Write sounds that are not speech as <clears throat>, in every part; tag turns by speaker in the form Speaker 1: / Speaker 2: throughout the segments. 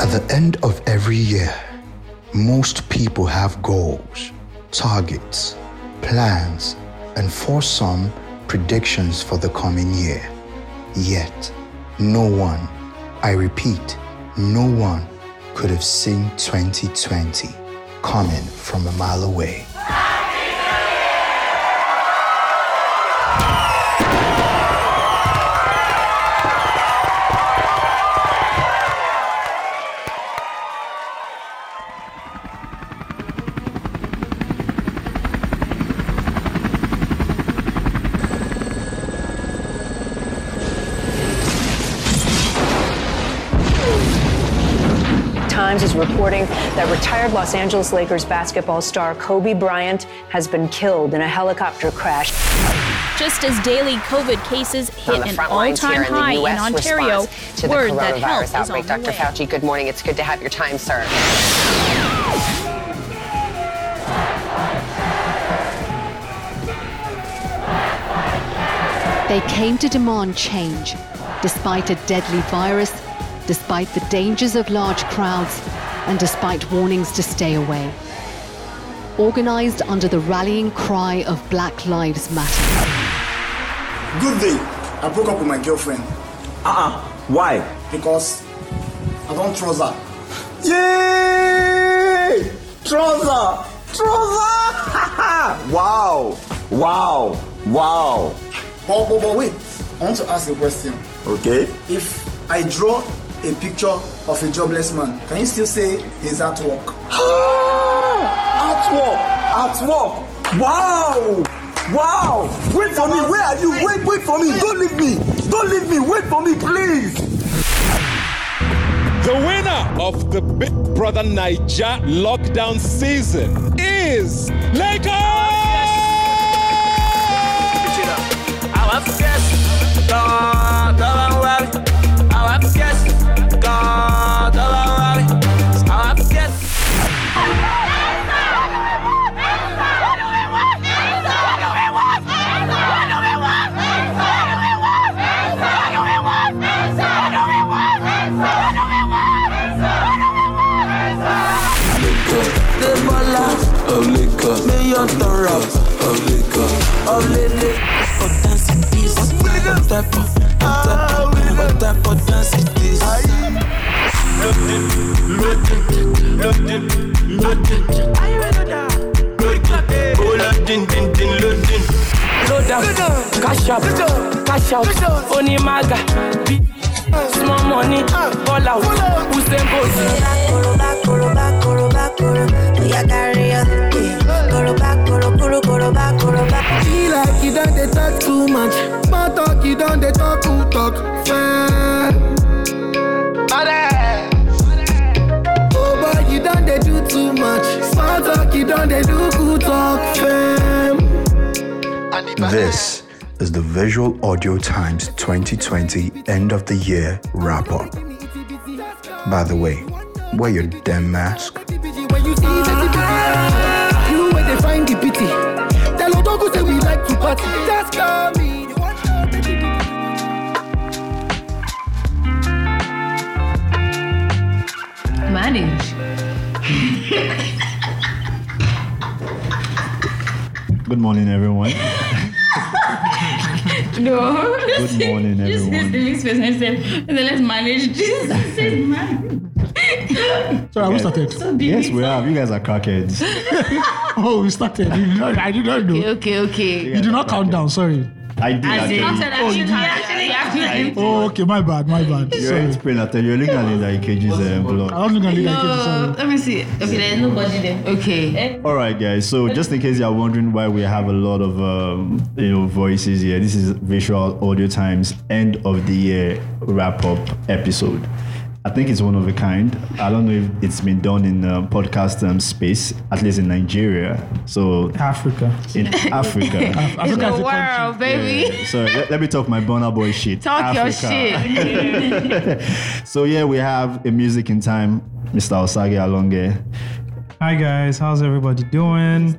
Speaker 1: At the end of every year, most people have goals, targets, plans, and for some, predictions for the coming year. Yet, no one, I repeat, no one could have seen 2020 coming from a mile away.
Speaker 2: Times is reporting that retired Los Angeles Lakers basketball star Kobe Bryant has been killed in a helicopter crash.
Speaker 3: Just as daily COVID cases hit
Speaker 4: on the
Speaker 3: an
Speaker 4: front lines
Speaker 3: all-time
Speaker 4: here in the
Speaker 3: high in
Speaker 4: U.S.
Speaker 3: Ontario,
Speaker 4: response to the
Speaker 3: word
Speaker 4: coronavirus
Speaker 3: that help is on
Speaker 4: outbreak.
Speaker 3: the
Speaker 4: Dr.
Speaker 3: way.
Speaker 4: Fauci, good morning. It's good to have your time, sir.
Speaker 5: They came to demand change, despite a deadly virus, despite the dangers of large crowds, and despite warnings to stay away. Organized under the rallying cry of Black Lives Matter,
Speaker 6: Good day. I broke up with my girlfriend
Speaker 7: Uh-uh. Why?
Speaker 6: because I don't trust her.
Speaker 7: Yay! Trouser! Trouser! wow! Wow! Wow!
Speaker 6: But, but, but wait, I want to ask a question.
Speaker 7: Okay.
Speaker 6: If I draw a picture of a jobless man, can you still say he's at work?
Speaker 7: at work! At work! Wow! Wow! Wait for me! Where are you? Wait, wait for me! Don't leave me! Don't leave me! Wait for me, please!
Speaker 8: The winner of the Big Brother Niger lockdown season is Lakers!
Speaker 9: Cash up, cash out, only maga, big small money, ball out, who's them boys?
Speaker 10: Feel like you don't they talk too much. Small talk, you don't they talk too talk. Fair. Oh boy, you don't they do too much. Small talk, you don't they do good talk. Fair.
Speaker 1: This is the Visual Audio Times 2020 end of the year wrap up. By the way, wear your damn mask.
Speaker 10: When you see the pity, you where they find the pity. Tell Odogu say we like to party. Just call me. You want to take the pity.
Speaker 11: Good morning, everyone. no. Good morning, everyone.
Speaker 9: least person I said, let's manage this. Said, man.
Speaker 11: Sorry, have we started? yes, we have. You guys are crackheads. oh, we started. You did not, I did not know. Okay, okay, okay. You, did not count down. Sorry. I did. actually. Oh, okay. My bad. My bad.
Speaker 9: You
Speaker 11: Sorry. Explain that you're looking at Linda Ikeji's um, blog.
Speaker 10: I don't think I leave that kid. Sorry.
Speaker 9: let me see. Okay, there's nobody there. Okay.
Speaker 11: All right, guys. So just in case you're wondering why we have a lot of um, you know voices here, this is Visual Audio Times end of the year wrap up episode. I think it's one of a kind. I don't know if it's been done in uh, podcast um, space, at least in Nigeria. So
Speaker 10: Africa.
Speaker 11: in
Speaker 10: <laughs>
Speaker 11: Africa.
Speaker 10: Africa is a country.
Speaker 9: World, baby.
Speaker 11: So let, let me talk my Bonner Boy shit.
Speaker 9: Talk your
Speaker 11: Africa. <laughs>
Speaker 9: shit.
Speaker 11: So yeah, we have a music in time, Mr. Osage Alonge.
Speaker 10: Hi guys, how's everybody doing?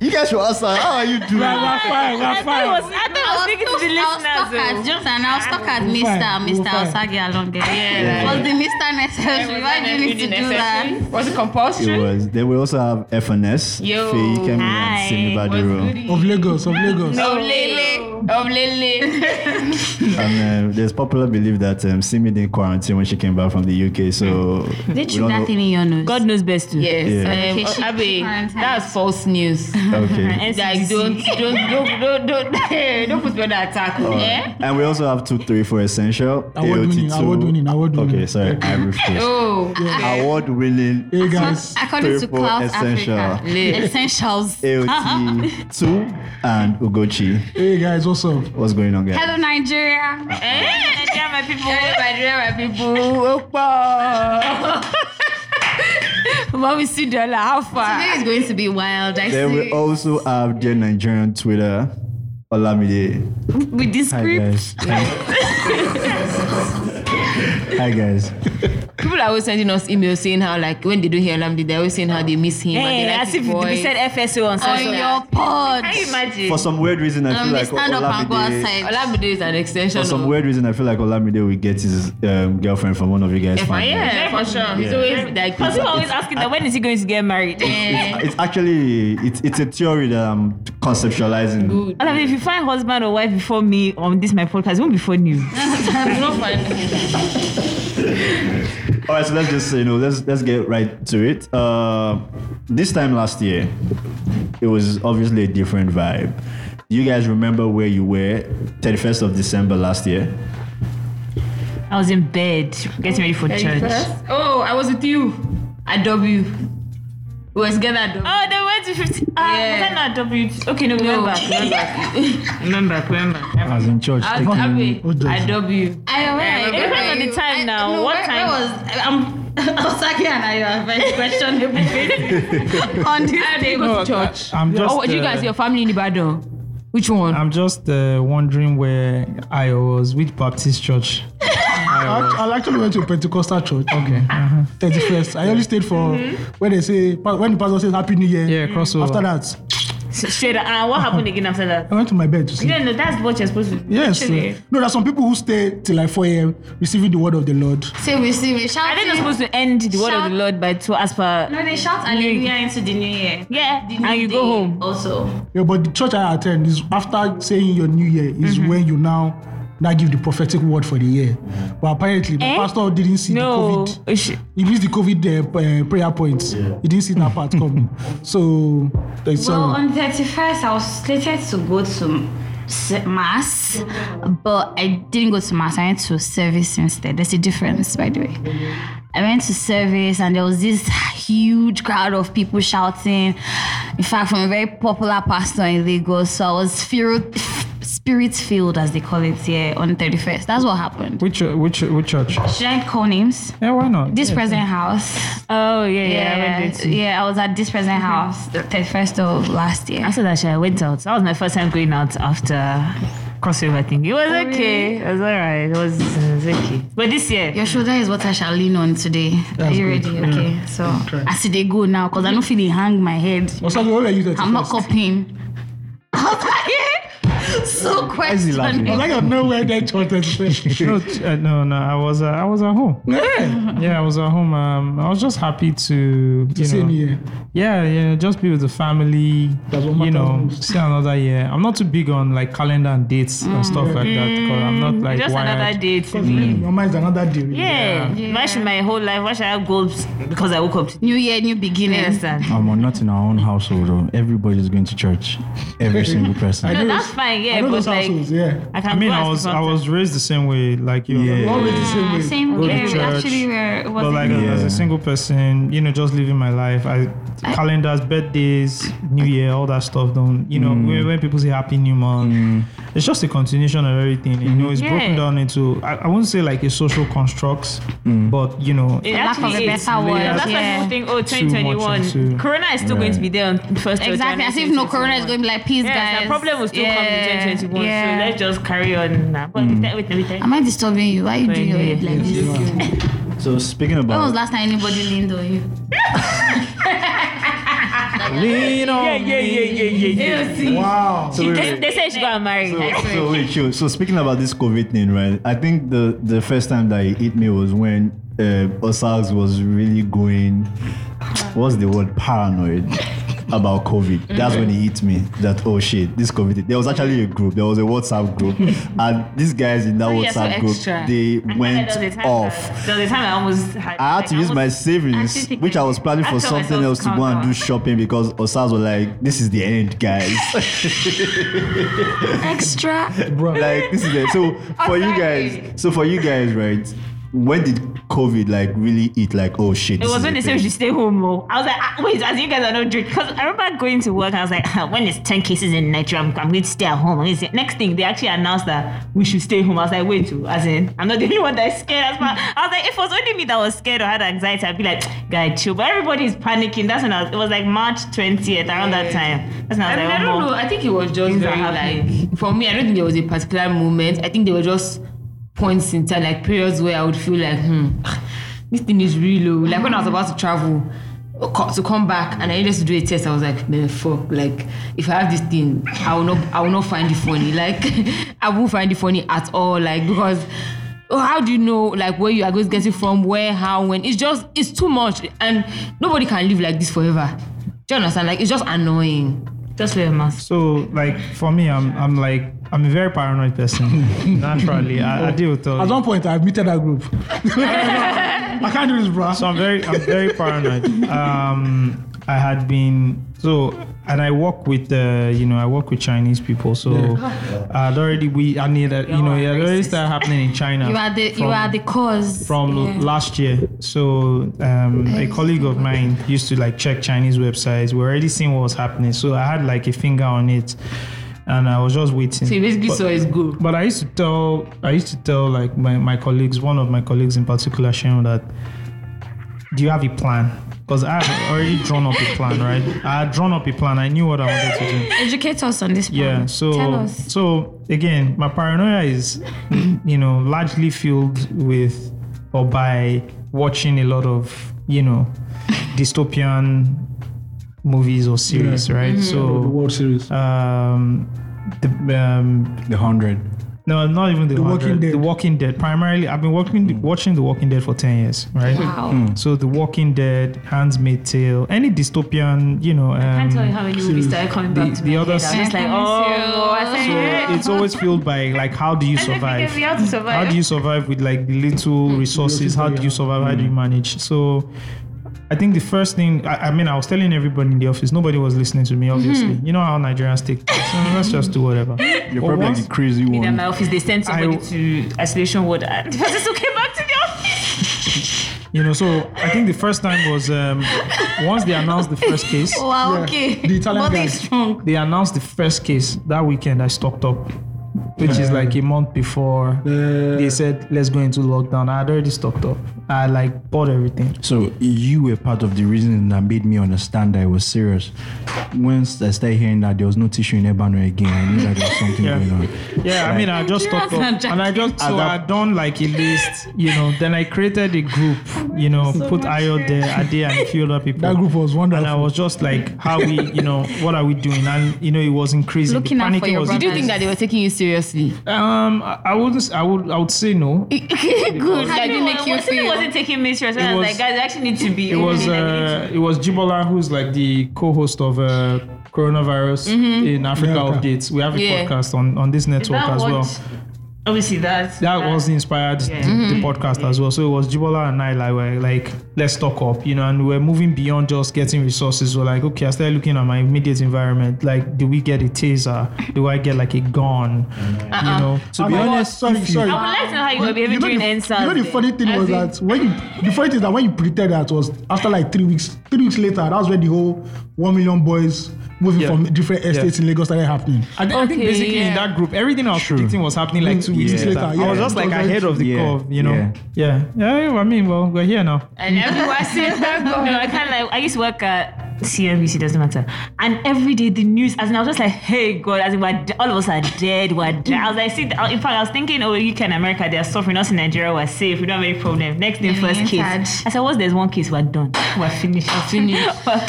Speaker 6: You guys were outside. How are you doing?
Speaker 2: We're fine, we're fine.
Speaker 3: I thought I was speaking to the
Speaker 10: I'll
Speaker 3: listeners,
Speaker 10: stuck
Speaker 3: oh.
Speaker 10: at Jonathan. I'll stuck at
Speaker 3: We're
Speaker 10: Mr.
Speaker 3: fine, we're
Speaker 10: Mr.
Speaker 3: fine.
Speaker 10: Osage Alonge.
Speaker 3: Yeah.
Speaker 10: Was the Mr. necessary?
Speaker 3: was
Speaker 10: Why do
Speaker 3: that
Speaker 10: you need to do
Speaker 3: necessary?
Speaker 10: that?
Speaker 3: Was it compulsory?
Speaker 6: It was. Then we also have FNS.
Speaker 10: Yo,
Speaker 6: Faye Kemi
Speaker 10: hi.
Speaker 6: and Sinibadiro.
Speaker 2: Of Lagos, of Lagos.
Speaker 10: Oblele. Oblele.
Speaker 6: <laughs> And uh, there's popular belief that um, Simi didn't quarantine when she came back from the UK. So
Speaker 10: They
Speaker 6: we
Speaker 10: chew
Speaker 6: don't
Speaker 10: that
Speaker 6: know-
Speaker 10: thing in your nose.
Speaker 3: God knows best too. Yes.
Speaker 6: Yeah.
Speaker 10: Okay,
Speaker 3: Um,
Speaker 10: she-
Speaker 3: Abi,
Speaker 10: quarantine.
Speaker 3: that's false news.
Speaker 6: Okay.
Speaker 3: Like, don't, don't, don't, don't, don't, don't put me on the attack.
Speaker 6: All right.
Speaker 3: Yeah?
Speaker 6: And we also have two, three for essential.
Speaker 2: Award winning,
Speaker 6: AOT2.
Speaker 2: award winning, award winning.
Speaker 6: Okay, sorry, I
Speaker 10: <laughs>
Speaker 6: refuse.
Speaker 3: Oh.
Speaker 6: Award winning.
Speaker 2: Hey guys,
Speaker 10: According to
Speaker 6: Triple
Speaker 10: Cloud
Speaker 6: essential.
Speaker 10: Africa.
Speaker 3: Yeah.
Speaker 10: Essentials.
Speaker 6: AOT two and Ugochi.
Speaker 2: hey guys, what's up?
Speaker 6: What's going on, guys?
Speaker 10: Hello, Nigeria.
Speaker 3: Eh?
Speaker 10: Nigeria, my people.
Speaker 3: Hello, Nigeria, my people. Opa. Mommy, see dollar, how
Speaker 10: Today
Speaker 3: far?
Speaker 10: is going to be wild. I
Speaker 6: Then
Speaker 10: see.
Speaker 6: we also have the Nigerian Twitter. Olamide.
Speaker 10: With this
Speaker 6: Hi
Speaker 10: script.
Speaker 6: guys. Hi guys.
Speaker 3: People are always sending us emails saying how, like, when they don't hear Lamdi, they're always saying how they miss him. and
Speaker 2: Hey,
Speaker 3: they like
Speaker 2: as
Speaker 3: his
Speaker 2: if we
Speaker 3: voice.
Speaker 2: said FSO on
Speaker 10: On
Speaker 2: social.
Speaker 10: your pod.
Speaker 3: Can you imagine?
Speaker 6: For some weird reason, I
Speaker 10: Um,
Speaker 6: feel like
Speaker 10: stand up and go
Speaker 6: Olamide.
Speaker 10: outside.
Speaker 3: Olamide is an extension
Speaker 6: For
Speaker 3: of.
Speaker 6: some weird reason, I feel like Olamide will get his um, girlfriend from one of you guys.
Speaker 3: Yeah, for-
Speaker 6: family.
Speaker 3: yeah, for sure. He's
Speaker 6: Yeah.
Speaker 3: always like.
Speaker 2: Because people are always asking that when is he going to get married?
Speaker 6: It's, it's actually it's it's a theory that I'm conceptualizing.
Speaker 2: And I mean, if you find husband or wife before me on this my podcast, it won't be for you.
Speaker 6: All right, so let's just you know let's let's get right to it. Uh, this time last year, it was obviously a different vibe. Do you guys remember where you were 31st of December last year?
Speaker 2: I was in bed getting ready for church.
Speaker 3: Oh, I was with you at W. We were together at W.
Speaker 2: Oh, they went to 50. Ah,
Speaker 3: Yeah.
Speaker 2: was I not W? Okay, no,
Speaker 3: No.
Speaker 2: remember.
Speaker 3: <laughs>
Speaker 2: remember, remember. remember.
Speaker 7: I was in church.
Speaker 3: I
Speaker 7: taking-
Speaker 3: was
Speaker 7: Udoji.
Speaker 3: at W.
Speaker 10: I remember.
Speaker 2: It depends on the time now. What
Speaker 10: where,
Speaker 2: time?
Speaker 10: Where was,
Speaker 3: um, <laughs>
Speaker 10: I'm, Osaki and I
Speaker 3: uh,
Speaker 10: are very questionable
Speaker 3: <laughs>
Speaker 10: on this
Speaker 3: I didn't
Speaker 10: table.
Speaker 3: go to church.
Speaker 7: I'm just,
Speaker 3: oh, did you guys
Speaker 7: uh,
Speaker 3: see your family in Ibadan? Which one?
Speaker 7: I'm just uh, wondering where I was, which Baptist church. I was.
Speaker 1: I actually went to a Pentecostal church.
Speaker 7: Okay. uh-huh.
Speaker 1: 31st. I only stayed for when they say when the pastor says Happy New Year.
Speaker 7: Yeah, crossover.
Speaker 1: After that,
Speaker 2: Straight up. And what happened again after that?
Speaker 1: I went to my bed to sleep.
Speaker 2: Yeah, no, that's what you're supposed to do.
Speaker 1: Yes.
Speaker 2: Actually.
Speaker 1: No, there are some people who stay till like 4 a.m. receiving the word of the Lord.
Speaker 10: So we see, we
Speaker 2: Are
Speaker 10: shout.
Speaker 2: they not supposed to end the word of
Speaker 10: Shout-
Speaker 2: the Lord by two as per?
Speaker 10: No, they shout Alleluia into the new year.
Speaker 2: Yeah,
Speaker 10: The new
Speaker 2: and you
Speaker 10: day
Speaker 2: go home.
Speaker 10: Also.
Speaker 1: Yeah, but the church I attend is after saying your New Year is when you now now give the prophetic word for the year. But apparently, the
Speaker 2: Eh?
Speaker 1: pastor didn't see
Speaker 2: No.
Speaker 1: the COVID.
Speaker 2: Oh, shit.
Speaker 1: He missed the COVID uh, uh, prayer points. He didn't see that
Speaker 6: <laughs>
Speaker 1: part coming. So, there's
Speaker 10: Well,
Speaker 1: sorry.
Speaker 10: on 31st, I was slated to go to s- mass, but I didn't go to mass. I went to service instead. There's a difference, by the way. I went to service, and there was this huge crowd of people shouting. In fact, from a very popular pastor in Lagos, so I was spirit filled, as they call it here, on 31st. That's what happened.
Speaker 7: Which chu- which which church?
Speaker 10: Should I call names?
Speaker 7: Yeah, why not?
Speaker 10: This
Speaker 7: Yeah.
Speaker 10: present house.
Speaker 2: Oh, yeah, yeah. I
Speaker 10: Yeah,
Speaker 2: went there too.
Speaker 10: yeah, I was at this present house the 31st of last year.
Speaker 2: After that, shit, I went out. That was my first time going out after crossover thing. It
Speaker 10: Oh,
Speaker 2: was okay. It was alright. It was, it was okay. But this year,
Speaker 10: Your shoulder is what I shall lean on today. Are you ready? Okay. So I see they go now because I don't feel they hang my head.
Speaker 1: Osage, where were you
Speaker 10: I'm not
Speaker 1: 31st?
Speaker 10: copying. so
Speaker 6: is he laughing?
Speaker 10: question.
Speaker 1: I like I'm nowhere near church. 31st.
Speaker 7: no, t- uh, no, no. I was uh, I was at home. yeah, I was at home. Um, I was just happy to you
Speaker 1: see
Speaker 7: know,
Speaker 1: a new year.
Speaker 7: Yeah, yeah. Just be with the family.
Speaker 1: That's what
Speaker 7: You know,
Speaker 1: matters.
Speaker 7: see another year. I'm not too big on like calendar and dates and stuff like that because I'm not like
Speaker 2: just
Speaker 7: wired.
Speaker 2: another day to me.
Speaker 1: Your mind is another day. really.
Speaker 2: Yeah. Why should my whole life? Why should I have goals because I woke up today?
Speaker 10: New year, new
Speaker 2: You
Speaker 10: beginnings.
Speaker 2: understand?
Speaker 7: I'm not in our own household. Though. Everybody's going to church.
Speaker 2: <laughs>
Speaker 7: Every single person.
Speaker 2: No, that's fine.
Speaker 1: I
Speaker 2: Yeah,
Speaker 1: know
Speaker 2: but
Speaker 1: those
Speaker 2: like,
Speaker 1: households, yeah.
Speaker 2: I can
Speaker 7: I mean,
Speaker 2: go
Speaker 7: I
Speaker 2: out
Speaker 7: was I
Speaker 2: sometimes.
Speaker 7: was raised the same way, like you.
Speaker 6: Yeah.
Speaker 1: Always the same
Speaker 10: Yeah,
Speaker 1: way.
Speaker 10: same
Speaker 7: Go to
Speaker 10: here.
Speaker 7: church.
Speaker 10: Actually, we're it
Speaker 7: But
Speaker 10: was
Speaker 7: like
Speaker 10: like,
Speaker 6: Yeah.
Speaker 7: as a single person, you know, just living my life, I, calendars, birthdays, New Year, all that stuff. Don't you know? When, when people say Happy New Month, it's just a continuation of everything. You know, it's broken
Speaker 2: Yeah.
Speaker 7: down into I, I won't say like a social constructs, but you know,
Speaker 2: It
Speaker 10: lack of
Speaker 2: actually
Speaker 10: a
Speaker 2: is.
Speaker 10: better word,
Speaker 2: Yeah, that's why people
Speaker 10: yeah.
Speaker 2: think, oh,
Speaker 7: into-
Speaker 2: 2021, Corona is still going to be there on first. of
Speaker 10: exactly
Speaker 2: January
Speaker 10: as if no corona is going to be like peace,
Speaker 2: Yes,
Speaker 10: guys.
Speaker 2: the problem will still
Speaker 10: Yeah,
Speaker 2: come in 2021.
Speaker 10: yeah. Hmm.
Speaker 2: So let's just carry on now. But with that- with- with that-
Speaker 10: Am I disturbing you? Why are you doing your head like this?
Speaker 6: So speaking
Speaker 10: When was
Speaker 6: about
Speaker 10: last time anybody leaned on you?
Speaker 7: Lean on
Speaker 2: Yeah, yeah, yeah, yeah, yeah, yeah.
Speaker 7: me. Wow.
Speaker 5: So wait,
Speaker 2: they,
Speaker 5: wait.
Speaker 2: they said she got married.
Speaker 5: So, so wait, chill. So speaking about this COVID thing, right? I think the the first time that it hit me was when uh, Osags was really going. What's the word? Paranoid about COVID. That's when it hit me. That oh shit, this COVID. There was actually a group. There was a WhatsApp group,
Speaker 2: <laughs>
Speaker 5: and these guys in that
Speaker 2: Oh, yeah, so
Speaker 5: WhatsApp group,
Speaker 2: extra.
Speaker 5: they
Speaker 2: I remember
Speaker 5: went
Speaker 2: there was a time
Speaker 5: off.
Speaker 2: that- There was a time I almost had.
Speaker 5: I had to use my savings,
Speaker 2: actually think
Speaker 5: which I was planning
Speaker 2: I
Speaker 5: for
Speaker 2: felt
Speaker 5: something
Speaker 2: myself
Speaker 5: else to go and do shopping because Osas were like, "This is the end, guys."
Speaker 2: <laughs>
Speaker 3: Extra.
Speaker 5: Bro, like this is it. So
Speaker 2: <laughs>
Speaker 5: for you guys, so for you guys, right? When did COVID like really eat? Like, oh shit!
Speaker 2: It
Speaker 5: this
Speaker 2: was
Speaker 5: is
Speaker 2: when
Speaker 5: the
Speaker 2: they said
Speaker 5: thing.
Speaker 2: we should stay home. Mo. I was like, ah, wait, as you guys are not drinking. Because I remember going to work and I was like, "Ah, when it's 10 cases in Nigeria, I'm, I'm going to stay at home. I'm going to stay. Next thing, they actually announced that we should stay home. I was like, wait, too. As in, I'm not the only one that's scared. As well. I was like, if it was only me that was scared or had anxiety, I'd be like, guy, chill. But everybody's panicking. That's when I was, it was like March 20th, around that time. That's when
Speaker 12: I
Speaker 2: I was
Speaker 12: mean,
Speaker 2: like,
Speaker 12: I
Speaker 2: oh,
Speaker 12: don't
Speaker 2: Mo,
Speaker 12: know. I think it was just
Speaker 2: things are
Speaker 12: very
Speaker 2: happening.
Speaker 12: like for me. I don't think there was a particular moment. I think there were just points in time, like periods where I would feel like, hmm, this thing is real low. Like when I was about to travel co- to come back and I needed to do a test, I was like, man, fuck. Like if I have this thing, I will not, I will not find it funny. Like I won't find it funny at all. Like because. Oh, how do you know like where you are going to get it from, where, how, when? It's just it's too much, and nobody can live like this forever. Do you understand? Like it's just annoying.
Speaker 2: just wear a mask.
Speaker 7: So like for me, I'm I'm like I'm a very paranoid person. Naturally, I, I deal with all.
Speaker 10: At one point, I admitted that group. I can't do this, bro.
Speaker 7: So I'm very, I'm very paranoid. Um, I had been so, and I work with, uh, you know, I work with Chinese people. So I'd already we, I need, that, you know, it had already started happening in China.
Speaker 3: You are the you
Speaker 7: from-
Speaker 3: are the cause.
Speaker 7: from
Speaker 3: Yeah.
Speaker 7: last year. So um, a colleague of mine used to like check Chinese websites. We already seen what was happening. So I had like a finger on it, and I was just waiting.
Speaker 12: So you basically saw his goal.
Speaker 7: But I used to tell, I used to tell like my, my colleagues, one of my colleagues in particular, Shane, that do you have a plan? Because I had already drawn up a plan, right? I had drawn up a plan. I knew what I wanted to do.
Speaker 3: Educate us on this.
Speaker 7: Yeah.
Speaker 3: point.
Speaker 7: So
Speaker 3: tell us.
Speaker 7: so again, my paranoia is, you know, largely fueled with or by watching a lot of
Speaker 2: <laughs>
Speaker 7: you know dystopian movies or series, right? So
Speaker 10: Mm-hmm. the World Series.
Speaker 7: um, the um,
Speaker 1: The hundred.
Speaker 7: no, not even the,
Speaker 10: The Walking
Speaker 7: 100,
Speaker 10: Dead.
Speaker 7: The Walking Dead. Primarily, I've been
Speaker 2: Hmm.
Speaker 7: working, watching The Walking Dead for ten years, right?
Speaker 3: Wow. Mm.
Speaker 7: So The Walking Dead, Handmaid's Tale, any dystopian, you know. Um,
Speaker 2: I can't tell you how many movies started coming
Speaker 7: the,
Speaker 2: back to
Speaker 7: the
Speaker 2: me.
Speaker 7: other
Speaker 2: I'm just
Speaker 7: <laughs>
Speaker 2: like, oh, I said,
Speaker 7: so
Speaker 2: yeah.
Speaker 7: it's always fueled by like how do you
Speaker 2: And if
Speaker 7: survive?
Speaker 2: you can be out to survive.
Speaker 7: How do you survive with like the little resources? How do you survive? How do
Speaker 5: Hmm.
Speaker 7: you manage? So I think the first thing I, I mean I was telling everybody in the office, nobody was listening to me, obviously. You know how Nigerians take so let's just do whatever.
Speaker 5: You're
Speaker 7: But
Speaker 5: probably
Speaker 7: once-
Speaker 5: like the crazy
Speaker 2: Me and
Speaker 5: one.
Speaker 2: my office, they sent somebody
Speaker 7: I-
Speaker 2: to isolation ward and the person still came back to the office.
Speaker 7: you know, so I think the first time was um, once they announced the first
Speaker 10: <laughs>
Speaker 7: case.
Speaker 3: Wow. Okay.
Speaker 10: The Italian
Speaker 3: Body
Speaker 10: guys.
Speaker 3: is strong.
Speaker 7: They announced the first case that weekend. I stocked up, which is like a month before
Speaker 5: Uh,
Speaker 7: they said let's go into lockdown. I had already stocked up. I like bought everything.
Speaker 1: So you were part of the reason that made me understand that it was serious. Once I started hearing that there was no tissue in Ebano again, I knew that there
Speaker 7: <laughs>
Speaker 1: was something going on.
Speaker 7: Yeah, I mean, I just stocked up, and I just so I done like a list, you know. Then I created a group, you know, put Ayo there, Ade, and a few
Speaker 2: <laughs>
Speaker 7: other people.
Speaker 10: That group was wonderful.
Speaker 7: and I was just like, how we, you know, what are we doing? And you know, it was increasing. The
Speaker 3: Looking out for
Speaker 7: panicking
Speaker 3: your
Speaker 7: was
Speaker 3: brothers.
Speaker 12: Did you think that they were taking you seriously?
Speaker 7: Um, I I wouldn't. s- I would. I would say no.
Speaker 12: Good.
Speaker 2: I
Speaker 12: That didn't make you
Speaker 2: It
Speaker 12: feel.
Speaker 2: wasn't taking me seriously.
Speaker 7: It
Speaker 2: I was
Speaker 7: was-
Speaker 2: like, guys, I actually need to be.
Speaker 7: It was. Uh, it was Jibola, who's like the co-host of uh, Coronavirus in Africa
Speaker 10: Yeah, okay.
Speaker 7: Updates. We have a
Speaker 2: Mm-hmm. Yeah.
Speaker 7: podcast on on this network
Speaker 2: that
Speaker 7: as
Speaker 2: what-
Speaker 7: well.
Speaker 2: Obviously, that.
Speaker 7: That was inspired the,
Speaker 2: Mm-hmm.
Speaker 7: the podcast as well. So it was Jibola and I like were like, let's stock up, you know, and we are moving beyond just getting resources. We're like, okay, I started looking at my immediate environment. Like, do we get a taser? Do I get like a gun?
Speaker 2: Uh-uh.
Speaker 7: You know.
Speaker 1: To
Speaker 2: Oh
Speaker 1: be honest,
Speaker 10: sorry,
Speaker 1: if you-
Speaker 10: sorry.
Speaker 2: I would like to know how you were behaving
Speaker 10: the,
Speaker 2: during
Speaker 10: you
Speaker 2: NSAS.
Speaker 10: know the funny thing
Speaker 2: As
Speaker 10: was
Speaker 2: in-
Speaker 10: that when you, the funny thing is that when you pretended that was after like three weeks, three weeks later, that was where the whole one million boys moving
Speaker 7: Yeah.
Speaker 10: from different
Speaker 7: Yeah.
Speaker 10: estates in Lagos started happening.
Speaker 7: I, thi- I think
Speaker 12: Okay,
Speaker 7: basically in
Speaker 12: yeah.
Speaker 7: that group, everything I was predicting was happening like two weeks
Speaker 10: Yeah.
Speaker 7: later.
Speaker 10: Later,
Speaker 7: I
Speaker 10: yeah.
Speaker 7: was just like
Speaker 10: Yeah.
Speaker 7: ahead of the
Speaker 1: Yeah.
Speaker 7: curve, you know.
Speaker 1: Yeah.
Speaker 7: Yeah. yeah, I mean, well, we're here now.
Speaker 2: And everyone says that. No, I kind of like. I used to work at CNBC doesn't matter. And every day the news, as in I was just like, hey God, as in we're de- all of us are dead, we're dead. I was like, see, in fact, I was thinking, oh, UK and America, they're suffering. Us in Nigeria, we're safe. We don't have any problem. Next thing,
Speaker 10: Yeah,
Speaker 2: first
Speaker 10: it's
Speaker 2: case.
Speaker 10: hard.
Speaker 2: I said, once there's one case, we're done. We're finished. <laughs> We're
Speaker 10: finished.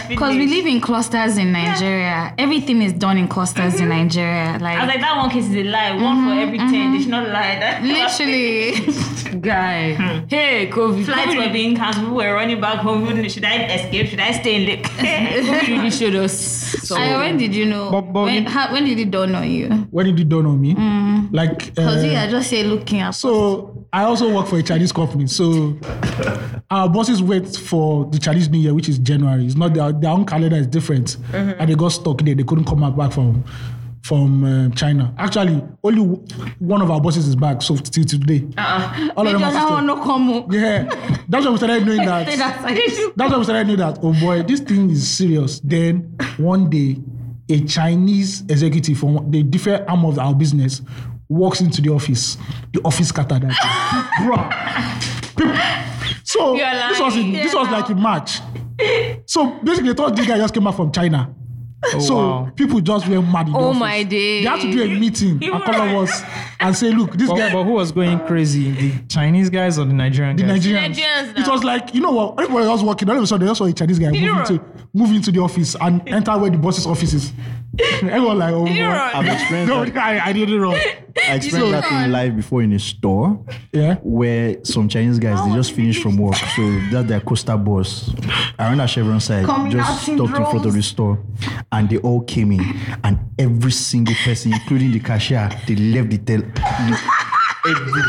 Speaker 10: Because we live in clusters in Nigeria. Everything is done in clusters in
Speaker 2: Mm-hmm.
Speaker 10: Nigeria.
Speaker 2: I was
Speaker 10: Like,
Speaker 2: like, that one case is a lie. One for every ten. They should not lie. That
Speaker 10: literally,
Speaker 3: guy. Hey, COVID.
Speaker 2: Flights
Speaker 3: COVID
Speaker 2: were being cancelled. People were running back home. People, Should I escape? Should I stay in?
Speaker 3: COVID
Speaker 2: Lit-
Speaker 3: really showed us. So
Speaker 10: I, when did you know?
Speaker 7: But- but
Speaker 10: when,
Speaker 7: you-
Speaker 10: how, when did it dawn on you?
Speaker 7: When did it dawn on me? Like,
Speaker 10: Because you
Speaker 7: uh,
Speaker 10: are just here looking at.
Speaker 7: So I also work for a Chinese company. So our bosses wait for the Chinese New Year, which is January. It's not their, their own calendar is different,
Speaker 13: Mhm.
Speaker 7: and they got stuck there. They couldn't come out back from from uh, China. Actually, only w- one of our bosses is back. So till today,
Speaker 3: Uh-uh.
Speaker 7: All of them
Speaker 3: Major,
Speaker 7: are
Speaker 3: that
Speaker 7: sister.
Speaker 3: one no come. oh.
Speaker 7: yeah, that's when we started
Speaker 10: <laughs>
Speaker 7: knowing that.
Speaker 3: Say that side.
Speaker 7: That's when we started knowing that. Oh boy, this thing is serious. Then one day, a Chinese executive from the different arm of our business walks into the office. The office scattered. that
Speaker 10: <laughs>
Speaker 7: day. Bruh. So
Speaker 13: You're
Speaker 7: this was in,
Speaker 13: lying.
Speaker 7: this was like in March. So basically, they thought this guy just came back from China.
Speaker 13: Oh,
Speaker 7: so
Speaker 13: wow.
Speaker 7: people just went mad. In the
Speaker 3: Oh
Speaker 7: office.
Speaker 3: my
Speaker 7: They had to do a
Speaker 3: days.
Speaker 7: meeting
Speaker 3: You
Speaker 7: and call all of us and say, "Look, this
Speaker 4: But,
Speaker 7: guy."
Speaker 4: but who was going crazy? The Chinese guys or the Nigerian
Speaker 7: The
Speaker 4: guys?
Speaker 7: Nigerians. it was like, you know what? Everybody was walking. All of a sudden, they just saw a Chinese guy
Speaker 4: Did you
Speaker 7: move into, move into the office and enter where the boss's office is. <laughs> Everyone like, oh,
Speaker 1: you
Speaker 7: boy.
Speaker 1: run? I've experienced
Speaker 7: no,
Speaker 1: that.
Speaker 7: <laughs> I, I did it wrong.
Speaker 1: I experienced that in life before in a store.
Speaker 7: Yeah.
Speaker 1: Where some Chinese guys they just finished from work. So that's their coaster boss. Around that Chevron side,
Speaker 13: Coming out
Speaker 1: just stopped in front of the store. And they all came in. And every single person, including the cashier, they left the tell <laughs> every,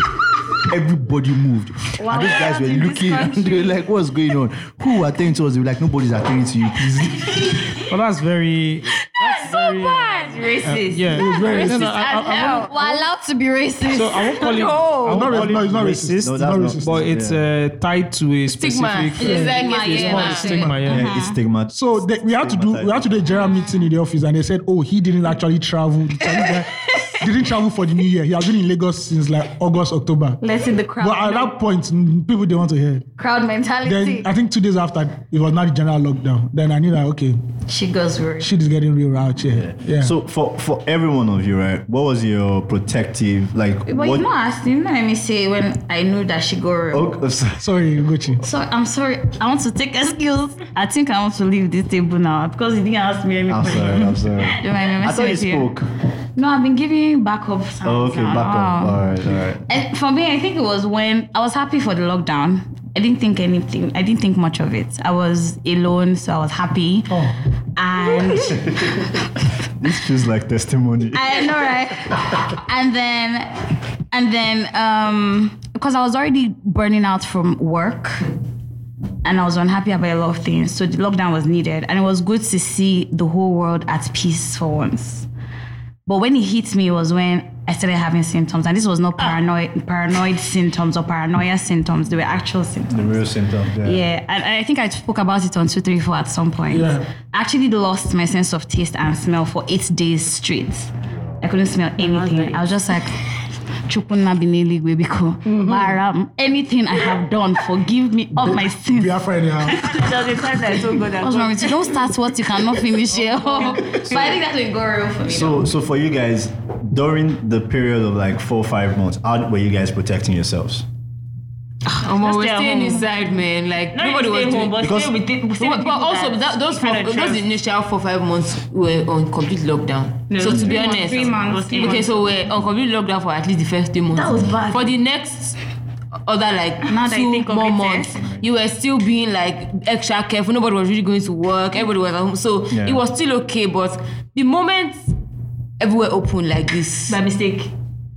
Speaker 1: everybody moved.
Speaker 13: Wow.
Speaker 1: and those guys were
Speaker 13: In this
Speaker 1: looking <laughs> and they were like, what's going on? Who are attending to us? They were like, nobody's attending to you, please. <laughs>
Speaker 4: Well, that's very
Speaker 10: That's so bad.
Speaker 4: Racist. yeah. It was very-
Speaker 10: racist
Speaker 4: No, no, I-
Speaker 10: as
Speaker 4: I- I
Speaker 10: hell. We're allowed to be racist.
Speaker 4: So I won't call it.
Speaker 10: No.
Speaker 4: I won't call it racist.
Speaker 1: No, that's not-
Speaker 4: But it's uh, tied to a
Speaker 10: Stigma.
Speaker 4: specific
Speaker 2: Oh
Speaker 10: Exactly,
Speaker 4: Uh, it's
Speaker 10: yeah.
Speaker 4: more of a stigma. Yeah.
Speaker 1: Yeah, it's stigma.
Speaker 7: So they, we had to do we had to do a general meeting in the office, and they said, "Oh, he didn't actually travel. The Chinese guy <laughs> didn't travel for the New Year. He has been in Lagos since like August, October."
Speaker 10: Let's see the crowd.
Speaker 7: But at that point, mm, people didn't want to hear.
Speaker 10: Crowd mentality.
Speaker 7: Then I think two days after, it was not the general lockdown. Then I knew that okay,
Speaker 10: she goes through.
Speaker 7: shit is getting real out here. Yeah.
Speaker 1: So for for every one of you, right? What was your protective like?
Speaker 10: But
Speaker 1: what,
Speaker 10: you know, I you know, let me say when I knew that she go real.
Speaker 1: Oh, <laughs> sorry.
Speaker 7: Sorry, Gucci.
Speaker 10: So I'm sorry. I want to take excuse. I think I want to leave this table now because you didn't ask me any
Speaker 1: I'm
Speaker 10: question.
Speaker 1: sorry. I'm sorry.
Speaker 10: Do you mind me
Speaker 1: I
Speaker 10: messing
Speaker 1: thought you
Speaker 10: with you?
Speaker 1: spoke.
Speaker 10: No, I've been giving backup. signs
Speaker 1: Oh, okay,
Speaker 10: now.
Speaker 1: back
Speaker 10: Wow.
Speaker 1: up. All right, all right.
Speaker 10: And for me, I think it was when I was happy for the lockdown. I didn't think anything. I didn't think much of it. I was alone, so I was happy. And
Speaker 1: This feels like testimony.
Speaker 10: I know, right? And then, and then, um, because I was already burning out from work, and I was unhappy about a lot of things. So the lockdown was needed, and it was good to see the whole world at peace for once. But when it hit me was when I started having symptoms, and this was not paranoid, paranoid symptoms or paranoia symptoms. They were actual symptoms.
Speaker 1: the real symptom. Yeah.
Speaker 10: Yeah, and and I think I spoke about it on 234 at some point.
Speaker 1: Yeah.
Speaker 10: I actually lost my sense of taste and smell for eight days straight. I couldn't smell anything. I was just like, Chukunma binili gwebiko. Maram, anything I have done, forgive me of my sins.
Speaker 7: Biafra in the
Speaker 10: <laughs>
Speaker 7: house.
Speaker 10: What's wrong with you? Don't start what you cannot finish <laughs> here. but I think that will go real for me.
Speaker 1: So so for you guys, during the period of like four or five months, how were you guys protecting yourselves?
Speaker 10: Ah,
Speaker 3: I'm always
Speaker 2: stay at
Speaker 3: staying
Speaker 2: home.
Speaker 3: inside, man. Like
Speaker 2: Not
Speaker 3: nobody
Speaker 2: even
Speaker 3: was
Speaker 2: stay home, but
Speaker 3: doing.
Speaker 2: stay with it. Stay
Speaker 3: But,
Speaker 2: with
Speaker 3: but
Speaker 2: people
Speaker 3: also that, those
Speaker 2: you cannot
Speaker 3: four, those
Speaker 2: trust.
Speaker 3: initial four five months were on complete lockdown.
Speaker 2: No,
Speaker 3: so to
Speaker 2: three
Speaker 3: be
Speaker 2: months,
Speaker 3: honest,
Speaker 2: three months, three
Speaker 3: okay,
Speaker 2: months.
Speaker 3: so we're on complete lockdown for at least the first three months. That was bad. For the next other like
Speaker 2: Now that I
Speaker 3: two
Speaker 2: think of
Speaker 3: more
Speaker 2: it, eh?
Speaker 3: months, you were still being like extra careful. Nobody was really going to work. Everybody was at home, so
Speaker 2: Yeah.
Speaker 3: it was still okay. But the moment everywhere opened like this, by mistake,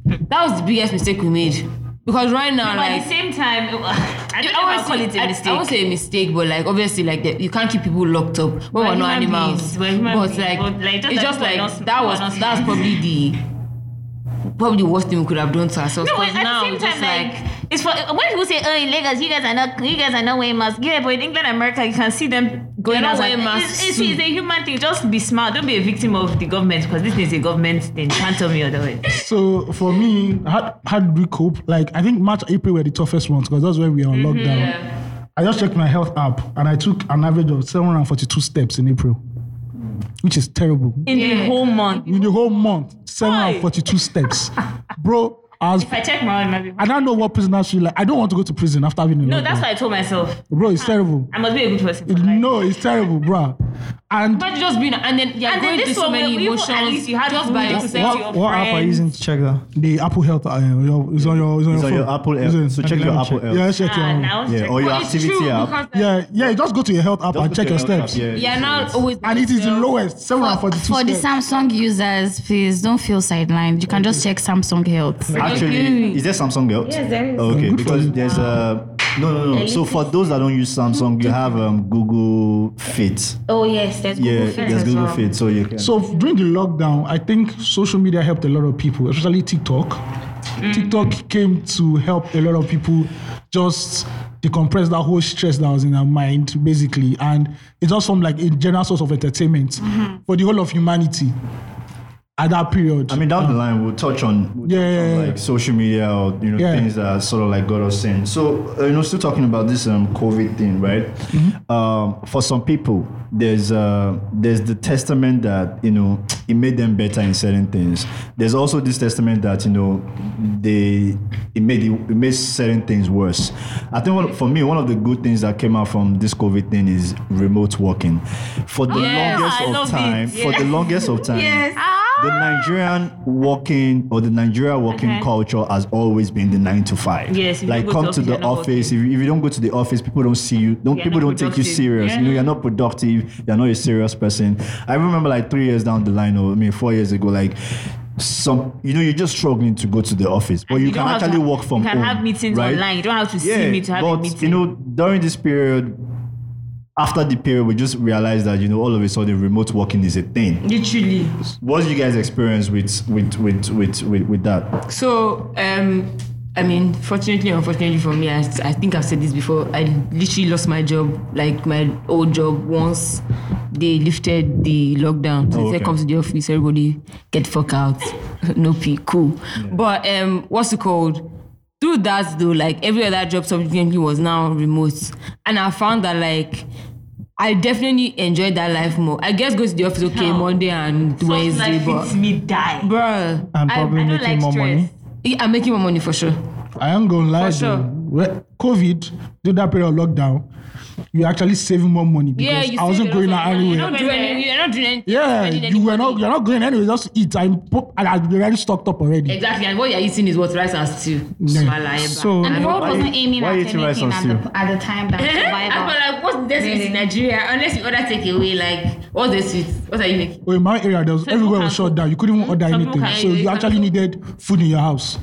Speaker 3: that was the biggest mistake we made. Because right now,
Speaker 2: but
Speaker 3: like
Speaker 2: at the same time, <sighs> I don't know
Speaker 3: I
Speaker 2: if
Speaker 3: won't
Speaker 2: I'll call
Speaker 3: say-
Speaker 2: it
Speaker 3: I-
Speaker 2: a mistake.
Speaker 3: I won't say a mistake, but like obviously, like the- you can't keep people locked up when
Speaker 2: We're
Speaker 3: we're, not
Speaker 2: human
Speaker 3: animals.
Speaker 2: beings, we're human
Speaker 3: but
Speaker 2: beings,
Speaker 3: like,
Speaker 2: but, like, just
Speaker 3: it's
Speaker 2: like
Speaker 3: just
Speaker 2: people are
Speaker 3: like
Speaker 2: not-
Speaker 3: that
Speaker 2: people
Speaker 3: was
Speaker 2: are not
Speaker 3: that's probably the probably the worst thing we could have done to ourselves.
Speaker 2: No, but
Speaker 3: 'cause
Speaker 2: at
Speaker 3: now
Speaker 2: the same
Speaker 3: it's
Speaker 2: time,
Speaker 3: just
Speaker 2: like, it's for when people say, "Oh, in Lagos, you guys are not, you guys are not wearing masks." Yeah, but in England, America, you can see them
Speaker 3: They're
Speaker 2: going
Speaker 3: not
Speaker 2: out
Speaker 3: wearing
Speaker 2: and-
Speaker 3: masks
Speaker 2: It's, it's, it's a human thing. Just be smart. Don't be a victim of the government because this is a government thing. Can't tell me otherwise.
Speaker 7: So for me, how, how did we cope? Like I think March, April were the toughest ones because that's when we were on lockdown.
Speaker 5: I just checked my health app and I took an average of 742 steps in April, which is terrible.
Speaker 2: In the whole month.
Speaker 5: In the whole month,
Speaker 2: <laughs>
Speaker 5: 742 steps. Bro, I was.
Speaker 2: If I check my own, it might be.
Speaker 5: I don't know what prisoners feel like. I don't want to go to prison after having a
Speaker 2: No,
Speaker 5: lockdown.
Speaker 2: that's what I told myself. Ah,
Speaker 5: Bro, it's terrible.
Speaker 2: I must be a good person.
Speaker 5: It- no, it's terrible, bruh. And
Speaker 7: Imagine just being and then you're
Speaker 2: And then
Speaker 7: going
Speaker 2: this
Speaker 7: through so
Speaker 2: one,
Speaker 7: many
Speaker 2: we- we even-
Speaker 7: emotions.
Speaker 2: at least you had
Speaker 7: just
Speaker 2: food
Speaker 7: by
Speaker 2: to
Speaker 7: yourself.
Speaker 2: your
Speaker 5: what app are you
Speaker 4: using to check that?
Speaker 5: The Apple Health, uh, your- it's on your, it's on
Speaker 10: It's
Speaker 5: your,
Speaker 10: on your
Speaker 5: phone.
Speaker 10: Apple
Speaker 5: It's
Speaker 10: app.
Speaker 5: on-
Speaker 10: So check
Speaker 5: okay,
Speaker 10: your
Speaker 5: let me
Speaker 10: Apple
Speaker 5: check.
Speaker 10: app.
Speaker 5: Yeah, check
Speaker 2: Ah,
Speaker 5: your
Speaker 2: now
Speaker 5: app.
Speaker 2: it's
Speaker 10: Yeah, or your activity app.
Speaker 5: Yeah, yeah, just go to your health app and Ah, check your steps.
Speaker 3: You're not always.
Speaker 5: And it is the lowest,
Speaker 3: For,
Speaker 5: 742
Speaker 3: for the
Speaker 5: steps.
Speaker 3: Samsung users, please don't feel sidelined. You can just check Samsung Health.
Speaker 10: Actually, is there Samsung else?
Speaker 3: Yes, there is.
Speaker 10: Okay,
Speaker 3: Good
Speaker 10: because there's a no, no, no. So for those that don't use Samsung, you have um, Google Fit.
Speaker 3: Mm-hmm. Oh yes, there's
Speaker 10: Yeah, there's Google Fit, so you can.
Speaker 5: So during the lockdown, I think social media helped a lot of people, especially TikTok. TikTok came to help a lot of people just decompress that whole stress that was in their mind, basically. And it just formed like a general source of entertainment
Speaker 2: Mm-hmm.
Speaker 5: for the whole of humanity at that period.
Speaker 10: I mean, down the line, we'll touch on, we'll touch on, like social media or you know
Speaker 5: Yeah.
Speaker 10: things that sort of like got us in. So uh, you know, still talking about this um, COVID thing, right?
Speaker 5: Mm-hmm.
Speaker 10: Um, for some people, there's uh, there's the testament that you know it made them better in certain things. There's also this testament that you know they it made it, it made certain things worse. I think one, for me, one of the good things that came out from this COVID thing is remote working. For the
Speaker 14: Yes,
Speaker 10: longest
Speaker 14: I
Speaker 10: of
Speaker 14: love
Speaker 10: time,
Speaker 14: it.
Speaker 10: for the
Speaker 14: Yes. <laughs>
Speaker 10: longest of time,
Speaker 14: Yes. Ah.
Speaker 10: the Nigerian working or the Nigeria working
Speaker 14: Okay.
Speaker 10: culture has always been the nine to five.
Speaker 14: Yes, if you
Speaker 10: like
Speaker 14: don't go
Speaker 10: come
Speaker 14: to office,
Speaker 10: to the
Speaker 14: you're not
Speaker 10: office. If, if you don't go to the office, people don't see you. Don't
Speaker 14: You're
Speaker 10: people
Speaker 14: not
Speaker 10: don't take you
Speaker 14: productive.
Speaker 10: serious. You know,
Speaker 14: Yeah.
Speaker 10: you're not productive. You're not a serious person. I remember like three years down the line, or I mean four years ago, like. Some you know you're just struggling to go to the office, but you,
Speaker 2: don't
Speaker 10: can
Speaker 2: have to-
Speaker 10: actually work from
Speaker 2: You can
Speaker 10: home.
Speaker 2: have meetings
Speaker 10: right?
Speaker 2: online. You don't have to see me to have
Speaker 10: but
Speaker 2: a meeting.
Speaker 10: you know during this period, after the period, we just realized that you know all of a sudden remote working is a thing.
Speaker 7: Literally.
Speaker 10: What's you guys' experience with with with with with, with that?
Speaker 7: So, um, I mean, fortunately, unfortunately for me, I, I think I've said this before. I literally lost my job, like my old job, once they lifted the lockdown. So
Speaker 2: Oh,
Speaker 7: they said,
Speaker 2: okay.
Speaker 7: come to the office, everybody get fuck out, <laughs> no pee, cool. But um, what's it called? Through that though, like every other job subsequently was now remote, and I found that like. I definitely enjoyed that life more. I guess go to the office okay Monday and Wednesday,
Speaker 2: life
Speaker 7: but
Speaker 2: makes me die,
Speaker 7: bruh.
Speaker 5: And probably
Speaker 7: I, I don't
Speaker 5: making
Speaker 7: like
Speaker 5: more
Speaker 7: stress.
Speaker 5: money.
Speaker 7: Yeah, I'm making more money for sure.
Speaker 5: I am gonna lie.
Speaker 7: For sure.
Speaker 5: though. Well, COVID during that period of lockdown, you're actually saving more money because
Speaker 7: yeah, you
Speaker 5: I wasn't
Speaker 7: save a lot
Speaker 5: going
Speaker 7: of
Speaker 5: out
Speaker 7: money.
Speaker 5: anywhere.
Speaker 7: You're not doing any- You're not doing anything.
Speaker 5: Yeah,
Speaker 7: spending
Speaker 5: you were not. You're not going anywhere. Just eat. I'm. pop- I- I'm already stocked up already.
Speaker 7: any- Exactly, and what you're eating is what rice and stew.
Speaker 5: Yeah.
Speaker 7: Smala, eba.
Speaker 5: So-
Speaker 3: And the world wasn't aiming at anything at the, at the time that
Speaker 7: Eh? I
Speaker 3: survival.
Speaker 7: feel like what's the sweet in Nigeria? Unless you order takeaway, like what's the sweet? What are you making?
Speaker 5: Oh, in my area, there was, everywhere was shut down. You couldn't even order
Speaker 7: Hmm? Some
Speaker 5: anything.
Speaker 7: people can-
Speaker 5: So
Speaker 7: you
Speaker 5: you
Speaker 7: can-
Speaker 5: actually needed food in your house.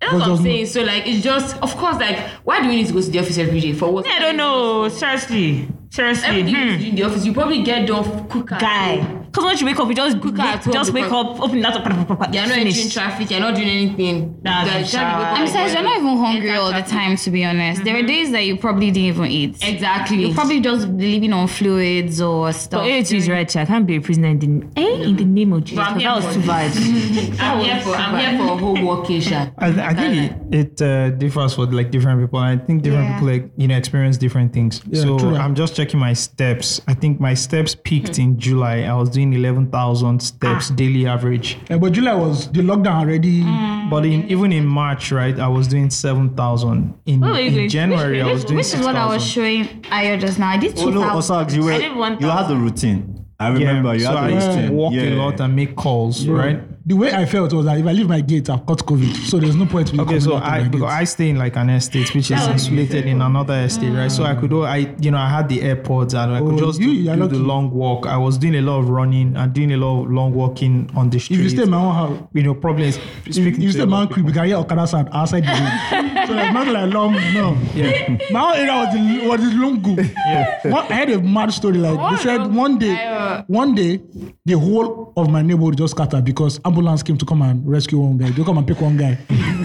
Speaker 7: That's
Speaker 5: Because there's
Speaker 7: what I'm
Speaker 5: no-
Speaker 7: saying. So like it's just of course like why do we need to go to the office every day for what?
Speaker 2: I don't know. Seriously. Seriously.
Speaker 7: Everything
Speaker 2: hmm.
Speaker 7: you do in the office, you probably get done quicker.
Speaker 2: Guy. Because once you wake up, you just
Speaker 7: Quicker at home
Speaker 2: just wake
Speaker 7: because-
Speaker 2: up, open that up.
Speaker 7: You're not entering traffic. You're not doing anything.
Speaker 2: Nah,
Speaker 7: Guys,
Speaker 2: sure.
Speaker 7: you wake up
Speaker 3: I'm sorry,
Speaker 7: and-
Speaker 3: you're not even hungry all the time, to be honest. There were
Speaker 2: Mm-hmm.
Speaker 3: days that you probably didn't even eat.
Speaker 7: Exactly.
Speaker 3: You're probably just living on fluids or stuff.
Speaker 2: But age is right. I can't be a prisoner in the, eh, in the name of Jesus.
Speaker 7: I'm
Speaker 2: 'cause
Speaker 7: here
Speaker 2: That was
Speaker 7: for
Speaker 2: too bad.
Speaker 7: I'm
Speaker 2: was
Speaker 7: here for
Speaker 2: too
Speaker 7: I'm
Speaker 2: bad.
Speaker 7: here for a whole working shot.
Speaker 4: I, th- I think it, it uh, differs for like different people. I think different
Speaker 7: Yeah.
Speaker 4: people like you know experience different things.
Speaker 5: Yeah,
Speaker 4: so
Speaker 5: true.
Speaker 4: I'm just checking my steps. I think my steps peaked in July. I was doing eleven thousand steps daily average.
Speaker 5: Eh, but July was the lockdown already.
Speaker 4: But in, even in March, right, I was doing seven thousand. In,
Speaker 7: Mm,
Speaker 3: What were you
Speaker 4: in
Speaker 3: doing?
Speaker 4: January, I
Speaker 3: Which-
Speaker 4: was doing
Speaker 3: Which is what I was
Speaker 4: 6,000.
Speaker 3: showing Ayo just now. I did
Speaker 10: Oh
Speaker 3: 2000.
Speaker 10: no, Osags, you were you had the routine. I remember you
Speaker 4: so
Speaker 10: had
Speaker 4: I
Speaker 10: the
Speaker 4: used
Speaker 10: routine.
Speaker 4: to walk a
Speaker 10: Yeah.
Speaker 4: lot and make calls,
Speaker 5: Bro,
Speaker 4: right?
Speaker 5: The way I felt was that if I leave my gate, I've caught COVID. So there's no point to me
Speaker 4: Okay,
Speaker 5: coming
Speaker 4: so
Speaker 5: out of my
Speaker 4: I
Speaker 5: gate.
Speaker 4: because I stay in like an estate which is insulated in another estate, right? So I could, o- I you know, I had the airpods and I could just do, do the long walk. I was doing a lot of running and doing a lot of long walking on the street.
Speaker 5: If you stay in my own house,
Speaker 4: you know, probably is
Speaker 5: if
Speaker 4: speaking
Speaker 5: you
Speaker 4: to
Speaker 5: stay
Speaker 4: a
Speaker 5: in
Speaker 4: lot
Speaker 5: my
Speaker 4: of
Speaker 5: own crib, you can hear Okada sound outside the room. so it's not like long. No,
Speaker 4: Yeah.
Speaker 5: my own area was the was the lungu.
Speaker 7: <laughs>
Speaker 4: Yeah.
Speaker 5: One, I had a mad story. Like
Speaker 4: What
Speaker 5: they said, one day,
Speaker 4: Ayo.
Speaker 5: one day, the whole of my neighborhood just scattered because ambulance came to come and rescue one guy. They come and pick one guy.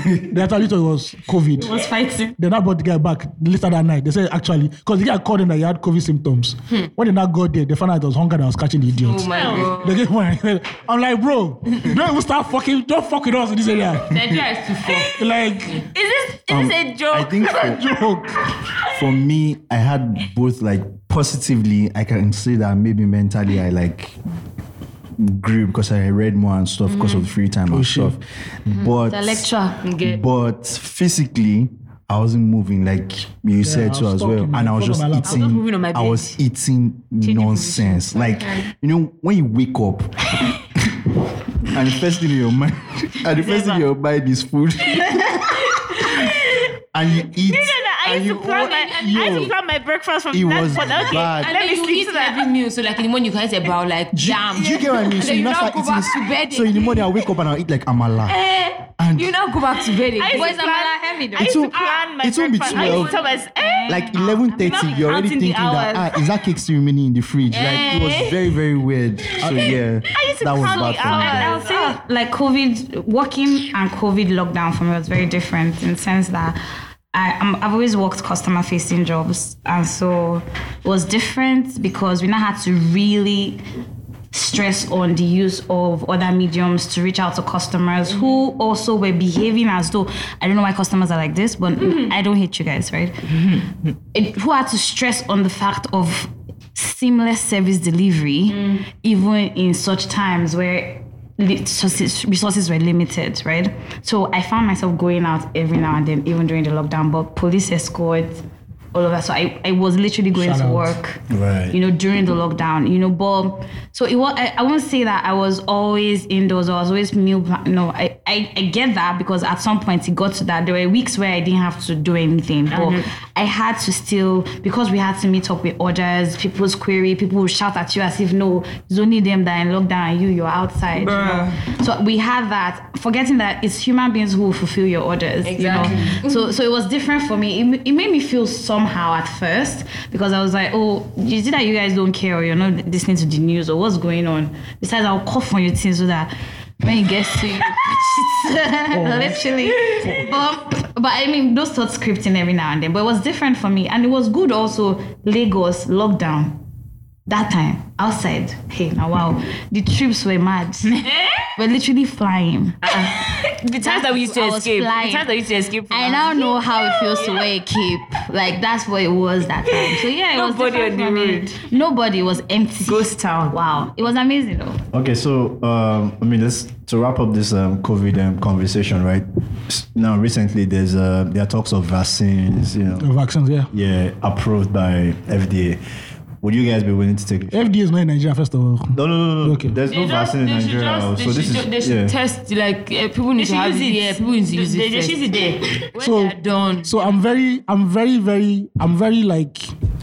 Speaker 5: they actually thought it was COVID.
Speaker 7: It was fighting.
Speaker 5: They now brought the guy back later that night. They said actually, because the guy called in that he had COVID symptoms.
Speaker 7: Hmm.
Speaker 5: When they now got there, they found out it was hunger that was catching the idiot.
Speaker 7: Oh my God.
Speaker 5: They gave one. <laughs> I'm like, bro, don't even start fucking, don't fuck with us in this area.
Speaker 3: Nigeria is too far.
Speaker 5: <laughs> like,
Speaker 3: Is this is
Speaker 1: Um,
Speaker 3: this a joke?
Speaker 1: I think
Speaker 5: <laughs> joke.
Speaker 1: for me, I had both like positively, I can say that maybe mentally I like grew because I read more and stuff because of
Speaker 10: Mhm.
Speaker 1: free time
Speaker 5: Oh,
Speaker 1: and stuff. But
Speaker 10: the lecture.
Speaker 1: but physically I wasn't moving like you said
Speaker 10: I
Speaker 1: too
Speaker 10: was
Speaker 1: as well,
Speaker 10: talking,
Speaker 1: and I was
Speaker 10: fuck
Speaker 1: just
Speaker 10: my laptop. I was not moving
Speaker 1: eating.
Speaker 10: on my
Speaker 1: I was eating nonsense. Like you know, when you wake up, <laughs> and the first thing in your mind, and the first thing in your mind is food, and you eat.
Speaker 7: No, no, no. I
Speaker 1: and
Speaker 7: used to
Speaker 1: you
Speaker 7: plan
Speaker 1: all-
Speaker 7: my I used
Speaker 1: Yo.
Speaker 7: to plan my breakfast from
Speaker 1: It
Speaker 7: that
Speaker 1: was
Speaker 7: point. Okay,
Speaker 1: bad.
Speaker 7: let me
Speaker 3: you
Speaker 7: stick
Speaker 3: eat
Speaker 7: to that.
Speaker 3: every meal, so like in the morning you can eat about like jam.
Speaker 1: Do you get what I
Speaker 3: <laughs>
Speaker 1: mean?
Speaker 3: So you
Speaker 1: now
Speaker 3: not
Speaker 1: start
Speaker 3: go
Speaker 1: eating
Speaker 3: back
Speaker 1: soup.
Speaker 3: to bed.
Speaker 1: So in the morning I wake up and I will eat like amala.
Speaker 3: And you now go back to bed.
Speaker 7: I used
Speaker 3: Boys, I'm
Speaker 7: to plan-
Speaker 3: heavy though.
Speaker 7: I used to
Speaker 1: It's all-
Speaker 7: plan my
Speaker 1: it's all be
Speaker 7: breakfast. I used
Speaker 1: 12.
Speaker 7: to tell myself, eh,
Speaker 1: Like eleven thirty,
Speaker 7: not
Speaker 1: you're already
Speaker 7: counting the
Speaker 1: thinking that
Speaker 7: hours.
Speaker 1: ah, is that cake still remaining in the fridge? Like it
Speaker 7: Eh.
Speaker 1: was very very weird. So yeah,
Speaker 7: I used to
Speaker 1: that was bad
Speaker 7: count the
Speaker 1: for me.
Speaker 7: hours.
Speaker 10: I'll say like COVID working and COVID lockdown for me was very different in the sense that I, I'm, I've always worked customer facing jobs and so it was different because we now had to really stress on the use of other mediums to reach out to customers who
Speaker 7: Mm-hmm.
Speaker 10: also were behaving as though I don't know why customers are like this but
Speaker 7: Mm-hmm.
Speaker 10: I don't hate you guys right it, who had to stress on the fact of seamless service delivery, even in such times where li- sources- resources were limited, right? So I found myself going out every now and then, even during the lockdown, but police escort, all of that. So I, I was literally going
Speaker 3: Shout
Speaker 10: to
Speaker 3: out.
Speaker 10: work
Speaker 3: Right.
Speaker 1: <laughs>
Speaker 10: you know, during the lockdown, you know, but so it was, I, I won't say that I was always indoors, I was always meal plan. No, I, I, I get that because at some point it got to that. There were weeks where I didn't have to do anything, but
Speaker 7: Mhm.
Speaker 10: I had to still, because we had to meet up with orders, people's query, people would shout at you as if, no, it's only them that are in lockdown and you, you're outside. you know. So we had that, forgetting that it's human beings who will fulfill your orders. you know.
Speaker 3: Exactly.
Speaker 10: <laughs> So so it was different for me. It, ma- it made me feel somehow at first because I was like, oh, is it that you guys don't care or you're not listening to the news or what's going on? Besides, I'll cough on your thing so that when it gets to you, <laughs> literally. But but I mean, those thoughts crept in every now and then. But it was different for me, and it was good also. Lagos lockdown. That time outside, hey now wow, the trips
Speaker 7: <laughs>
Speaker 10: were mad. we're literally flying.
Speaker 7: Eh? Uh-uh. the times that we used to
Speaker 10: I was
Speaker 7: escape. The
Speaker 10: flying.
Speaker 7: times that we used to escape. From
Speaker 10: I now know how it feels to wear a cape. Like that's what it was that time. So yeah, it
Speaker 7: Nobody
Speaker 10: was
Speaker 7: on the
Speaker 10: different for me. Nobody it was empty. Ghost town. Wow, it was amazing though.
Speaker 1: Okay, so um, I mean, let's to wrap up this um, COVID um, conversation, right? S- Now, recently, there's uh, there are talks of vaccines, you know,
Speaker 5: The vaccines, yeah.
Speaker 1: yeah, approved by FDA. Would you guys be willing to take?
Speaker 5: FDA is not in Nigeria, first of all.
Speaker 1: No, no, no, no. There's no
Speaker 3: They just-
Speaker 1: vaccine in
Speaker 3: they should
Speaker 1: Nigeria,
Speaker 3: just-
Speaker 1: so this
Speaker 3: should
Speaker 1: is
Speaker 3: ju- they should
Speaker 1: yeah.
Speaker 3: test like eh, people need
Speaker 7: should
Speaker 3: to have
Speaker 7: use
Speaker 3: it.
Speaker 7: it.
Speaker 3: Yeah, people need to
Speaker 7: They-
Speaker 3: use
Speaker 7: they
Speaker 3: it.
Speaker 7: just use it there.
Speaker 3: <laughs> When
Speaker 5: so
Speaker 3: they are done.
Speaker 5: So I'm very, I'm very, very, I'm very like,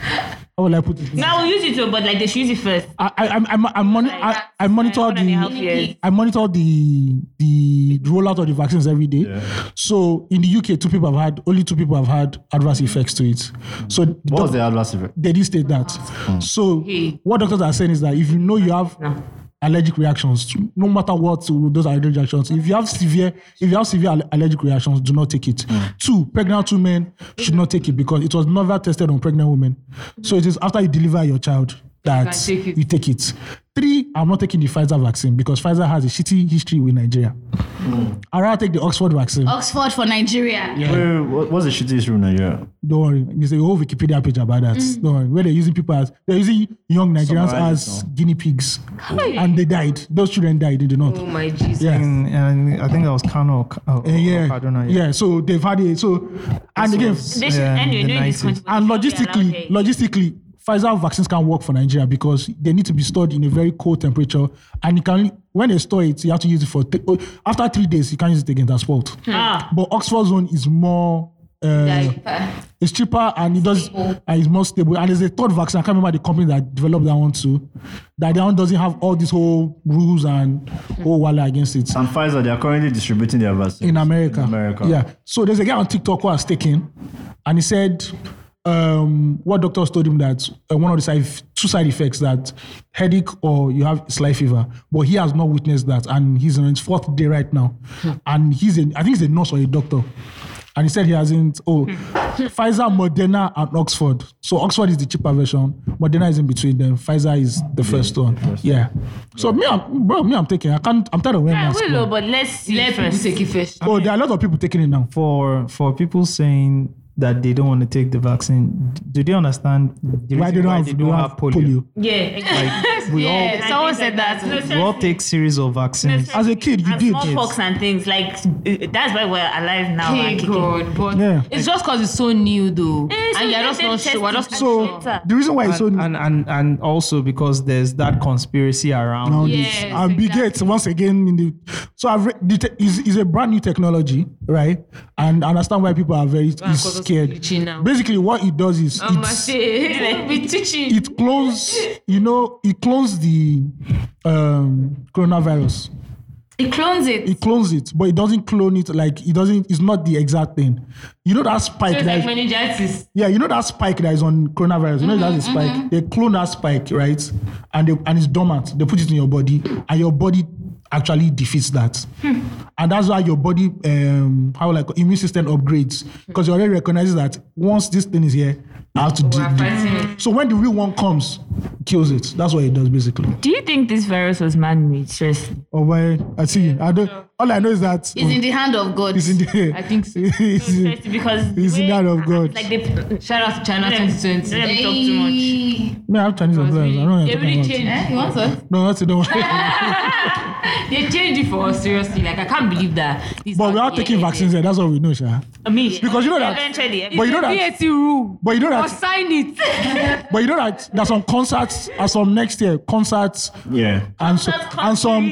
Speaker 5: how will I put it?
Speaker 7: Now we use it too, but like they should use it first.
Speaker 5: I, I, I'm, I'm, I'm moni- I, I monitor
Speaker 7: one and a half
Speaker 5: the
Speaker 7: years.
Speaker 5: I monitor the the rollout of the vaccines every day. So in the UK, two people have had only two people have had adverse effects to it. So
Speaker 1: What was the adverse effect?
Speaker 5: They did state that. So what doctors are saying is that if you know you have allergic reactions, to- no matter what to those allergic reactions, if you have severe, if you have severe al- allergic reactions, do not take it. Two, pregnant women should not take it because it was never tested on pregnant women. So it is after you deliver your child that
Speaker 3: You can take it.
Speaker 5: you take it. Three, I'm not taking the Pfizer vaccine because Pfizer has a shitty history with Nigeria.
Speaker 1: Hmm.
Speaker 5: I'd rather take the Oxford vaccine.
Speaker 10: Oxford for Nigeria.
Speaker 1: Wait, wait, what, what's the shittiest room in Nigeria?
Speaker 5: Don't worry, there's a whole Wikipedia page about that.
Speaker 10: Mm.
Speaker 5: Don't worry. Where they're using people as they're using young Nigerians
Speaker 1: Summarize
Speaker 5: as
Speaker 1: it now.
Speaker 5: guinea pigs, and they died. Those children died in the north.
Speaker 3: Oh my Jesus.
Speaker 5: Yeah.
Speaker 15: And, and I think that was Kano. Or, Ka-
Speaker 10: Uh,
Speaker 15: or,
Speaker 5: yeah.
Speaker 15: or Kaduna,
Speaker 5: Yeah, so they've had it. So and again,
Speaker 7: They should- and you know in this country,
Speaker 5: and
Speaker 7: we should be allowed
Speaker 5: logistically, logistically, Pfizer vaccines can work for Nigeria because they need to be stored in a very cold temperature, and you can when they store it, you have to use it for th- oh, after three days. You can't use it again. That's fault.
Speaker 7: Ah.
Speaker 5: But Oxford zone is more. Uh, it's cheaper and it does and it's more stable. And there's a third vaccine. I can't remember the company that developed that one too. That that one doesn't have all these whole rules and whole wala against it.
Speaker 1: And Pfizer, they are currently distributing their vaccine
Speaker 5: in America.
Speaker 1: America.
Speaker 5: Yeah. So there's a guy on TikTok who was taken, and he said, um, what doctors told him that uh, one of the side
Speaker 10: two side effects that headache or you have slight fever. uh, But he has not witnessed that, and he's on his fourth day right now. And he's a, I think he's a nurse or a doctor. And he said he hasn't. Oh,
Speaker 7: Hmm.
Speaker 10: Pfizer, Moderna, and Oxford. So Oxford is the cheaper version. Moderna is in between them. Pfizer is the first one. Yeah. So me, I'm, bro, me, I'm taking. I can't. I'm tired of wearing
Speaker 7: Yeah,
Speaker 10: masks.
Speaker 7: we
Speaker 10: bro.
Speaker 7: know, Ah, but let's see
Speaker 10: Let people
Speaker 7: first.
Speaker 10: take it first. Oh, there are a lot of people taking it now.
Speaker 4: For for people saying that they don't want to take the vaccine, do they understand the
Speaker 10: Why they
Speaker 4: reason
Speaker 10: don't
Speaker 4: why
Speaker 10: have-
Speaker 4: they
Speaker 10: they
Speaker 4: don't
Speaker 10: don't
Speaker 4: have polio?
Speaker 7: Yeah,
Speaker 4: exactly.
Speaker 7: <laughs>
Speaker 4: we
Speaker 7: yeah,
Speaker 4: all-
Speaker 7: someone said that.
Speaker 4: We all take series of vaccines.
Speaker 10: As a kid,
Speaker 4: you
Speaker 2: and smallpox and things like uh, that's why we're alive now.
Speaker 7: Hey
Speaker 2: and kicking.
Speaker 7: Oh God, but it's just because it's so new though,
Speaker 2: Eh, so
Speaker 7: and you're
Speaker 2: they
Speaker 7: just
Speaker 2: did
Speaker 7: not
Speaker 2: test
Speaker 7: sure. We're
Speaker 2: it
Speaker 7: just
Speaker 2: so
Speaker 4: the reason why it's so and and and also because there's that conspiracy around
Speaker 10: nowadays. and Bill Gates once again in the so I've read the te- is is a brand new technology, right? And I understand why people are very is
Speaker 7: cause us
Speaker 10: scared.
Speaker 7: glitchy now.
Speaker 10: Basically, what it does is
Speaker 7: Oh my
Speaker 10: it's-
Speaker 7: shit, be teaching.
Speaker 10: it clones, you know, it clones the um, coronavirus.
Speaker 7: It clones it.
Speaker 10: It clones it, but it doesn't clone it like it doesn't. It's not the exact thing. You know that
Speaker 7: So
Speaker 10: spike.
Speaker 7: it's
Speaker 10: that-
Speaker 7: like meningitis. Mm-hmm,
Speaker 10: yeah, you know that spike that is on coronavirus. You know that's a spike. They clone that spike, right? And they, and it's dormant. They put it in your body, and your body actually defeats that.
Speaker 7: Hmm.
Speaker 10: And that's why your body, um, how like immune system upgrades because you already recognize that once this thing is here, I have to deal. with it. So when the real one comes, kills it. That's what it does basically.
Speaker 2: Do you think this virus was man-made? Seriously.
Speaker 10: Oh boy, I see. I don't. All I know is that
Speaker 7: It's in the hand of God.
Speaker 10: It's in the.
Speaker 7: <laughs> I think so.
Speaker 10: <laughs> it's in-
Speaker 2: because
Speaker 10: it's in the hand of God.
Speaker 2: Like they
Speaker 7: shout out to China
Speaker 2: Let them- let
Speaker 7: 2020.
Speaker 2: them talk too much.
Speaker 7: Hey.
Speaker 10: Me, I have Chinese employers. I don't know what
Speaker 7: They
Speaker 10: you're
Speaker 7: really
Speaker 10: talking
Speaker 7: changed. Eh? You want some?
Speaker 10: about. No,
Speaker 7: <laughs>
Speaker 10: that's it. Don't worry.
Speaker 7: They changed it for us seriously. Like I can't believe that.
Speaker 10: But we are taking vaccines there. That's what we know, Sha.
Speaker 7: I mean,
Speaker 10: Because you know that-
Speaker 2: eventually,
Speaker 10: But you know that.
Speaker 7: VAT rule.
Speaker 10: But you know
Speaker 7: Or
Speaker 10: that.
Speaker 7: sign it.
Speaker 10: <laughs> But you know that there's some concerts, and some next year concerts,
Speaker 5: Yeah.
Speaker 10: and so, and some.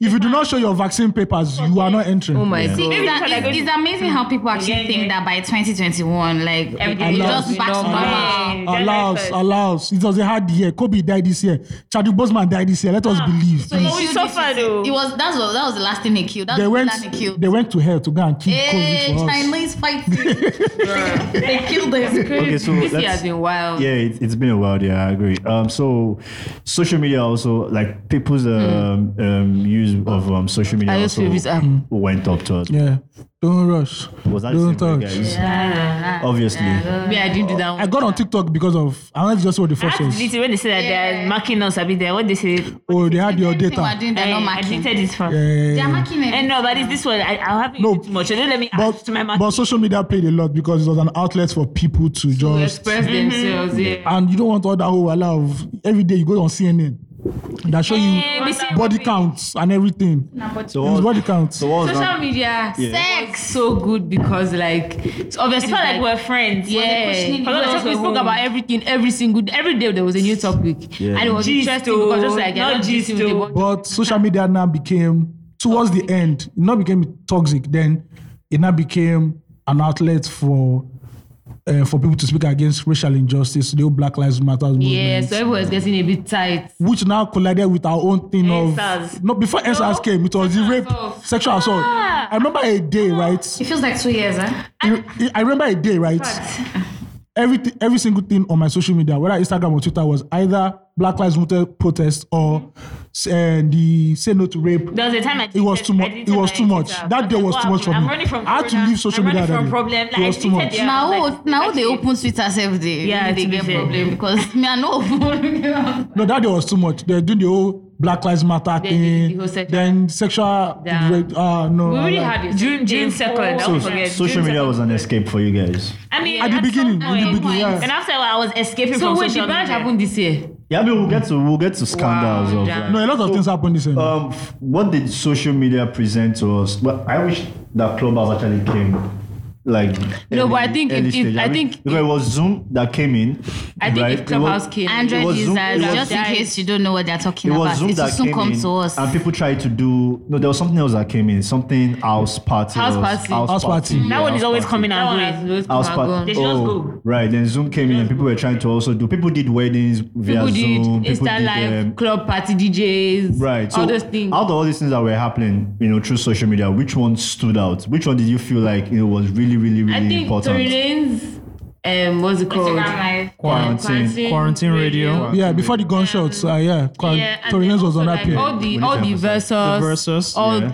Speaker 10: If you do not show your vaccine papers, you are not entering. Oh
Speaker 3: See, it's, a- it's- it's amazing how people actually think that by 2021, like
Speaker 10: Allows,
Speaker 3: it just back to normal.
Speaker 10: allows, allows. It was a hard year. Kobe died this year. Chadwick Boseman died this year. Let us believe.
Speaker 3: Ah, So it killed it. It was that's what that was the last thing it killed. That was
Speaker 10: they
Speaker 3: the
Speaker 10: went.
Speaker 3: last thing it killed.
Speaker 10: They went to hell to go and kill
Speaker 3: Hey,
Speaker 10: COVID for us.
Speaker 3: Chinese
Speaker 10: <laughs>
Speaker 3: fighting. <laughs> they killed us.
Speaker 5: Okay, so
Speaker 7: this year
Speaker 5: let's-
Speaker 7: has been wild.
Speaker 5: Yeah, it, it's been a while. Yeah, I agree. Um, so social media also like people's um, um use of um social media
Speaker 10: I use
Speaker 5: also
Speaker 10: favorites app.
Speaker 3: um,
Speaker 5: went up to us.
Speaker 10: Yeah. Don't rush.
Speaker 5: Was that
Speaker 10: Don't
Speaker 5: the same
Speaker 10: touch.
Speaker 5: guys? Obviously.
Speaker 7: Yeah, I didn't do that.
Speaker 10: I got on TikTok because of I wanted to just see what the
Speaker 2: I
Speaker 10: first
Speaker 2: had to
Speaker 10: was.
Speaker 2: delete it when they say that they're marking us. I mean, there. What they say? Eh,
Speaker 10: Oh, they had your data.
Speaker 2: I, I deleted it from.
Speaker 10: They're marking
Speaker 2: it. And no, but it's this one. I, I'll have no, too much. They Don't let me add to my mark.
Speaker 10: But social media played a lot because it was an outlet for people to just
Speaker 2: express
Speaker 7: Mm-hmm.
Speaker 2: Mhm. themselves, yeah.
Speaker 10: And you don't want all that whole wala of every day you go on CNN. That show you
Speaker 7: Eh, we see-
Speaker 10: body counts and everything.
Speaker 5: So
Speaker 10: It's body counts.
Speaker 7: Social media,
Speaker 10: Yeah.
Speaker 7: sex, so good because like it's obviously
Speaker 2: It felt like we're friends.
Speaker 7: Yeah,
Speaker 2: Was it questioning?
Speaker 7: Because
Speaker 2: Because
Speaker 7: we
Speaker 2: we
Speaker 7: spoke
Speaker 2: were
Speaker 7: about everything, every single every day there was a new topic,
Speaker 10: Yeah.
Speaker 7: and it was
Speaker 10: Gist
Speaker 7: interesting because just
Speaker 2: oh,
Speaker 7: like
Speaker 2: not
Speaker 7: you're not
Speaker 2: gist
Speaker 7: gisting with the
Speaker 2: oh.
Speaker 7: world.
Speaker 10: But social media now became towards the end, it now became toxic. Then it now became an outlet for uh, for people to speak against racial injustice, the whole Black Lives Matter movement.
Speaker 7: Yeah, so everyone was getting a bit tight.
Speaker 10: which now collided with our own thing
Speaker 7: NSAS.
Speaker 10: of no before NSAS came it was the rape sexual
Speaker 2: Ah.
Speaker 10: assault I remember a day right
Speaker 3: It feels like two years, eh? huh?
Speaker 10: I, I remember a day right every every single thing on my social media whether Instagram or Twitter was either Black Lives Matter protest or uh, the say no to rape
Speaker 2: Mm-hmm. There was a time I
Speaker 10: it was too much
Speaker 2: deleted
Speaker 10: it was
Speaker 2: my
Speaker 10: too much
Speaker 2: Twitter.
Speaker 10: that day was
Speaker 2: What
Speaker 10: too much for
Speaker 2: happened? I'm
Speaker 10: me
Speaker 2: running from
Speaker 10: I had to
Speaker 2: corona.
Speaker 10: leave social
Speaker 2: I'm
Speaker 10: media
Speaker 2: running from
Speaker 10: that day
Speaker 2: problem.
Speaker 10: it
Speaker 2: Like,
Speaker 10: was
Speaker 2: I
Speaker 10: too much
Speaker 2: deleted them.
Speaker 3: Now, now they open Twitter every day.
Speaker 2: Yeah,
Speaker 3: they
Speaker 2: to be
Speaker 3: get
Speaker 2: fair. <laughs>
Speaker 3: problem <laughs> because me I know.
Speaker 10: No, that day was too much. They're doing the whole Black Lives Matter
Speaker 7: They did the
Speaker 10: thing.
Speaker 7: whole sexual-
Speaker 10: then sexual.
Speaker 7: Yeah.
Speaker 10: rape- Ah, no.
Speaker 7: We really
Speaker 10: I
Speaker 7: had it. June- June 2nd,
Speaker 5: So, social media was an escape for you guys.
Speaker 2: I mean,
Speaker 10: At the beginning,
Speaker 2: some
Speaker 10: at the beginning, yeah.
Speaker 2: And after a while, I was escaping
Speaker 7: So
Speaker 2: from
Speaker 7: when the
Speaker 2: social media.
Speaker 7: marriage happened this year,
Speaker 5: Yeah, but we'll get to we'll get to scandals of
Speaker 7: yeah.
Speaker 10: No, a lot of things happened this year.
Speaker 7: uh,
Speaker 5: Um, f- what did social media present to us? Well, I wish that Clubhouse actually came. Like
Speaker 7: No, but I think
Speaker 5: early
Speaker 7: if- if-
Speaker 5: stage.
Speaker 7: I
Speaker 5: mean,
Speaker 7: think-
Speaker 5: because it was Zoom that came in.
Speaker 7: I think
Speaker 5: right?
Speaker 7: if Clubhouse
Speaker 5: it was,
Speaker 7: came,
Speaker 5: it
Speaker 3: Android
Speaker 5: was
Speaker 3: users,
Speaker 5: Zoom, it was-
Speaker 3: just in case you don't know what they're talking
Speaker 5: it was
Speaker 3: about,
Speaker 5: Zoom
Speaker 3: it will
Speaker 5: that
Speaker 3: soon
Speaker 5: came
Speaker 3: come
Speaker 5: in,
Speaker 3: to us.
Speaker 5: and people tried to do. No, there was something else that came in. Something house party.
Speaker 7: House
Speaker 5: or-
Speaker 7: party.
Speaker 2: House party. That
Speaker 5: yeah,
Speaker 2: one is
Speaker 5: house
Speaker 2: always
Speaker 5: party.
Speaker 2: coming and
Speaker 7: That one
Speaker 2: going.
Speaker 7: is always
Speaker 5: House
Speaker 7: coming
Speaker 5: party.
Speaker 7: and going. They should just
Speaker 5: Oh, right. Then Zoom came in, and people were trying to also do. People did weddings via
Speaker 7: people did
Speaker 5: Zoom. people
Speaker 7: Insta
Speaker 5: did,
Speaker 7: live,
Speaker 5: um,
Speaker 7: club party DJs,
Speaker 5: Right. So
Speaker 7: all those things.
Speaker 5: out of all these things that were happening, you know, through social media, which one stood out? Which one did you feel like you know was really, really, really
Speaker 7: I think
Speaker 5: important?
Speaker 7: Tory Lane's
Speaker 6: um, what's it called?
Speaker 3: Instagram Live.
Speaker 7: Quarantine. Yeah, before the gunshots. Uh, yeah,
Speaker 6: Yeah,
Speaker 7: yeah
Speaker 6: and
Speaker 7: Torino's
Speaker 6: then
Speaker 7: was on
Speaker 6: also,
Speaker 7: that
Speaker 6: like,
Speaker 7: pier.
Speaker 6: All the all the versus,
Speaker 7: The versus,
Speaker 6: all.
Speaker 7: yeah.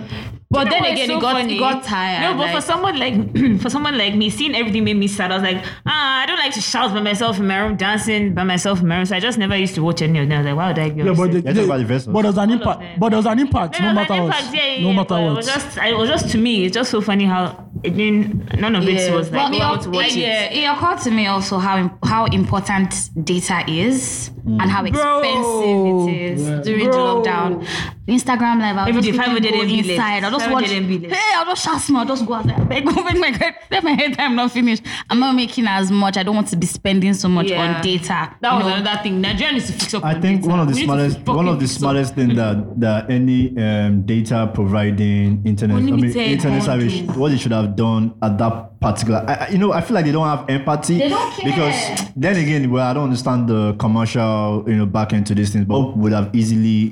Speaker 6: But
Speaker 2: You
Speaker 6: then
Speaker 2: know
Speaker 6: again,
Speaker 2: what's
Speaker 6: it
Speaker 2: so
Speaker 6: got
Speaker 2: funny?
Speaker 6: it got tired.
Speaker 2: No, but for
Speaker 6: like-
Speaker 2: someone like <clears throat> for someone like me, seeing everything made me sad. I was like, ah, I don't like to shout by myself in my room, dancing by myself in my room. So I just never used to watch any of them. I was like, why would I be?
Speaker 7: Yeah, but,
Speaker 2: upset? <laughs>
Speaker 7: the, the, but there's an impact. But there's an impact, no,
Speaker 2: There was
Speaker 7: matter
Speaker 2: an
Speaker 7: what.
Speaker 2: impact, yeah, yeah,
Speaker 7: no
Speaker 2: yeah,
Speaker 7: matter
Speaker 2: but It
Speaker 7: what.
Speaker 2: was just, I- it was just to me. It's just so funny how it didn't. None of it was like.
Speaker 3: Well,
Speaker 2: I
Speaker 3: it,
Speaker 2: want to watch
Speaker 3: it,
Speaker 2: it.
Speaker 3: it occurred to me also how im- how important data is and how
Speaker 2: Mm. Bro.
Speaker 3: expensive it is
Speaker 2: Yeah.
Speaker 3: during
Speaker 2: Bro.
Speaker 3: the lockdown. Instagram live, I'll
Speaker 2: Every
Speaker 3: just
Speaker 2: day,
Speaker 3: quickly
Speaker 2: 500
Speaker 3: go
Speaker 2: MB left.
Speaker 3: inside. I'll just
Speaker 2: 500
Speaker 3: watch.
Speaker 2: MB left.
Speaker 3: Hey, I'll just shout small. I'll just go out there. I beg, <laughs> oh my God, let my head. I'm not finished. I'm not making as much. I don't want to be spending so much
Speaker 6: Yeah.
Speaker 3: on data.
Speaker 6: That
Speaker 3: you
Speaker 6: was
Speaker 3: know.
Speaker 6: another thing. Nigeria needs to fix up.
Speaker 10: I
Speaker 6: on
Speaker 10: think
Speaker 6: data.
Speaker 10: one of the
Speaker 6: We need to
Speaker 10: smartest
Speaker 6: fucking
Speaker 10: one of the
Speaker 6: fix up.
Speaker 10: smartest thing that that any um, data providing internet I mean,
Speaker 6: Unlimited
Speaker 10: internet service
Speaker 6: bundles.
Speaker 10: what they should have done at that particular I, I- you know I feel like they don't have empathy
Speaker 6: They don't care.
Speaker 10: because then again well I don't understand the commercial you know back end to these things but what would have easily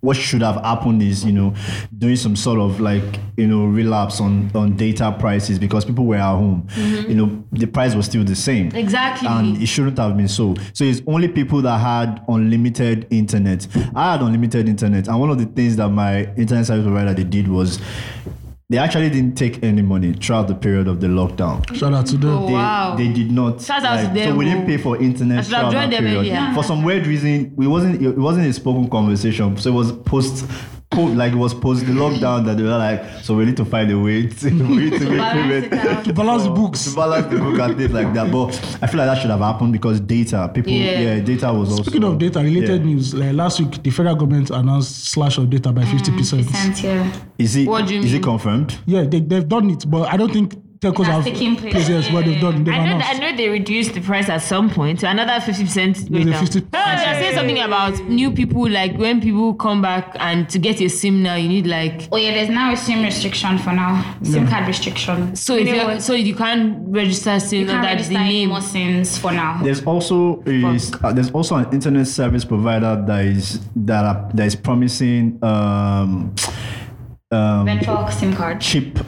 Speaker 10: what should have happened is you know doing some sort of like you know relapse on on data prices because people were at home
Speaker 6: Mhm.
Speaker 10: you know the price was still the same
Speaker 6: Exactly.
Speaker 10: and it shouldn't have been so. So it's only people that had unlimited internet. I had unlimited internet, and one of the things that my internet service provider they did was they actually didn't take any money throughout the period of the lockdown.
Speaker 7: Shout out to them.
Speaker 10: They, they did not.
Speaker 6: Shout out to
Speaker 10: like,
Speaker 6: them,
Speaker 10: So we
Speaker 6: oh.
Speaker 10: didn't pay for
Speaker 6: I
Speaker 10: internet
Speaker 6: should have
Speaker 10: throughout that
Speaker 6: joined them,
Speaker 10: period.
Speaker 6: yeah.
Speaker 10: For some weird reason, we wasn't. It wasn't a spoken conversation. So it was post. po- Like it was post the lockdown that they were like, so we need to find a way to, <laughs> we need to make payment
Speaker 7: to balance the books.
Speaker 10: To <laughs> balance the book and things like that. But I feel like that should have happened because data, people,
Speaker 7: Yeah.
Speaker 10: yeah, data was also.
Speaker 7: Speaking of data related news, like last week, the federal government announced slash of data by 50%.
Speaker 10: Is it?
Speaker 7: What do you
Speaker 10: is
Speaker 7: mean?
Speaker 10: it confirmed?
Speaker 7: Yeah, they, they've done it, but I don't think telcos have places where they've done they've
Speaker 2: I know,
Speaker 7: announced.
Speaker 2: that- I know they reduced the price at some point to another 50%
Speaker 7: There's
Speaker 2: going
Speaker 7: a
Speaker 2: down.
Speaker 7: 50
Speaker 6: No, no, they're saying something about new people. Like when people come back and to get a SIM now, you need like.
Speaker 3: Oh yeah, there's now a SIM restriction for now. SIM
Speaker 6: Yeah.
Speaker 3: card restriction.
Speaker 6: So if you're, so you can't register
Speaker 3: you
Speaker 6: SIM under
Speaker 3: can't
Speaker 6: the
Speaker 3: register any
Speaker 6: name.
Speaker 3: more SIMs for now.
Speaker 10: There's also is uh, there's also an internet service provider that is that are, that is promising um, um
Speaker 3: Venture SIM card.
Speaker 10: cheap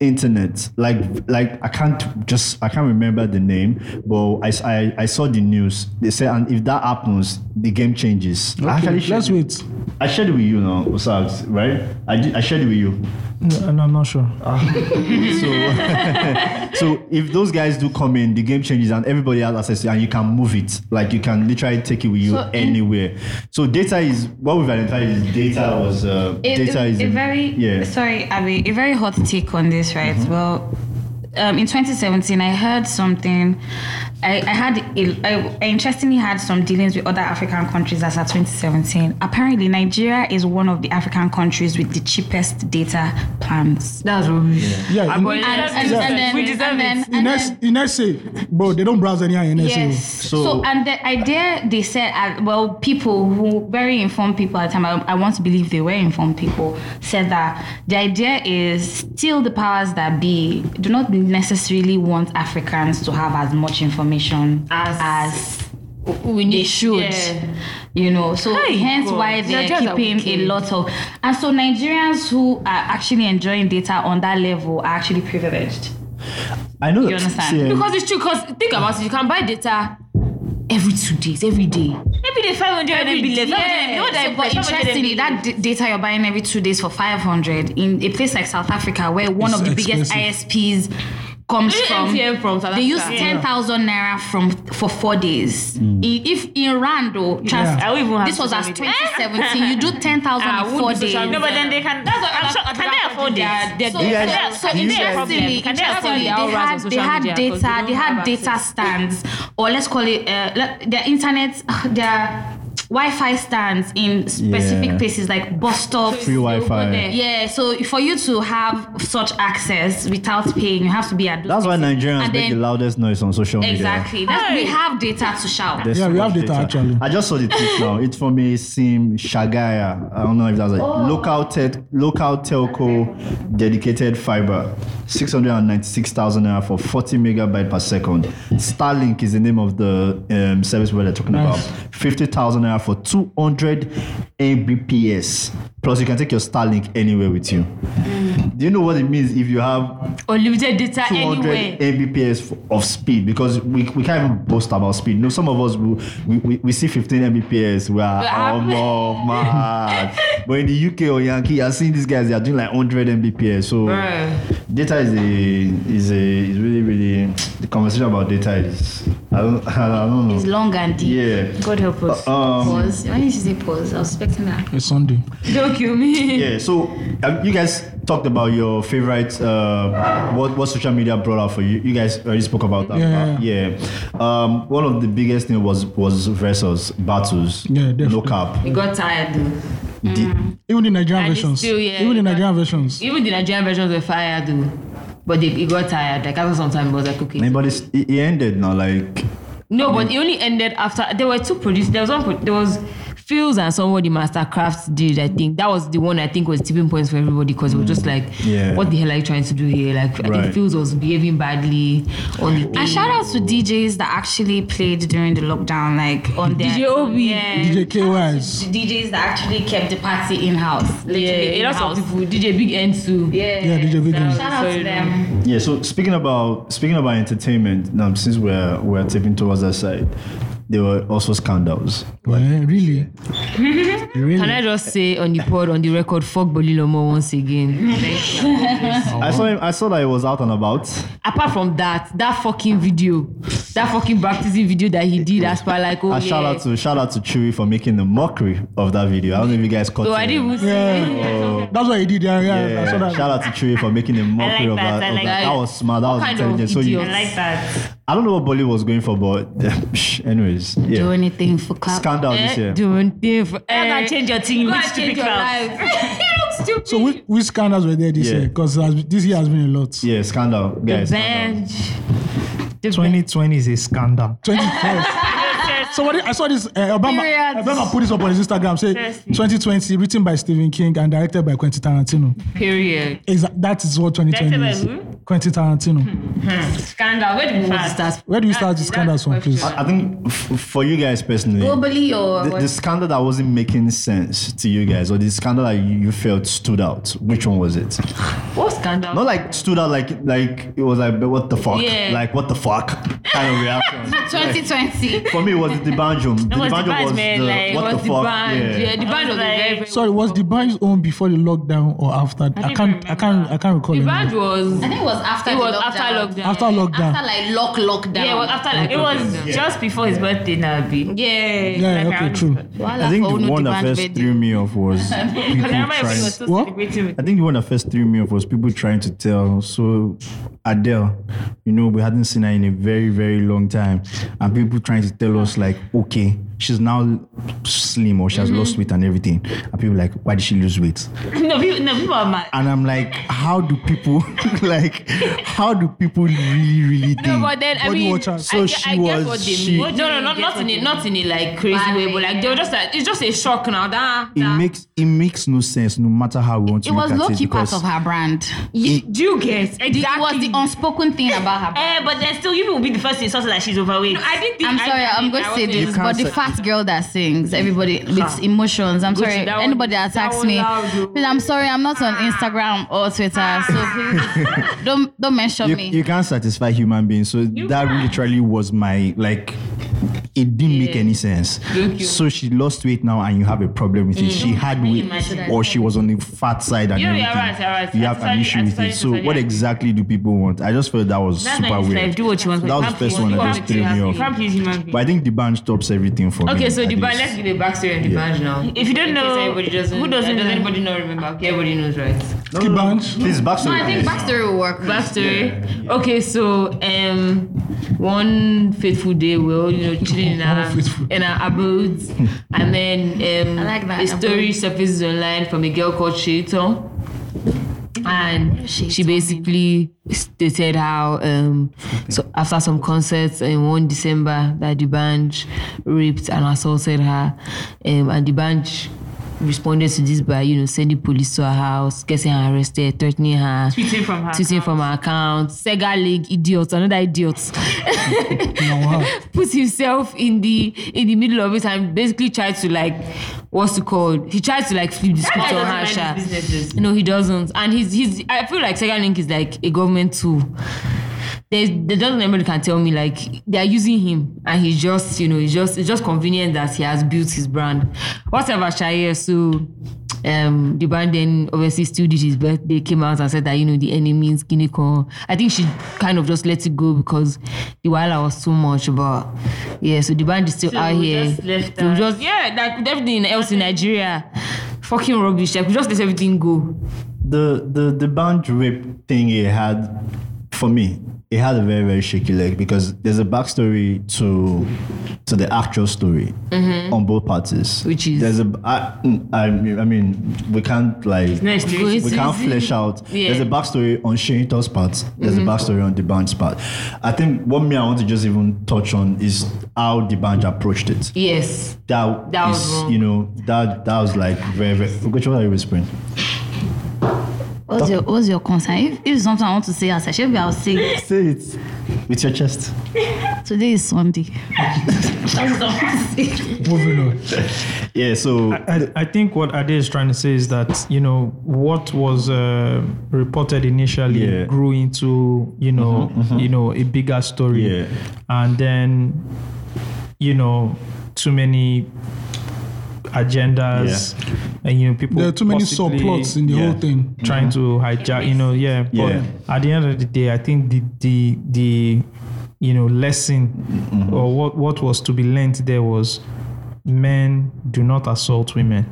Speaker 10: internet like like i can't just i can't remember the name but I, s- I I saw the news they said and if that happens the game changes I actually shared-
Speaker 7: let's wait.
Speaker 10: i shared it with you now Osabs, right i did, i shared it with you
Speaker 7: No, and I'm not sure.
Speaker 10: so if those guys do come in, the game changes and everybody has access to it and you can move it. Like you can literally take it with you
Speaker 3: So in-
Speaker 10: anywhere. So data is what we've identified is data was uh,
Speaker 3: It-
Speaker 10: data
Speaker 3: it-
Speaker 10: is
Speaker 3: a very
Speaker 10: yeah.
Speaker 3: sorry Abby, a very hot take on this right well um, in 2017 i heard something i, I had a, I, I interestingly had some dealings with other african countries as at 2017 apparently nigeria is one of the african countries with the cheapest data plans
Speaker 6: that's rubbish
Speaker 7: Yeah,
Speaker 3: and, and, and, then, and then, and
Speaker 7: in
Speaker 3: then-
Speaker 7: S- in SA, bro, they don't browse any in SA.
Speaker 3: Yes. So, and the idea they said, uh, well, people who very informed people at the time, I, I want to believe they were informed people, said that the idea is still the powers that be do not necessarily want Africans to have as much information as.
Speaker 6: we need-
Speaker 3: they should,
Speaker 6: yeah.
Speaker 3: you know. So
Speaker 6: Hey,
Speaker 3: hence
Speaker 6: God.
Speaker 3: why they're
Speaker 6: Nigerians are
Speaker 3: keeping a
Speaker 6: wicked.
Speaker 3: lot of, and so Nigerians who are actually enjoying data on that level are actually privileged.
Speaker 10: I know
Speaker 3: You understand?
Speaker 6: Because it's true. Because think about it, you can buy data every two days, every day.
Speaker 2: Maybe they 500 MB left. 500 MB,
Speaker 3: Yeah. So, but
Speaker 2: 500 MB.
Speaker 3: interestingly, that d- data you're buying every two days for 500 in a place like South Africa, where one
Speaker 6: It's
Speaker 3: of the biggest
Speaker 6: expensive.
Speaker 3: ISPs comes
Speaker 6: Even
Speaker 3: from,
Speaker 6: MTN from South
Speaker 3: they use
Speaker 6: Africa. Mm-hmm. Yeah.
Speaker 3: 10,000 naira from for four days.
Speaker 6: Mm.
Speaker 3: I- If in Rando, trans-
Speaker 2: I won't even have
Speaker 3: this was
Speaker 2: social
Speaker 3: as
Speaker 2: media.
Speaker 3: 2017, you do 10,000
Speaker 2: Ah, I
Speaker 3: in
Speaker 2: won't
Speaker 3: four
Speaker 2: do
Speaker 3: days.
Speaker 2: social media. No, but then they can. That's what I'm sure. Can they afford it?
Speaker 3: So, so interestingly,
Speaker 2: Can they afford
Speaker 3: interestingly,
Speaker 2: it?
Speaker 3: they had, they had data, they had data stands, or let's call it uh, le- their internet, their Wi-Fi stands in specific
Speaker 10: Yeah.
Speaker 3: places like bus stops.
Speaker 10: Free Wi-Fi.
Speaker 3: Yeah, so for you to have such access without paying, you have to be at. those
Speaker 10: That's why
Speaker 3: places.
Speaker 10: Nigerians
Speaker 3: And
Speaker 10: make the
Speaker 3: then-
Speaker 10: loudest noise on social media.
Speaker 3: Exactly. That's, we have data to shout.
Speaker 10: There's so much I just saw the tweet now. It's from a Sim Shagaya. I don't know if that's like
Speaker 3: Oh.
Speaker 10: local tel- local telco dedicated fiber. 696,000 naira for 40 megabyte per second. Starlink is the name of the um, service we're talking
Speaker 7: Nice.
Speaker 10: about. 50,000 naira
Speaker 6: naira for 200 Mbps. Plus, you can take your Starlink anywhere with you. Do you know what it means if you have
Speaker 10: Unlimited data anywhere.
Speaker 6: 200 Mbps f- of speed? Because we, we can't even boast about speed. You know, some of us we, we, we, we see 15 Mbps. We are
Speaker 10: We're
Speaker 6: oh,
Speaker 10: happy.
Speaker 6: more mad. but in the UK or Yankee, I've seen these guys. They are doing like 100 Mbps. So
Speaker 10: Bruh.
Speaker 6: data is a is a is really really the conversation about data is I don't <laughs> I don't know.
Speaker 3: It's long and deep.
Speaker 6: Yeah.
Speaker 3: God help us.
Speaker 6: Um,
Speaker 3: pause. When did she say pause? I was expecting that.
Speaker 6: It's Sunday.
Speaker 10: Don't kill me.
Speaker 6: Yeah. So um, you guys talked about your favorite uh, what what social media brought out for you. You guys already spoke about that.
Speaker 7: Yeah.
Speaker 6: Uh, yeah. Um, one of the biggest thing was was versus battles. Yeah. No cap.
Speaker 10: We got tired though.
Speaker 7: Even the Nigerian
Speaker 10: And it's
Speaker 7: versions.
Speaker 10: still, yeah,
Speaker 7: even the Nigerian versions.
Speaker 10: Even the Nigerian versions were fire though. But they, it got tired. Like after some time it was like okay.
Speaker 6: But it's, it, it ended now. Like
Speaker 10: No, but it only ended after there were two producers. There was one. pro- There was Fields and somebody Mastercraft did. I think that was the one. I think was tipping points for everybody because it was just like,
Speaker 3: Yeah.
Speaker 10: what the hell are you trying to do here? Like I
Speaker 3: Right.
Speaker 10: think Fields was behaving badly on the.
Speaker 3: And shout out to DJs that actually played during the lockdown, like on their
Speaker 10: DJ Obi.
Speaker 3: Yeah.
Speaker 7: DJ KYs.
Speaker 3: The DJs that actually kept the party in house.
Speaker 10: Yeah, a lot of people. DJ Big N too.
Speaker 3: Yeah.
Speaker 7: Yeah, DJ Big N.
Speaker 3: Shout out to them.
Speaker 6: Yeah, so speaking about speaking about entertainment, now since we're we're tipping towards that side, there were also scandals.
Speaker 7: Yeah,
Speaker 10: <laughs>
Speaker 7: really?
Speaker 10: Can I just say on the pod on the record, fuck Bolilomo once again.
Speaker 6: I saw him, I saw that he was out and about.
Speaker 10: Apart from that, that fucking video, that fucking baptism video that he did as per like oh
Speaker 6: and
Speaker 10: yeah.
Speaker 6: shout out to shout out to Chewy for making the mockery of that video. I don't know if you guys caught
Speaker 10: so I
Speaker 6: it.
Speaker 10: didn't even see.
Speaker 6: Oh,
Speaker 7: That's what he did. Yeah, yeah.
Speaker 6: yeah.
Speaker 7: I saw that.
Speaker 6: Shout out to Chewy for making the mockery
Speaker 7: like
Speaker 6: of
Speaker 7: that,
Speaker 6: that.
Speaker 7: I
Speaker 6: of
Speaker 7: like
Speaker 6: that.
Speaker 7: that.
Speaker 6: That was smart. That was
Speaker 7: kind of
Speaker 6: intelligent. so you,
Speaker 7: idiot? I like
Speaker 10: that.
Speaker 6: I don't know what Bolly was going for, but anyways, yeah.
Speaker 3: Do anything for
Speaker 2: Uh,
Speaker 3: clout.
Speaker 6: Scandal this year.
Speaker 10: Doing thing for.
Speaker 2: Ever change your thing, you
Speaker 10: Go
Speaker 2: look
Speaker 10: and change
Speaker 2: stupid
Speaker 10: your
Speaker 2: crowd.
Speaker 10: life.
Speaker 7: So which, which scandals were there this
Speaker 6: Yeah.
Speaker 7: year? Because this year has been a lot.
Speaker 6: Yeah, scandal, guys.
Speaker 10: bench.
Speaker 16: 2020 is a scandal.
Speaker 10: <laughs>
Speaker 7: 20. Somebody, I saw this. Uh, Obama,
Speaker 10: Periods.
Speaker 7: Obama put this up on his Instagram. Say
Speaker 10: Seriously.
Speaker 7: 2020, written by Stephen King and directed by Quentin Tarantino.
Speaker 10: Period.
Speaker 7: Exa- that is what 2020
Speaker 10: Directed
Speaker 7: is.
Speaker 10: by Hmm,
Speaker 7: Quentin Tarantino.
Speaker 10: Scandal. Where do we start?
Speaker 7: Where do we start this scandals from, please?
Speaker 6: I, I think f- for you guys personally,
Speaker 3: Globally or
Speaker 6: the,
Speaker 3: what?
Speaker 6: the scandal that wasn't making sense to you guys, or the scandal that you, you felt stood out, which one was it?
Speaker 10: What scandal?
Speaker 6: Not like stood out, like like it was like but what the fuck,
Speaker 3: Yeah.
Speaker 6: like what the fuck kind of
Speaker 3: <laughs>
Speaker 6: reaction. Like,
Speaker 3: 2020.
Speaker 6: for me, it was the banjo. The
Speaker 3: was the
Speaker 6: banjo
Speaker 3: band,
Speaker 6: was
Speaker 3: man,
Speaker 6: the
Speaker 3: like,
Speaker 6: what
Speaker 3: it
Speaker 6: the
Speaker 3: was the
Speaker 6: fuck.
Speaker 3: band,
Speaker 6: yeah.
Speaker 3: yeah, the band was very, very
Speaker 7: Sorry, was the band's own before the lockdown or after? I, can't, I can't, I can't recall.
Speaker 10: The
Speaker 7: anymore.
Speaker 10: band was.
Speaker 3: I think it was after
Speaker 10: It
Speaker 3: the
Speaker 10: was
Speaker 3: lockdown.
Speaker 10: after lockdown.
Speaker 7: After lockdown.
Speaker 3: After like lock lockdown.
Speaker 10: Yeah, it was after like
Speaker 2: It was just before his birthday, now, B.
Speaker 10: Yeah.
Speaker 7: Yeah, okay, true.
Speaker 6: I think the one that first threw me off was
Speaker 2: Because I
Speaker 6: people
Speaker 2: remember we were
Speaker 6: trying.
Speaker 2: so What?
Speaker 6: I think the one that first threw me off was people trying to tell. So Adele, you know, we hadn't seen her in a very very long time, and people trying to tell us like, okay, she's now slim or she has lost weight and everything, and people like, why did she lose weight?
Speaker 2: no, people, no, people are mad.
Speaker 6: And I'm like, how do people <laughs> like, how do people really really think?
Speaker 10: No, but then I
Speaker 6: Body
Speaker 10: mean,
Speaker 6: watchers.
Speaker 10: I,
Speaker 6: so
Speaker 10: ge-
Speaker 6: she
Speaker 10: I
Speaker 6: was
Speaker 10: guess what they
Speaker 6: she.
Speaker 10: mean. No, no, not, not in a not in a like crazy way, but like they were just like it's just a shock now. That,
Speaker 6: It
Speaker 10: that.
Speaker 6: makes it makes no sense, no matter how we want to
Speaker 3: It was
Speaker 6: look
Speaker 3: low
Speaker 6: at
Speaker 3: key
Speaker 6: it.
Speaker 3: part
Speaker 6: Because
Speaker 3: of her brand.
Speaker 10: You, do you get exactly?
Speaker 3: It was the unspoken thing about her.
Speaker 2: Eh, but then still, you people will be the first to insult her that she's overweight. No, I didn't
Speaker 3: I'm sorry, I, am going to say this, but the fat girl that sings, everybody with emotions. I'm
Speaker 2: Gucci,
Speaker 3: sorry,
Speaker 2: that one-
Speaker 3: anybody that
Speaker 2: that
Speaker 3: attacks
Speaker 2: one
Speaker 3: me.
Speaker 2: loud, oh.
Speaker 3: Please, I'm sorry, I'm not on Instagram or Twitter, so please don't don't mention
Speaker 6: you,
Speaker 3: me.
Speaker 6: you can't satisfy human beings. So that literally was my like. It didn't make any sense.
Speaker 3: Thank you.
Speaker 6: So she lost weight now, and you have a problem with it.
Speaker 2: Mm.
Speaker 6: She had
Speaker 2: Can you
Speaker 6: weight,
Speaker 2: imagine?
Speaker 6: or she was on the fat side, and
Speaker 2: Yeah,
Speaker 6: everything.
Speaker 2: you're right, you're right.
Speaker 6: You
Speaker 2: I
Speaker 6: have an
Speaker 2: totally- I
Speaker 6: issue with
Speaker 2: totally,
Speaker 6: it. So
Speaker 2: totally
Speaker 6: what
Speaker 2: agree.
Speaker 6: exactly do people want? I just felt that was
Speaker 2: That's
Speaker 6: super
Speaker 2: not his
Speaker 6: weird.
Speaker 2: life. Do what you want.
Speaker 6: That was
Speaker 2: Cramp
Speaker 6: the first
Speaker 2: is-
Speaker 6: one that
Speaker 2: cramp
Speaker 6: just
Speaker 2: is
Speaker 6: threw me
Speaker 2: human
Speaker 6: off.
Speaker 2: being. Cramp is human being.
Speaker 6: But I think the band stops everything for me.
Speaker 10: Okay, so
Speaker 6: at
Speaker 10: the
Speaker 6: least.
Speaker 10: band. Let's give a backstory on the
Speaker 6: Yeah.
Speaker 10: band now.
Speaker 2: If you don't
Speaker 10: In case
Speaker 2: know-
Speaker 10: everybody doesn't,
Speaker 2: who doesn't
Speaker 10: does
Speaker 2: know?
Speaker 10: anybody not remember? Okay, everybody knows, right?
Speaker 6: No, no, no. Please backstory.
Speaker 10: No, I
Speaker 6: please.
Speaker 10: think backstory will work. Backstory. Okay, so um, one fateful day we were all you know chilling in our in our abodes, and then um,
Speaker 3: I like that,
Speaker 10: a story
Speaker 3: abode.
Speaker 10: surfaces online from a girl called Shaiton. And she basically stated how um, so after some concerts in one December that the band raped and assaulted her, um, and the band responded to this by, you know, sending police to her house, getting her arrested, threatening her,
Speaker 3: Tweeting from her
Speaker 10: tweeting from her account. Sega League idiot, another idiot, <laughs> put himself in the in the middle of it and basically tried to like, what's it called? He tried to like flip the
Speaker 3: That
Speaker 10: script
Speaker 3: guy
Speaker 10: on
Speaker 3: doesn't
Speaker 10: her.
Speaker 3: mind his
Speaker 10: sha.
Speaker 3: businesses.
Speaker 10: No, he doesn't, and he's he's. I feel like Sega Link is like a government tool. There's, there's nothing anybody can tell me. Like they are using him, and he's just, you know, it's just it's just convenient that he has built his brand. Whatever, Shire. So, um, the band then obviously still did his birthday. Came out and said that you know the enemy is Guinea corn. I think she kind of just let it go because the while was too much. But yeah, so the band is still
Speaker 3: So
Speaker 10: out
Speaker 3: we
Speaker 10: here.
Speaker 3: just left
Speaker 10: So we
Speaker 3: her.
Speaker 10: just- yeah, like with everything else in Nigeria, fucking rubbish. Like we just let everything go.
Speaker 6: the the the band rape thing it had for me it had a very very shaky leg because there's a backstory to to the actual story
Speaker 10: Mhm.
Speaker 6: on both parties
Speaker 10: which is
Speaker 6: there's a I, mm, I mean- I mean we can't like
Speaker 10: not explicit.
Speaker 6: we can't flesh out
Speaker 10: Yeah.
Speaker 6: there's a backstory on Shinito's part there's
Speaker 10: Mhm.
Speaker 6: a backstory on the band's part I think what me I want to just even touch on is how the band approached it
Speaker 10: Yes.
Speaker 6: that,
Speaker 10: That
Speaker 6: that
Speaker 10: was
Speaker 6: is,
Speaker 10: wrong.
Speaker 6: you know that that was like very very which one are you whispering
Speaker 17: What's your, what's your concern? If, if it's something I want to say as a chef, I'll say it.
Speaker 6: Say it. with your chest
Speaker 17: Today is Sunday.
Speaker 18: Moving on.
Speaker 6: Yeah, so
Speaker 18: I, I, I think what Ade is trying to say is that you know what was uh, reported initially
Speaker 6: Yeah.
Speaker 18: grew into you know you know a bigger story, and then you know too many agendas and you know people
Speaker 7: There are too many
Speaker 18: possibly
Speaker 7: subplots in the whole thing.
Speaker 18: trying to hijack you know yeah but
Speaker 7: Yeah.
Speaker 18: at the end of the day i think the the the you know lesson or what what was to be learned there was men do not assault women